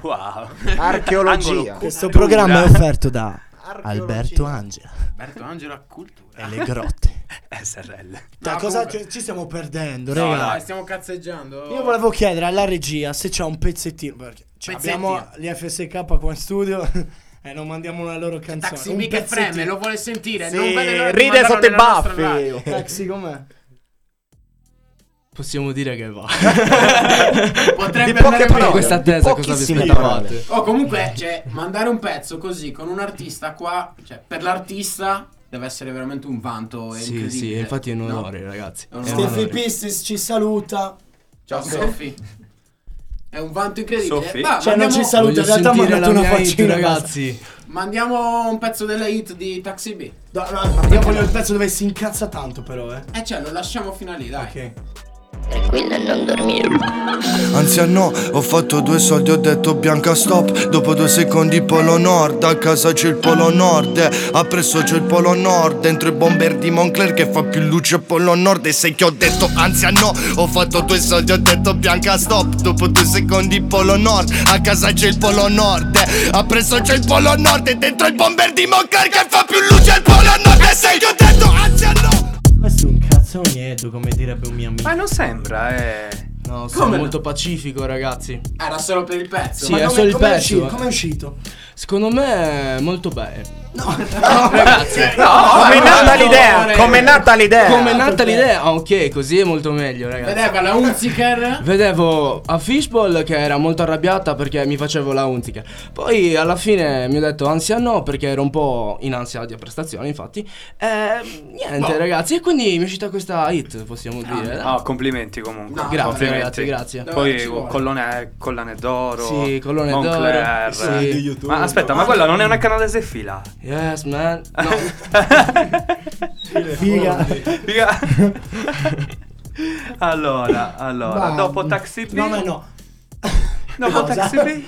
Speaker 4: Wow.
Speaker 5: Angolo
Speaker 3: Ah. Questo
Speaker 5: cultura.
Speaker 3: programma è offerto da
Speaker 5: Archeologia.
Speaker 3: Alberto Angela.
Speaker 5: Alberto Angela cultura.
Speaker 3: E le grotte.
Speaker 4: SRL.
Speaker 3: Da
Speaker 5: No,
Speaker 3: cosa
Speaker 5: comunque-
Speaker 3: ci stiamo perdendo,
Speaker 5: No,
Speaker 3: raga?
Speaker 5: no, stiamo cazzeggiando.
Speaker 3: Io volevo chiedere alla regia se c'è un pezzettino. Perché cioè,
Speaker 5: Pezzettino.
Speaker 3: abbiamo gli FSK qua in studio e non mandiamo la loro canzone.
Speaker 5: Taxi
Speaker 3: un
Speaker 5: Mi che
Speaker 3: pezzettino.
Speaker 5: freme, lo vuole sentire,
Speaker 3: Sì,
Speaker 5: non vede l'ora di
Speaker 3: ride
Speaker 5: mandarlo
Speaker 3: sotto i
Speaker 5: nella nostra
Speaker 3: baffi.
Speaker 5: radio.
Speaker 3: Taxi com'è?
Speaker 12: Possiamo dire che va. Di
Speaker 5: Potrebbe
Speaker 12: poche
Speaker 5: andare
Speaker 12: parole,
Speaker 5: bene.
Speaker 12: questa attesa cosa vi
Speaker 5: Pochissime
Speaker 12: aspettavate?
Speaker 5: parole. Oh, comunque, cioè, mandare un pezzo così con un artista qua, cioè, per l'artista deve essere veramente un vanto
Speaker 12: Sì,
Speaker 5: incredibile.
Speaker 12: sì, infatti è un
Speaker 5: No?
Speaker 12: onore, ragazzi.
Speaker 5: È
Speaker 12: È
Speaker 5: un
Speaker 12: un
Speaker 5: onore.
Speaker 12: onore.
Speaker 3: Steffi Pistis ci saluta.
Speaker 5: Ciao Sofi. È un vanto incredibile.
Speaker 12: Sofi.
Speaker 5: Ma
Speaker 3: Cioè, non
Speaker 5: mandiamo-
Speaker 3: ci saluta, in realtà mi ha mandato una faccina.
Speaker 5: Mandiamo un pezzo della hit di Taxi B.
Speaker 3: No, no, io voglio il pezzo dove si incazza tanto, però, eh.
Speaker 5: Eh, cioè, lo lasciamo fino a lì, dai.
Speaker 10: Tranquilla, non dormire.
Speaker 21: Anziano, eh ho fatto due soldi, ho detto bianca stop. Dopo due secondi polo nord, a casa c'è il polo nord. eh. A presso c'è il polo nord, dentro i bomber di Moncler che fa più luce polo nord. E sai che ho detto anziano, ho fatto due soldi, ho detto bianca stop. Dopo due secondi polo nord, a casa c'è il polo nord. eh. A presso c'è il polo nord e dentro il bomber di Moncler che fa più luce al polo nord. E sai che ho detto anziano.
Speaker 3: Questo è un cazzognetto, come direbbe un mio amico.
Speaker 4: Ma non sembra, eh.
Speaker 12: No, sono
Speaker 3: Come no?
Speaker 12: molto pacifico, ragazzi.
Speaker 5: Era solo per il pezzo.
Speaker 12: Sì, è solo il pezzo.
Speaker 3: Come è uscito?
Speaker 12: Secondo me è molto bello. No, ragazzi.
Speaker 22: No, come è nata l'idea? Come è nata l'idea?
Speaker 12: Come è nata l'idea? Ah, ok, così è molto meglio, ragazzi.
Speaker 5: Vedeva la Unziker
Speaker 12: Vedevo a Fishball che era molto arrabbiata perché mi facevo la unzica. Poi alla fine mi ho detto ansia no perché ero un po' in ansia di prestazione, infatti. E niente,
Speaker 4: No.
Speaker 12: ragazzi, e quindi mi è uscita questa hit, possiamo dire.
Speaker 4: Ah, no, complimenti comunque.
Speaker 12: No, grazie,
Speaker 4: complimenti.
Speaker 12: ragazzi, grazie. No,
Speaker 4: Poi
Speaker 12: eh. ci vuole.
Speaker 4: collone, collane d'oro.
Speaker 12: Sì, collane d'oro,
Speaker 4: Moncler. eh.
Speaker 12: sì. Sì, di YouTube.
Speaker 4: Ma aspetta, ma quella non è una canadese fila.
Speaker 12: Yes, man. No.
Speaker 4: Figa. Figa. allora, allora,
Speaker 3: Ma-
Speaker 4: dopo Taxi B.
Speaker 3: No, no, no.
Speaker 4: Dopo
Speaker 3: Cosa?
Speaker 4: Taxi B.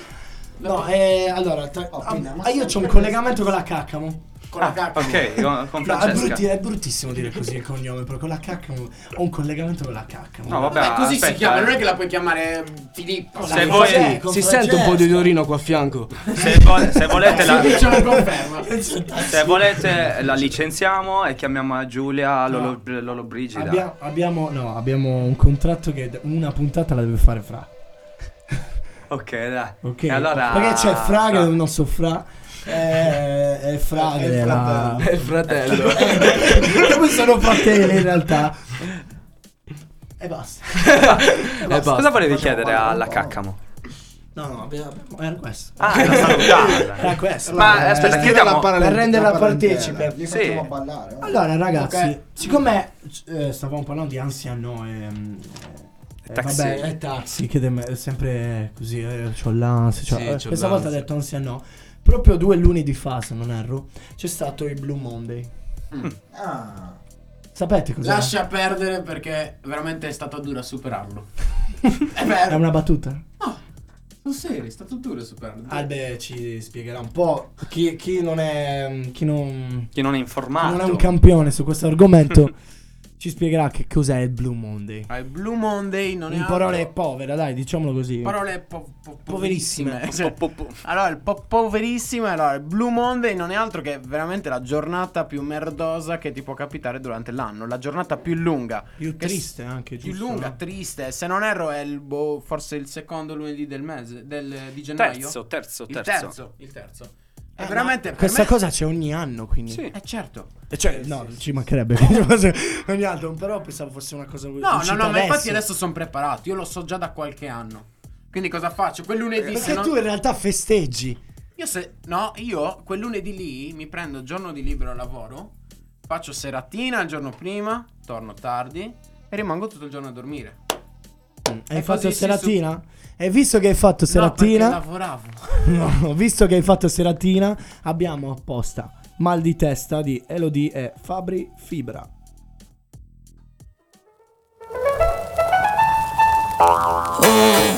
Speaker 3: No, eh, allora, tra- ah, io ho un collegamento con la Caccamo. Con la
Speaker 4: Ah, ok, con- con
Speaker 3: No, è, brutti-
Speaker 4: Francesca.
Speaker 3: è bruttissimo dire così il cognome, però con la Caccamo ho un collegamento con la Caccamo.
Speaker 4: No, vabbè,
Speaker 5: Beh, così si
Speaker 4: aspetta,
Speaker 5: chiama,
Speaker 4: eh.
Speaker 5: non è che la puoi chiamare mm, Filippo. cioè,
Speaker 4: Se voi-
Speaker 12: Eh,
Speaker 4: con
Speaker 12: si sente un po'
Speaker 3: Certo.
Speaker 12: di odorino qua a fianco.
Speaker 4: Se, vo- se volete la...
Speaker 5: Sì, diciamo, conferma.
Speaker 4: Se volete la licenziamo e chiamiamo Giulia Lolo, Lolo Brigida.
Speaker 3: Abbia- abbiamo, no, abbiamo un contratto che d- una puntata la deve fare Fra.
Speaker 4: Ok, dai.
Speaker 3: Ok.
Speaker 4: E allora...
Speaker 3: Perché c'è Fra che è un nostro Fra. eh, E Fra che è la-
Speaker 12: È il fratello.
Speaker 3: Perché poi sono fratelli in realtà. E basta.
Speaker 4: Eh, basta. Cosa volevi chiedere alla Caccamo?
Speaker 3: No, no, abbiamo- era questo.
Speaker 4: Ah, era salutata.
Speaker 3: Era questo.
Speaker 17: eh,
Speaker 4: Ma, aspetta, chiediamo-
Speaker 3: per renderla
Speaker 4: la parentela.
Speaker 3: partecipe.
Speaker 4: Gli facciamo Sì.
Speaker 3: eh, ballare. Allora, ragazzi,
Speaker 4: Ok.
Speaker 3: siccome eh, stavamo parlando di ansia no e mm, eh,
Speaker 4: taxi.
Speaker 3: Vabbè, è taxi, che dem- è sempre così, eh, c'ho l'ansia, cioè,
Speaker 12: Sì,
Speaker 3: eh,
Speaker 12: c'ho
Speaker 3: questa volta
Speaker 12: l'ansia.
Speaker 3: ha detto ansia no. Proprio due luni di fa, se non erro, c'è stato il Blue Monday.
Speaker 5: Ah.
Speaker 3: Sapete cos'è?
Speaker 5: Lascia perdere perché veramente è stato duro a superarlo. è
Speaker 3: È
Speaker 5: vero.
Speaker 3: una battuta?
Speaker 5: Sono serio, è stato duro a superarlo.
Speaker 3: Albe ci spiegherà un po' Boh, chi, chi non è chi non
Speaker 4: Chi non è informato.
Speaker 3: non è un campione su questo argomento ci spiegherà che cos'è il Blue Monday.
Speaker 5: Ah, il Blue Monday non è
Speaker 3: In
Speaker 5: altro-
Speaker 3: parole povera, dai, diciamolo così.
Speaker 5: Parole po- po-
Speaker 3: Poverissime.
Speaker 5: poverissime. Cioè, allora, il po- poverissime. Allora, il Blue Monday non è altro che veramente la giornata più merdosa che ti può capitare durante l'anno. La giornata più lunga.
Speaker 3: Più
Speaker 5: Che s-
Speaker 3: triste anche,
Speaker 5: Più
Speaker 3: giusto,
Speaker 5: lunga,
Speaker 3: no?
Speaker 5: triste. Se non erro, è il, boh, forse il secondo lunedì del mese, del, di gennaio.
Speaker 4: Terzo, terzo,
Speaker 5: Il
Speaker 4: terzo.
Speaker 5: terzo, il terzo. È veramente. per
Speaker 3: Eh, Questa
Speaker 5: me-
Speaker 3: cosa c'è ogni anno, quindi.
Speaker 5: Sì. Eh, certo.
Speaker 3: Eh, Cioè, no, ci mancherebbe che ogni altro, però pensavo fosse una cosa
Speaker 5: No, no, no, ma infatti adesso sono preparato. Io lo so già da qualche anno. Quindi cosa faccio? Quel lunedì. se
Speaker 3: Perché
Speaker 5: non-
Speaker 3: tu in realtà festeggi.
Speaker 5: Io se. No, io quel lunedì lì mi prendo giorno di libero al lavoro. Faccio seratina il giorno prima. Torno tardi. E rimango tutto il giorno a dormire.
Speaker 3: Hai
Speaker 5: E
Speaker 3: fatto
Speaker 5: così si
Speaker 3: seratina? Hai visto che hai fatto
Speaker 5: No,
Speaker 3: seratina?
Speaker 5: perché lavoravo.
Speaker 3: No, visto che hai fatto seratina, abbiamo apposta mal di testa di Elodie e Fabri Fibra.
Speaker 20: Oh.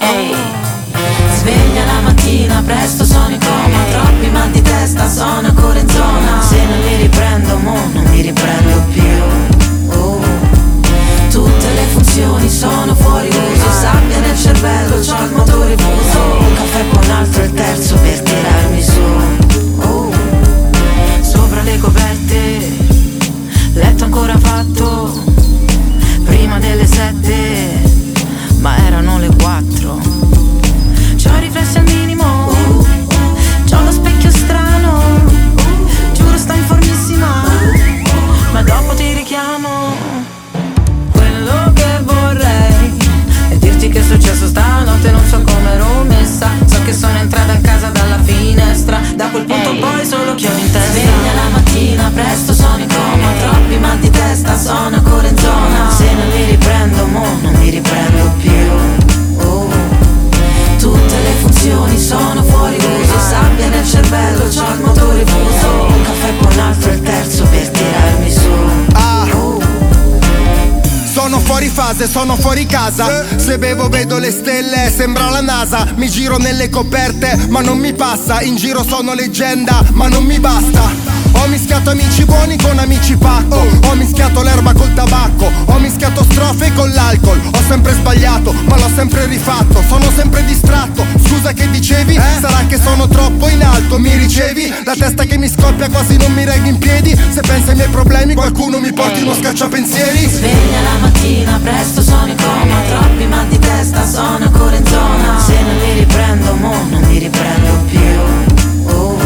Speaker 23: Ehi. Sveglia la mattina, presto sono in coma Troppi mal di testa, sono ancora in zona Se non li riprendo, mo non mi riprendo più Oh. Tutte le funzioni sono fuori uso Sabbia nel cervello, c'ho il motore fuso Un caffè poi un altro, il terzo per tirarmi su Oh. Sopra le coperte, letto ancora fatto Prima delle sette ma erano le quattro. C'ho i riflessi al minimo, c'ho lo specchio strano, giuro sto in formissima, ma dopo ti richiamo. Quello che vorrei è dirti che è successo stanotte, non so come ero messa, so che sono entrata in casa dalla finestra, da quel punto poi solo chiodi in testa. Sveglia la mattina, presto sono in coma, troppi mal di testa, sono ancora in zona, se non li riprendo, mo non mi riprendo più. Oh. Tutte le funzioni sono fuori uso Sabbia nel cervello, c'ho il motore fuso Un caffè poi un altro, il terzo per tirarmi su Oh.
Speaker 24: Sono fuori fase, sono fuori casa. Se bevo vedo le stelle, sembra la NASA. Mi giro nelle coperte, ma non mi passa. In giro sono leggenda, ma non mi basta. Ho mischiato amici buoni con amici pacco. Ho mischiato l'erba col tabacco. Ho mischiato strofe con l'alcol. Ho sempre sbagliato, ma l'ho sempre rifatto. Sono sempre distratto, Scusa che dicevi? Sarà che sono troppo in alto, mi ricevi? La testa che mi scoppia quasi non mi reggo in piedi Se pensi ai miei problemi qualcuno mi porti uno scacciapensieri
Speaker 23: Sveglia la mattina, presto sono in coma Troppi mal di testa, sono ancora in zona Se non mi riprendo, mo non mi riprendo più Oh.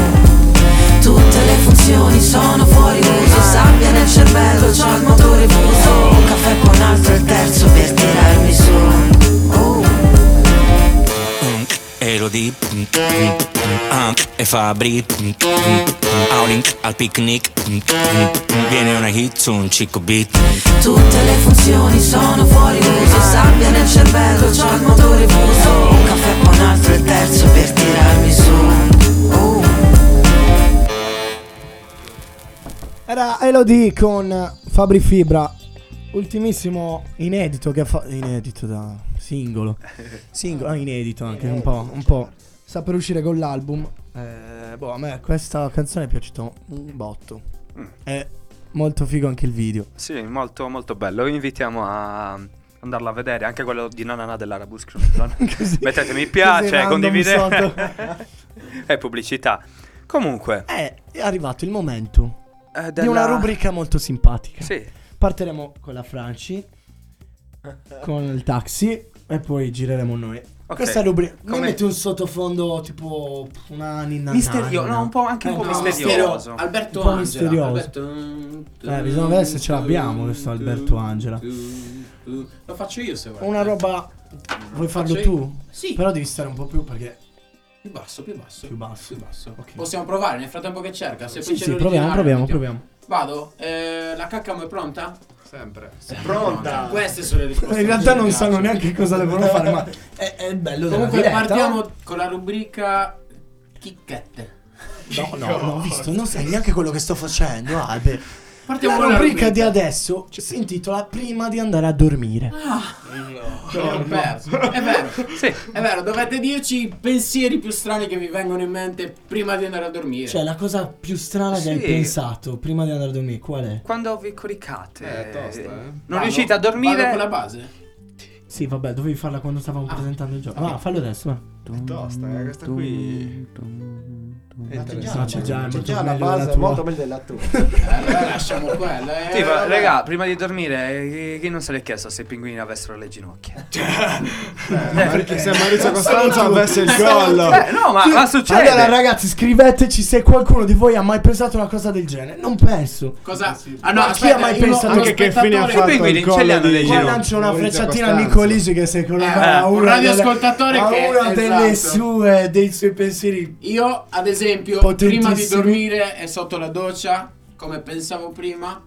Speaker 23: Tutte le funzioni sono fuori uso Sabbia nel cervello, c'ho il motore fuso Un caffè con un altro e il terzo per tirarmi su Oh.
Speaker 1: Elodie pum, pum, pum, Hank e Fabri pum, pum, A un link al picnic pum, pum, pum. Viene una hit su un cicco beat
Speaker 23: Tutte le funzioni sono fuori uso Sabbia nel cervello, c'ho il motore fuso Un caffè con un altro e il terzo per tirarmi su Oh.
Speaker 3: Era Elodie con Fabri Fibra, ultimissimo inedito che ha fatto. Inedito da singolo. Singolo, ah, inedito anche un po', un po'. Sta per uscire con l'album. Eh, boh, a me questa canzone è piaciuta un botto.
Speaker 4: Mm.
Speaker 3: È molto figo anche il video.
Speaker 4: Sì, molto molto bello. Vi invitiamo a andarla a vedere, anche quello di Nanana dell'Arabus Chronicle. Mettete mi
Speaker 3: così
Speaker 4: piace,
Speaker 3: random
Speaker 4: condividete.
Speaker 3: sotto.
Speaker 4: È pubblicità. Comunque,
Speaker 3: Eh, è arrivato il momento di
Speaker 4: Eh, della-
Speaker 3: una rubrica molto simpatica.
Speaker 4: Sì.
Speaker 3: Partiremo con la Franci, con il taxi e poi gireremo noi.
Speaker 4: Ok.
Speaker 3: Questa rubrica.
Speaker 18: Mi metti un sottofondo tipo una ninna
Speaker 3: Misterio-
Speaker 18: nanna.
Speaker 3: no, un po' anche
Speaker 18: Eh,
Speaker 3: un po' misterioso.
Speaker 5: Alberto
Speaker 3: Un po'
Speaker 5: Angela,
Speaker 3: misterioso.
Speaker 5: Alberto-
Speaker 3: Eh, bisogna vedere se ce l'abbiamo questo Alberto Angela.
Speaker 5: Lo faccio io se vuoi.
Speaker 3: Una roba. Vuoi farlo
Speaker 5: Faccio io?
Speaker 3: tu?
Speaker 5: Sì.
Speaker 3: Però devi stare un po' più perché.
Speaker 5: Più basso, più basso.
Speaker 3: Più basso.
Speaker 5: Possiamo provare nel frattempo che cerca. Se
Speaker 3: Sì,
Speaker 5: poi c'è
Speaker 3: sì, proviamo,
Speaker 5: l'originale,
Speaker 3: proviamo,
Speaker 5: mettiamo.
Speaker 3: proviamo.
Speaker 5: Vado, eh, la cacamo è pronta? Sempre.
Speaker 18: Pronta.
Speaker 5: Queste sono le risposte.
Speaker 3: In realtà non sanno neanche cosa devono fare, ma è, è il bello della
Speaker 5: Comunque
Speaker 3: diretta.
Speaker 5: partiamo con la rubrica chicchette.
Speaker 18: No, no, no, ho visto, non sai neanche quello che sto facendo, Albe.
Speaker 5: Partiamo
Speaker 3: con
Speaker 18: la
Speaker 3: la
Speaker 18: rubrica Cioè,
Speaker 3: rubrica.
Speaker 18: di adesso si intitola Prima di andare a dormire.
Speaker 5: No, è vero, è vero, è vero, dovete dirci i pensieri più strani che vi vengono in mente prima di andare a dormire.
Speaker 18: Cioè, la cosa più strana che hai
Speaker 4: Sì.
Speaker 18: pensato prima di andare a dormire, qual è?
Speaker 4: quando vi coricate,
Speaker 5: Eh,
Speaker 4: non
Speaker 5: Vado-
Speaker 4: riuscite a dormire
Speaker 5: vado con la base?
Speaker 18: Sì, vabbè, dovevi farla quando stavamo
Speaker 3: Ah.
Speaker 18: presentando il gioco. Ma fallo adesso, va.
Speaker 11: È tosta, eh, questa qui. È
Speaker 18: No, c'è già, è
Speaker 11: C'è
Speaker 18: molto
Speaker 11: già la
Speaker 18: meglio
Speaker 11: base,
Speaker 18: della tua.
Speaker 11: molto meglio della tua. Allora
Speaker 5: Eh, lasciamo quella, eh.
Speaker 4: Tipo,
Speaker 5: vabbè.
Speaker 4: raga, prima di dormire, chi, chi non se l'è chiesto se i pinguini avessero le ginocchia?
Speaker 11: Eh, Cioè, perché se Maurizio Costanzo avesse il collo.
Speaker 4: Eh, no, ma,
Speaker 3: Sì.
Speaker 4: ma succede.
Speaker 3: Allora, ragazzi, scriveteci se qualcuno di voi ha mai pensato una cosa del genere. Non penso.
Speaker 5: Cosa?
Speaker 3: Ah, no, chi ha mai pensato Qua lancio una frecciatina a Nicolisi che secondo me
Speaker 5: Eh,
Speaker 3: ha
Speaker 5: un
Speaker 3: una
Speaker 5: radioascoltatore
Speaker 3: delle, ha
Speaker 5: che-
Speaker 3: una delle
Speaker 5: esatto.
Speaker 3: sue dei suoi pensieri.
Speaker 5: Io, ad esempio,
Speaker 3: Potentissimi.
Speaker 5: prima di dormire e sotto la doccia, come pensavo prima,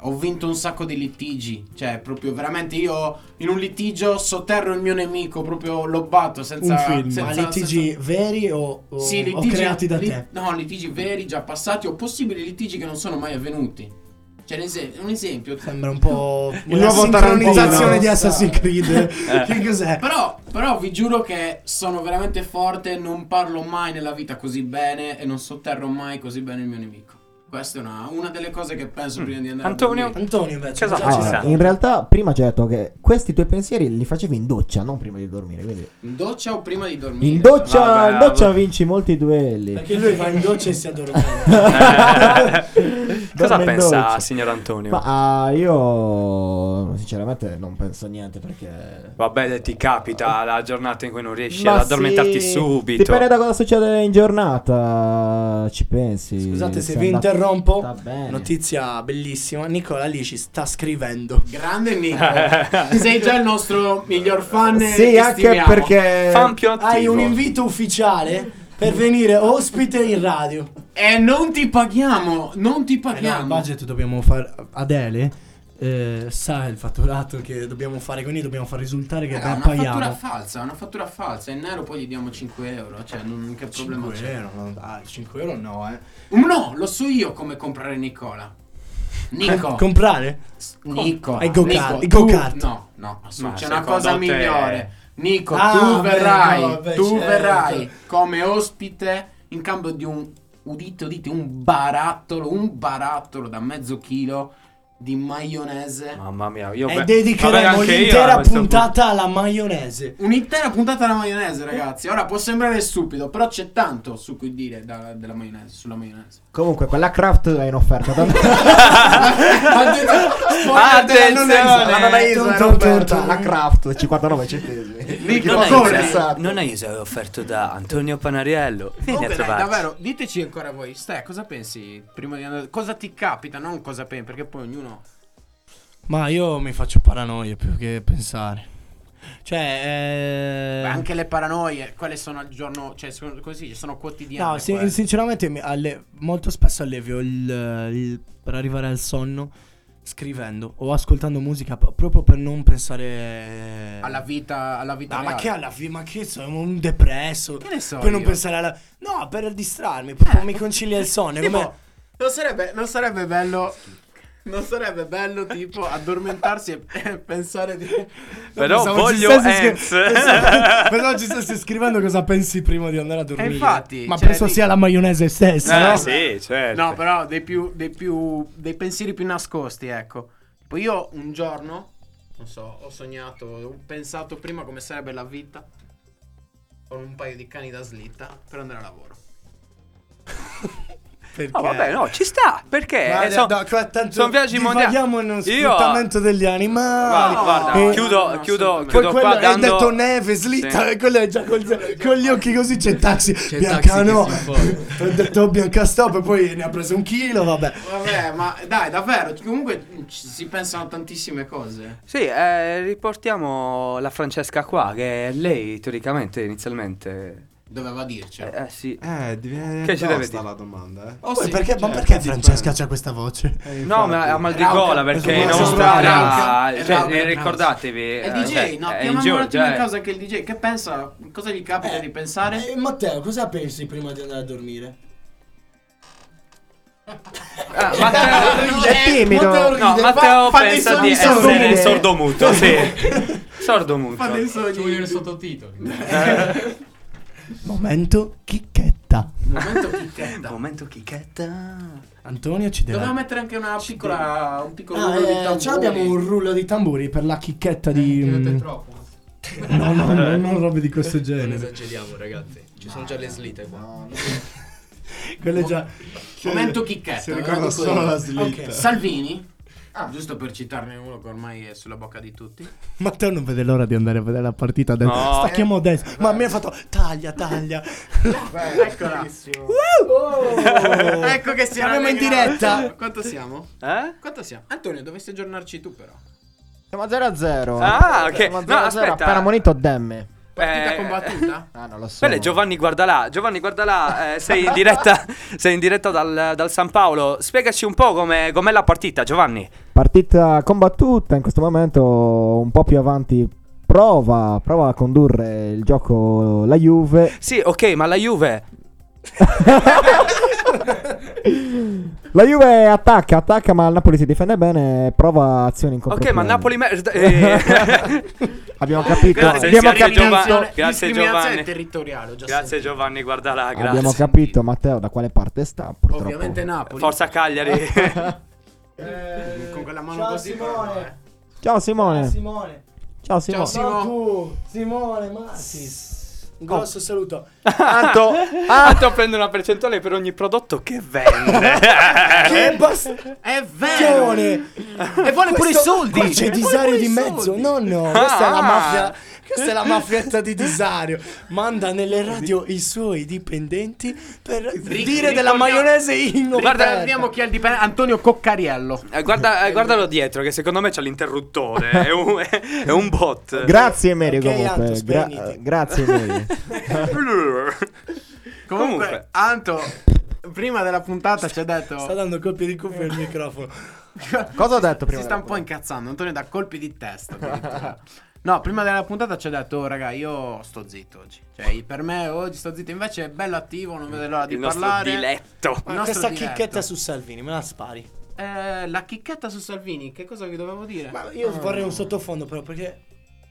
Speaker 5: ho vinto un sacco di litigi. Cioè, proprio veramente io in un litigio sotterro il mio nemico, proprio lo batto senza...
Speaker 18: Un film.
Speaker 5: senza-
Speaker 18: Ma litigi veri o, o-
Speaker 5: Sì,
Speaker 18: o
Speaker 5: litigi,
Speaker 18: creati da
Speaker 5: li-
Speaker 18: te?
Speaker 5: No, litigi veri già passati o possibili litigi che non sono mai avvenuti. Cioè, un ese- un esempio.
Speaker 3: Sembra un po'
Speaker 5: Il
Speaker 3: una
Speaker 5: nuovo
Speaker 3: sincronizzazione
Speaker 5: Tarantino.
Speaker 3: di Assassin's Creed.
Speaker 5: Eh.
Speaker 3: che cos'è?
Speaker 5: Però, però vi giuro che sono veramente forte, non parlo mai nella vita così bene e non sotterro mai così bene il mio nemico. Questa è una, una delle cose che penso prima di andare
Speaker 4: Antonio?
Speaker 5: a dormire.
Speaker 18: Antonio invece.
Speaker 5: Cosa
Speaker 6: Allora, Ah, in realtà prima ci hai detto che questi tuoi pensieri li facevi in doccia, non prima di dormire. Quindi
Speaker 5: In doccia o prima di dormire?
Speaker 6: in doccia,
Speaker 5: Vabbè,
Speaker 6: in doccia
Speaker 5: vabbè.
Speaker 6: vinci molti duelli.
Speaker 18: Perché lui va in doccia e si addormenta.
Speaker 4: Eh, cosa
Speaker 6: Dorme in
Speaker 4: pensa,
Speaker 6: doccia.
Speaker 4: signor Antonio?
Speaker 6: Ma ah, io sinceramente non penso niente perché
Speaker 4: Vabbè, ti capita la giornata in cui non riesci
Speaker 6: Ma
Speaker 4: ad addormentarti
Speaker 6: sì,
Speaker 4: subito.
Speaker 6: Dipende da cosa succede in giornata, ci pensi.
Speaker 3: Scusate se
Speaker 6: è
Speaker 3: vi
Speaker 6: andata-
Speaker 3: interrompo. Notizia bellissima. Nicola lì ci sta scrivendo.
Speaker 5: Grande Nico, sei già il nostro miglior fan. e
Speaker 3: Sì,
Speaker 5: ti
Speaker 3: anche
Speaker 5: stimiamo.
Speaker 3: perché hai un invito ufficiale per venire ospite in radio.
Speaker 5: E Eh, non ti paghiamo, non ti paghiamo.
Speaker 3: il budget dobbiamo fare Adele eh, sa il fatturato che dobbiamo fare, quindi dobbiamo far risultare che
Speaker 5: Raga,
Speaker 3: la
Speaker 5: Eh, una fattura
Speaker 3: paghiamo.
Speaker 5: falsa, una fattura falsa. In nero poi gli diamo 5 euro. Cioè, non, che problema
Speaker 3: 5
Speaker 5: c'è?
Speaker 3: euro, no, dai, 5 euro no, eh.
Speaker 5: Mm, No, lo so io come comprare Nicola. Nico.
Speaker 3: Eh, comprare?
Speaker 5: Nico.
Speaker 3: Ai go-kart, ai
Speaker 5: tu-
Speaker 3: go-kart.
Speaker 5: No, no, assolutamente. c'è una
Speaker 3: Ah, secondo
Speaker 5: cosa
Speaker 3: te-
Speaker 5: migliore. Nico,
Speaker 3: Ah,
Speaker 5: tu
Speaker 3: beh,
Speaker 5: verrai,
Speaker 3: no, beh,
Speaker 5: tu
Speaker 3: certo.
Speaker 5: verrai come ospite in cambio di un udite, udite, un barattolo, un barattolo da mezzo chilo di maionese.
Speaker 25: Mamma mia, io
Speaker 3: E dedicheremo l'intera puntata alla maionese.
Speaker 5: Un'intera puntata alla maionese, ragazzi. Ora può sembrare stupido, però c'è tanto su cui dire da- della maionese, sulla maionese.
Speaker 6: Comunque, quella craft è in offerta. tanto-
Speaker 4: Ah,
Speaker 5: Attenzione!
Speaker 6: La nonna Isa, Roberta, la craft 59 centesimi.
Speaker 4: Non
Speaker 6: Come?
Speaker 4: è Isa- non è Isa, è offerto da Antonio Panariello. Vieni a
Speaker 5: Comunque, dai,
Speaker 4: trovarci.
Speaker 5: davvero, diteci ancora voi, Ste, cosa pensi prima di andare? Cosa ti capita, non cosa pensi, perché poi ognuno.
Speaker 3: Ma io mi faccio paranoia più che pensare. Cioè, eh,
Speaker 5: Beh, anche le paranoie, quelle sono al giorno, cioè sono così, sono quotidiane.
Speaker 3: No, si-
Speaker 5: quelle.
Speaker 3: sinceramente mi alle- molto spesso allevio il, il- per arrivare al sonno scrivendo o ascoltando musica p- proprio per non pensare
Speaker 5: alla vita, alla vita
Speaker 3: No, ma
Speaker 5: reale.
Speaker 3: che alla fine, ma che sono un depresso?
Speaker 5: Che ne so
Speaker 3: Per non
Speaker 5: io?
Speaker 3: pensare alla No, per distrarmi, proprio mi concilia il sonno, è
Speaker 5: Eh. Tipo,
Speaker 3: come
Speaker 5: non sarebbe, non sarebbe bello. Non sarebbe bello, tipo, addormentarsi e e pensare di.
Speaker 25: Però
Speaker 3: Pensavo ci
Speaker 25: voglio
Speaker 3: stessi
Speaker 25: Hans.
Speaker 3: scri- pensavo- Pensavo ci stessi scrivendo cosa pensi prima di andare a dormire.
Speaker 5: infatti,
Speaker 3: ma
Speaker 5: cioè,
Speaker 3: penso
Speaker 5: dico-
Speaker 3: sia la maionese
Speaker 4: Eh,
Speaker 3: stessa, Eh, no?
Speaker 25: certo.
Speaker 5: No, però dei, più, dei, più, dei pensieri più nascosti, ecco. Poi io un giorno, non so, ho sognato, ho pensato prima come sarebbe la vita con un paio di cani da slitta per andare a lavoro.
Speaker 3: Perché?
Speaker 4: No, vabbè, no, ci sta. Perché
Speaker 3: Ma
Speaker 4: eh, son-
Speaker 3: no, qua tanto
Speaker 4: son viaggi mondiali.
Speaker 3: divaghiamo in uno
Speaker 4: Io-
Speaker 3: sfruttamento degli animali.
Speaker 4: Guarda, guarda,
Speaker 3: Eh,
Speaker 4: chiudo, chiudo,
Speaker 3: Poi
Speaker 4: chiudo
Speaker 3: quello
Speaker 4: qua
Speaker 3: hai
Speaker 4: dando...
Speaker 3: detto neve, slitta,
Speaker 4: Sì.
Speaker 3: e quello è già col- con gli occhi così c'è taxi.
Speaker 26: C'è
Speaker 3: Bianca
Speaker 26: Taxi che
Speaker 3: no.
Speaker 26: si
Speaker 3: Ho detto "Oh, Bianca stop e poi ne ha preso un chilo, vabbè.
Speaker 5: Vabbè, ma dai, davvero, comunque ci- si pensano tantissime cose.
Speaker 4: Sì, eh, riportiamo la Francesca qua, che lei teoricamente inizialmente...
Speaker 5: Doveva dirci.
Speaker 4: Eh, eh, sì.
Speaker 12: Eh, diventa
Speaker 4: Che ci deve
Speaker 12: tosta
Speaker 4: dire?
Speaker 12: la domanda, eh.
Speaker 3: Poi perché, ma perché Francesca c'ha questa voce?
Speaker 4: No, ma ha mal di gola perché in Australia, cioè, eh, ricordatevi,
Speaker 5: È
Speaker 4: eh,
Speaker 5: il DJ,
Speaker 4: cioè,
Speaker 5: no,
Speaker 4: è in
Speaker 5: chiamiamo un
Speaker 4: Georgia,
Speaker 5: attimo in
Speaker 4: eh.
Speaker 5: causa che il DJ, che pensa, cosa gli capita di pensare?
Speaker 3: Eh,
Speaker 26: E Matteo, cosa pensi prima di andare a dormire?
Speaker 4: Ah, Matteo
Speaker 26: È timido.
Speaker 4: No,
Speaker 26: ride,
Speaker 4: Matteo
Speaker 26: fa- fa dei
Speaker 4: pensa
Speaker 26: sogni
Speaker 4: di essere
Speaker 26: sordomuti.
Speaker 4: sordomuto, sì. Sordomuto.
Speaker 5: Ci vogliono i
Speaker 4: sottotitoli. Eh.
Speaker 3: Momento chicchetta.
Speaker 5: Momento chicchetta.
Speaker 4: Momento chicchetta.
Speaker 3: Antonio ci deve.
Speaker 5: Doveva mettere anche una piccola, un piccolo
Speaker 26: Ah,
Speaker 5: numero di
Speaker 26: eh,
Speaker 5: tamburi.
Speaker 3: Ce l'abbiamo un rullo di tamburi per la Eh, chicchetta di. mm, No, no, no,
Speaker 12: Eh.
Speaker 3: non robe di questo genere.
Speaker 27: esageriamo, ragazzi. Ci sono già le slite qua.
Speaker 3: Quello è già.
Speaker 5: Momento chicchetta.
Speaker 12: Si ricorda
Speaker 5: guarda
Speaker 12: solo
Speaker 5: quello.
Speaker 12: la slitta.
Speaker 5: Ok, Salvini. Ah, Giusto per citarne uno che ormai è sulla bocca di tutti.
Speaker 3: Matteo non vede l'ora di andare a vedere la partita del.
Speaker 5: No.
Speaker 3: Stacchiamo adesso. Ma mi ha fatto. Taglia, taglia.
Speaker 5: Eccola. ecco che siamo
Speaker 3: Siamo in
Speaker 5: allegati.
Speaker 3: diretta.
Speaker 5: Quanto siamo?
Speaker 4: Eh?
Speaker 5: Quanto siamo? Antonio, dovresti aggiornarci tu però.
Speaker 6: Siamo a 0 a 0.
Speaker 4: Ah, ok.
Speaker 6: Siamo a
Speaker 4: No,
Speaker 6: 0 a 0.
Speaker 4: aspetta.
Speaker 6: Appena monito, demme.
Speaker 4: Partita
Speaker 5: combattuta?
Speaker 6: Ah, non lo so.
Speaker 4: Bene, Eh, Giovanni, guarda là. Giovanni, guarda là. eh, sei in diretta, sei in diretta dal, dal San Paolo. Spiegaci un po' come- com'è la partita, Giovanni.
Speaker 6: Partita combattuta in questo momento un po' più avanti prova, prova a condurre il gioco la Juve.
Speaker 4: Sì, ok, ma la Juve.
Speaker 6: La Juve attacca, attacca, ma il Napoli si difende bene, prova azioni in
Speaker 4: Ok, ma
Speaker 6: contropiede.
Speaker 4: Napoli. mer- eh,
Speaker 6: Abbiamo capito,
Speaker 4: Grazie,
Speaker 6: abbiamo
Speaker 4: signori
Speaker 6: capito,
Speaker 4: Giovanni. Grazie,
Speaker 5: Discriminazione
Speaker 4: Giovanni.
Speaker 5: territoriale, ho già
Speaker 4: Grazie, Giovanni, guarda là. Grazie.
Speaker 6: abbiamo capito Matteo da quale parte sta. Purtroppo.
Speaker 5: Ovviamente Napoli. Eh,
Speaker 4: Forza Cagliari.
Speaker 3: Eh,
Speaker 5: Con quella mano
Speaker 3: Ciao,
Speaker 5: così.
Speaker 3: Simone.
Speaker 6: Ciao Simone.
Speaker 3: Simone.
Speaker 6: Ciao Simone.
Speaker 3: No, tu, Simone Massis. Un grosso saluto.
Speaker 4: Tanto,
Speaker 3: Ah.
Speaker 4: prende una percentuale per ogni prodotto che vende.
Speaker 3: Che bastone!
Speaker 5: È vero.
Speaker 3: E
Speaker 5: vuole pure i soldi.
Speaker 3: Qua c'è
Speaker 5: E vuole
Speaker 3: Disario
Speaker 5: pure
Speaker 3: di
Speaker 5: i
Speaker 3: mezzo.
Speaker 5: soldi.
Speaker 3: No, no, questa è la
Speaker 5: Ah.
Speaker 3: mafia. Questa è la mafietta di Disario. Manda nelle radio i suoi dipendenti per dire della maionese in
Speaker 5: Guarda,
Speaker 3: offerta.
Speaker 5: abbiamo chi è il dipendente. Antonio Coccariello.
Speaker 4: Eh, guarda- eh, guardalo dietro, che secondo me c'ha l'interruttore. È un, è un bot.
Speaker 6: Grazie Emery
Speaker 4: Ok,
Speaker 6: comunque.
Speaker 4: Anto,
Speaker 6: Gra-
Speaker 4: spegniti.
Speaker 6: grazie Emery.
Speaker 5: Comunque, Anto, prima della puntata ci ha detto.
Speaker 3: Sta dando colpi di cuffia
Speaker 5: Eh.
Speaker 3: al microfono.
Speaker 6: Cosa ho detto prima?
Speaker 5: Si sta un po' incazzando, Antonio da colpi di testa. addirittura. No, prima della puntata ci ha detto, "Oh, raga, io sto zitto oggi. Cioè, per me oggi sto zitto, invece è bello attivo, non vedo l'ora di
Speaker 4: Il nostro
Speaker 5: parlare.
Speaker 4: diletto.
Speaker 5: Il
Speaker 3: Ma
Speaker 5: nostro
Speaker 3: questa
Speaker 5: diletto.
Speaker 3: chicchetta su Salvini, me la spari.
Speaker 5: Eh, la chicchetta su Salvini, che cosa vi dovevo dire?
Speaker 3: Io vorrei un sottofondo però perché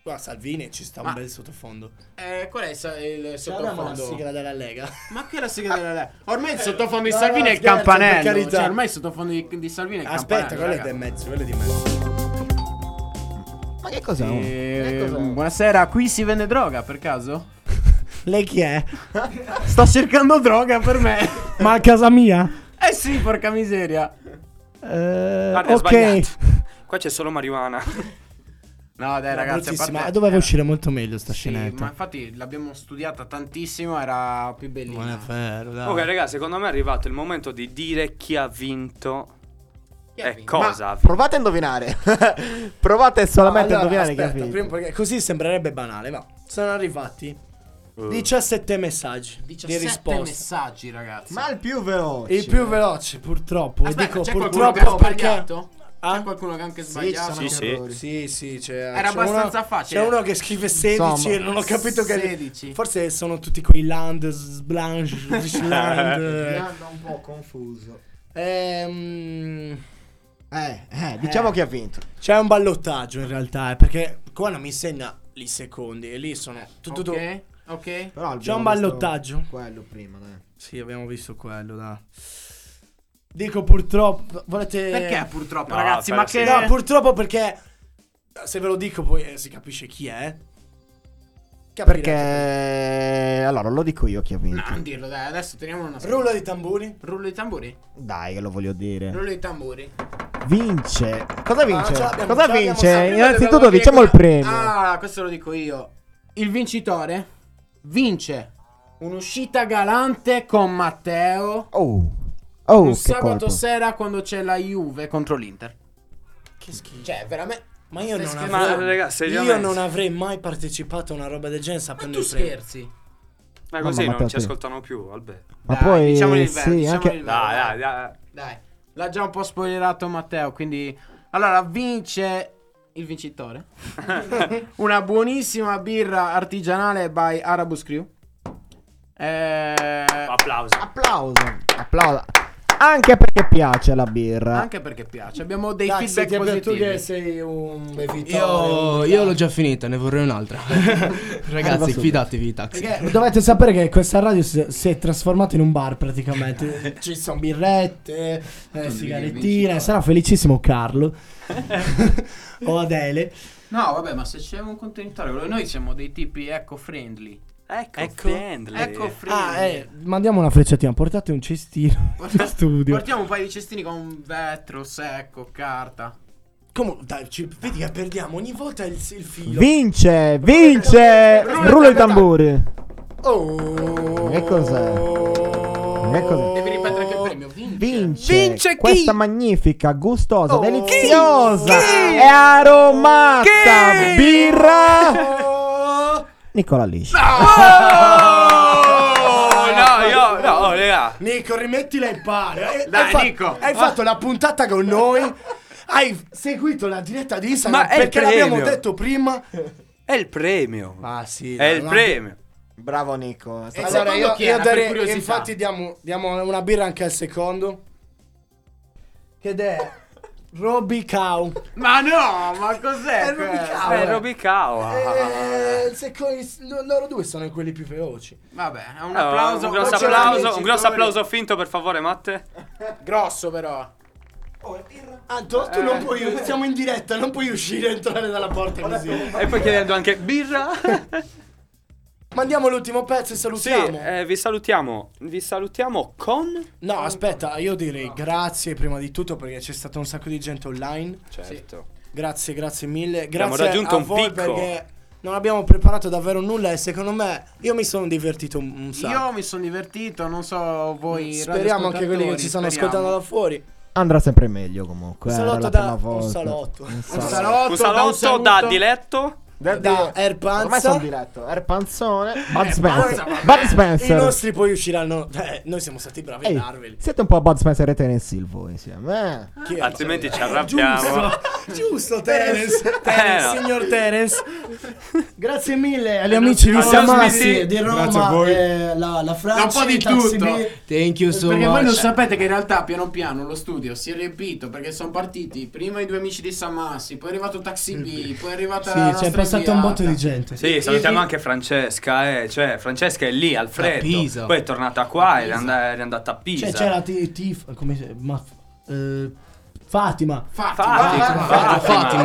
Speaker 3: Guarda, Salvini ci
Speaker 5: Ah.
Speaker 3: sta un bel sottofondo.
Speaker 5: Eh, qual è il, sa- il
Speaker 3: abbiamo la
Speaker 5: sottofondo?
Speaker 3: sigla della Lega. Eh,
Speaker 5: Ma che è la sigla della Lega? Ormai il sottofondo di
Speaker 3: No, no,
Speaker 5: Salvini è il
Speaker 3: scherzo, per
Speaker 5: campanello.
Speaker 3: carità.
Speaker 5: Cioè, ormai il sottofondo di, di Salvini è il
Speaker 3: Aspetta, quello
Speaker 5: campanello.
Speaker 3: è di mezzo, quello è di mezzo.
Speaker 6: Ma che cos'è?
Speaker 5: Eh, buonasera, qui si vende droga per caso?
Speaker 3: Lei chi è?
Speaker 5: Sto cercando droga per me.
Speaker 3: Ma a casa mia?
Speaker 5: Eh sì, porca miseria.
Speaker 7: Guarda,
Speaker 3: Eh, ok.
Speaker 7: sbagliato. Qua c'è solo marijuana.
Speaker 5: No, dai, ragazzi, a
Speaker 3: Bruttissima, Eh,
Speaker 5: parte...
Speaker 3: doveva uscire molto meglio sta
Speaker 5: Sì, ma
Speaker 3: scenetta.
Speaker 5: infatti l'abbiamo studiata tantissimo, era più bellina.
Speaker 3: Non è vero, dai.
Speaker 7: Ok, raga, secondo me è arrivato il momento di dire chi ha vinto. e cosa? ha
Speaker 6: Ma
Speaker 7: vinto.
Speaker 6: provate a indovinare. provate solamente
Speaker 3: Allora,
Speaker 6: a indovinare che ha
Speaker 3: aspetta,
Speaker 6: finito.
Speaker 3: prima perché così sembrerebbe banale, ma sono arrivati 17 Uh. messaggi
Speaker 5: 17
Speaker 3: di risposta.
Speaker 5: messaggi, ragazzi.
Speaker 6: Ma il più veloce.
Speaker 3: Il più veloce, purtroppo.
Speaker 5: Aspetta,
Speaker 3: e dico
Speaker 5: c'è qualcuno che ha
Speaker 3: purtroppo perché Ah?
Speaker 5: sbagliato? C'è qualcuno che ha anche sbagliato?
Speaker 3: Sì, sì, c'è-
Speaker 5: Era
Speaker 3: c'è
Speaker 5: abbastanza
Speaker 3: uno-
Speaker 5: facile.
Speaker 3: C'è uno che scrive 16
Speaker 5: Insomma,
Speaker 3: e non ho capito che
Speaker 5: 16.
Speaker 3: Forse sono tutti quei Land, Sblanche, Richland.
Speaker 6: Rimando un po' confuso.
Speaker 3: ehm
Speaker 6: Eh, eh, diciamo
Speaker 3: Eh.
Speaker 6: che ha vinto.
Speaker 3: C'è un ballottaggio in realtà, eh, perché qua non mi insegna i secondi e lì sono tutto tutto-
Speaker 5: Ok, ok.
Speaker 3: C'è un ballottaggio.
Speaker 6: Quello prima, dai.
Speaker 3: Sì, abbiamo visto quello, dai. Dico purtroppo, volete
Speaker 5: Perché purtroppo, No, ragazzi? Ma però che- sì.
Speaker 3: No, purtroppo perché se ve lo dico poi eh, si capisce chi è. Capirete.
Speaker 6: Perché allora lo dico io chi ha vinto.
Speaker 5: Non Ah, dirlo, dai, adesso teniamo una
Speaker 3: Rullo di tamburi.
Speaker 5: Rullo di tamburi.
Speaker 6: Dai, che lo voglio dire.
Speaker 5: Rullo di tamburi.
Speaker 6: Vince. Cosa vince?
Speaker 5: Ah, ce l'abbiamo,
Speaker 6: Cosa
Speaker 5: ce l'abbiamo,
Speaker 6: vince?
Speaker 5: sì. Prima
Speaker 6: Innanzitutto
Speaker 5: dobbiamo dire
Speaker 6: diciamo il
Speaker 5: cosa-
Speaker 6: premio.
Speaker 5: Ah, questo lo dico io. Il vincitore vince un'uscita galante con Matteo.
Speaker 6: Oh. Oh,
Speaker 5: un
Speaker 6: che
Speaker 5: sabato
Speaker 6: colpo.
Speaker 5: sera quando c'è la Juve contro l'Inter. Che schifo. Cioè, veramente.
Speaker 3: Ma io
Speaker 5: Stai
Speaker 3: non
Speaker 5: scherzando?
Speaker 3: avrei
Speaker 5: Ma, raga,
Speaker 3: Io
Speaker 5: seriamente.
Speaker 3: non avrei mai partecipato a una roba del genere sapendo
Speaker 5: tu
Speaker 3: il premio.
Speaker 5: scherzi.
Speaker 7: Ma
Speaker 6: Mamma,
Speaker 7: così
Speaker 6: Matteo,
Speaker 7: non ci
Speaker 6: sì.
Speaker 7: ascoltano più, Alberto.
Speaker 6: Ma poi
Speaker 5: diciamogli diciamo il
Speaker 6: sì,
Speaker 5: vero, diciamogli
Speaker 6: anche
Speaker 5: il vero,
Speaker 7: Dai, dai, dai.
Speaker 5: Dai. L'ha già un po' spoilerato Matteo, quindi allora vince il vincitore. Una buonissima birra artigianale by Arabus Crew. Eh,
Speaker 7: applauso.
Speaker 6: Applauso. Applauso. Anche perché piace la birra.
Speaker 5: Anche perché piace. Abbiamo dei
Speaker 3: Dai,
Speaker 5: feedback
Speaker 3: Silvia, tu
Speaker 5: positivi.
Speaker 3: che sei un bevitore.
Speaker 12: Io,
Speaker 3: un-
Speaker 12: io l'ho già finita, ne vorrei un'altra. Ragazzi, fidatevi, taxi.
Speaker 3: Perché Eh, dovete sapere che questa radio si si è trasformata in un bar praticamente. Ci sono birrette, eh, sigarettine. Sarà felicissimo Carlo o Adele.
Speaker 5: No, vabbè, ma se c'è un contenitore, noi siamo dei tipi eco-friendly.
Speaker 7: Ecco,
Speaker 3: friendly.
Speaker 5: Eco-friendly.
Speaker 3: Ah, eh, mandiamo una frecciatina. Portate un cestino in studio.
Speaker 5: Portiamo un paio di cestini con vetro, secco, carta.
Speaker 3: Comunque, dai, ci- vedi che perdiamo ogni volta il, il filo.
Speaker 6: Vince, vince.
Speaker 3: Rullo di
Speaker 6: Rullo di
Speaker 3: tamburi.
Speaker 6: tamburi.
Speaker 3: Oh.
Speaker 6: Che cos'è? Che cos'è?
Speaker 5: Devi ripetere anche il premio. Vince.
Speaker 6: Vince,
Speaker 5: Vince chi? Oh.
Speaker 6: questa magnifica, gustosa, deliziosa e aromata birra
Speaker 5: Oh.
Speaker 6: Nicola Lisci.
Speaker 7: no, io, no, oh, raga.
Speaker 3: Nico, rimettila in pari. Eh,
Speaker 7: Dai,
Speaker 3: hai fa-
Speaker 7: Nico.
Speaker 3: Hai fatto la puntata con noi. Hai seguito la diretta di Instagram
Speaker 7: Ma è il
Speaker 3: perché l'abbiamo
Speaker 7: premio.
Speaker 3: detto prima.
Speaker 7: È il premio.
Speaker 3: Ah, sì.
Speaker 7: È
Speaker 3: dai,
Speaker 7: il
Speaker 3: ma-
Speaker 7: premio.
Speaker 6: Bravo Nico.
Speaker 3: Allora, io, io darei- infatti diamo, diamo una birra anche al secondo. Ed è Roby Cow.
Speaker 5: Ma no, ma cos'è?
Speaker 3: È Roby
Speaker 5: questo?
Speaker 3: Cow.
Speaker 7: È Robicawa.
Speaker 3: Eh, il seco- il- lo- loro due sono quelli più veloci.
Speaker 5: Vabbè, è un
Speaker 7: Oh,
Speaker 5: applauso.
Speaker 7: un grosso
Speaker 5: Faccio
Speaker 7: applauso,
Speaker 5: amici,
Speaker 7: un grosso
Speaker 5: favore.
Speaker 7: applauso finto per favore, Matte.
Speaker 5: Grosso però.
Speaker 3: Anto, tu Ah, non
Speaker 7: Eh.
Speaker 3: puoi. Siamo in diretta, non puoi uscire e entrare dalla porta così.
Speaker 7: E poi chiedendo anche birra.
Speaker 3: Mandiamo l'ultimo pezzo e
Speaker 7: Sì,
Speaker 3: salutiamo.
Speaker 7: eh, vi salutiamo. Vi salutiamo con
Speaker 3: No, aspetta, io direi grazie prima di tutto perché c'è stato un sacco di gente online.
Speaker 7: Certo.
Speaker 3: Grazie, grazie mille.
Speaker 7: Abbiamo
Speaker 3: Grazie
Speaker 7: raggiunto
Speaker 3: a
Speaker 7: un
Speaker 3: voi
Speaker 7: picco.
Speaker 3: perché non abbiamo preparato davvero nulla e secondo me io mi sono divertito un, un sacco.
Speaker 5: Io mi sono divertito, non so voi.
Speaker 3: Speriamo anche quelli che ci stanno ascoltando da fuori.
Speaker 6: Andrà sempre meglio comunque.
Speaker 3: Un
Speaker 6: era
Speaker 3: salotto
Speaker 6: la
Speaker 3: da-
Speaker 6: prima
Speaker 3: un
Speaker 6: volta.
Speaker 3: salotto.
Speaker 6: Un
Speaker 7: un
Speaker 6: salotto.
Speaker 7: salotto,
Speaker 5: da un
Speaker 7: da,
Speaker 5: saluto.
Speaker 7: diletto.
Speaker 6: Da,
Speaker 3: da Erpanza.
Speaker 6: Ormai sono diretto. Erpanzone. Bud
Speaker 3: Panza,
Speaker 6: Spencer.
Speaker 3: vabbè.
Speaker 6: Bud Spencer.
Speaker 3: I nostri poi usciranno. Eh, noi siamo stati bravi a
Speaker 6: Ehi,
Speaker 3: darveli.
Speaker 6: siete un po' Bud Spencer e Terence Hill voi insieme. eh.
Speaker 3: Chi è?
Speaker 7: Altrimenti ci
Speaker 3: Eh,
Speaker 7: arrabbiamo.
Speaker 3: Giusto, giusto Terence.
Speaker 7: Eh, no.
Speaker 3: Terence, signor Terence. Grazie mille agli amici di
Speaker 18: non
Speaker 3: Samassi,
Speaker 18: smetti-
Speaker 3: di
Speaker 18: Grazie a
Speaker 3: Roma,
Speaker 18: voi.
Speaker 3: eh, la, la Francia,
Speaker 5: Da un po' di
Speaker 3: i taxi
Speaker 5: tutto.
Speaker 3: B.
Speaker 12: Thank you so
Speaker 5: perché voi
Speaker 12: much.
Speaker 5: non sapete che in realtà piano piano lo studio si è riempito perché sono partiti prima i due amici di Samassi, poi è arrivato Taxi B, poi è
Speaker 3: Sì,
Speaker 5: arrivata la
Speaker 3: c'è
Speaker 5: nostra
Speaker 3: passato passato un botto di gente.
Speaker 7: Sì, salutiamo anche Francesca. eh, Cioè, Francesca è lì al freddo.
Speaker 3: Pisa.
Speaker 7: Poi è tornata qua ed
Speaker 3: Pisa.
Speaker 7: è and- è andata a Pisa.
Speaker 3: Cioè, c'era ti- Tif, come si ma eh, Fatima.
Speaker 5: Fatima.
Speaker 7: Fatima, Fatima, Fatima,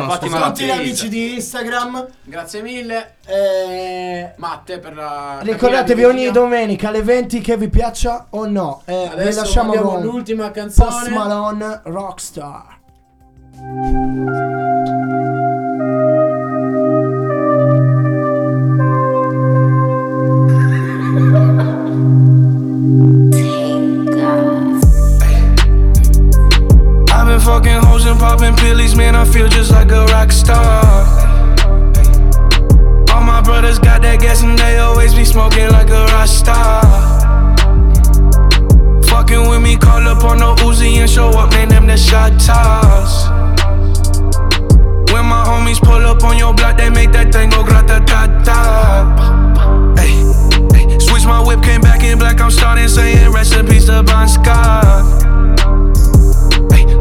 Speaker 7: Fatima.
Speaker 3: Tutti gli
Speaker 7: Fatima.
Speaker 3: amici di Instagram. Eh,
Speaker 5: Grazie mille. Matte per la.
Speaker 3: Ricordatevi
Speaker 5: cartina di
Speaker 3: ogni
Speaker 5: video.
Speaker 3: domenica alle 20 che vi piaccia o no. E vi
Speaker 5: Adesso
Speaker 3: lasciamo
Speaker 5: mandiamo
Speaker 3: con
Speaker 5: l'ultima canzone.
Speaker 3: Post Malone Rockstar.
Speaker 17: I've been fucking hoes and popping pillies, man. I feel just like a rock star. All my brothers got that gas and they always be smoking like a rock star. Fucking with me, call up on the Uzi and show up, man. Them the shot toss. When my homies pull up on your block, they make that thing go grata ta ta. Switch my whip, came back in black. I'm starting saying rest in peace to Bon Scott.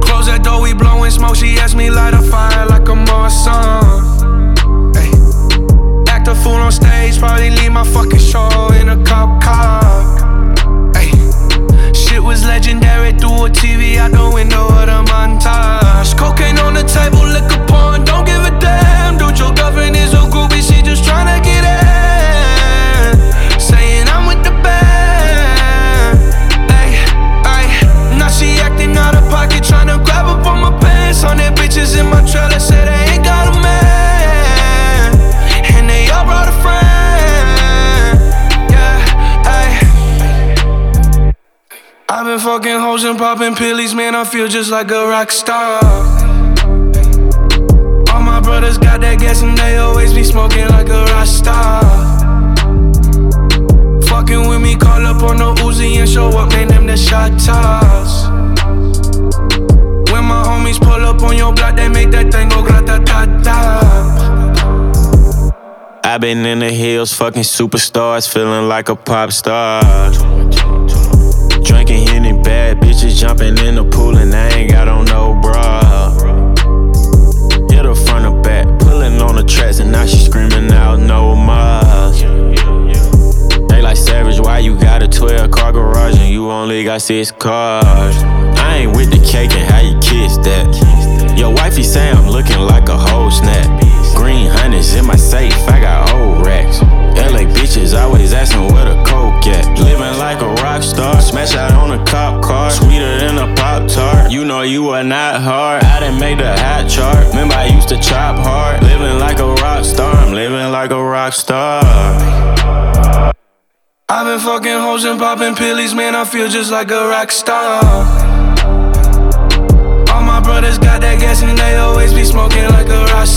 Speaker 17: Close that door, we blowing smoke. She asked me light a fire like I'm on sun. Ay, Act a fool on stage, probably leave my fucking show in a cop car. Ay, Shit was legendary through a TV out the window of the montage. Cocaine on the table, liquor porn, don't give a damn. Dude, your girlfriend is a groupie, she just tryna get in. Saying I'm with the band. Ay, ay, now she acting out of pocket, tryna grab up on my pants. On that bitches in my trailer, said I ain't got a man. And they all brought a friend. Yeah, ay. I've been fucking hoes and popping pillies, man. I feel just like a rock star. All my brothers got that gas and they always be smoking like a rock star. Fucking with me, call up on the Uzi and show up, man. Them the shot toss. When my homies pull up on your block, they make that thing go grata ta ta.
Speaker 14: I've been in the hills, fucking superstars, feeling like a pop star. Drinking any bad bitches, jumping in the pool, and I ain't got on no bra. Hit her front or back, pulling on the tracks, and now she screaming out no more. They like savage, why you got a 12 car garage and you only got six cars? I ain't with the cake and how you kiss that. Your wifey say I'm looking like a whole snap. Green hundreds in my safe, I got old racks. LA bitches always asking where the coke at. Living like a rock star, smash out on a cop car, sweeter than a pop tart. You know you are not hard. I didn't make the hot chart. Remember I used to chop hard. Living like a rock star, I'm living like a rock star.
Speaker 17: I've been fucking hoes and popping pillies, man. I feel just like a rock star. All my brothers got that gas and they always be smoking like a rock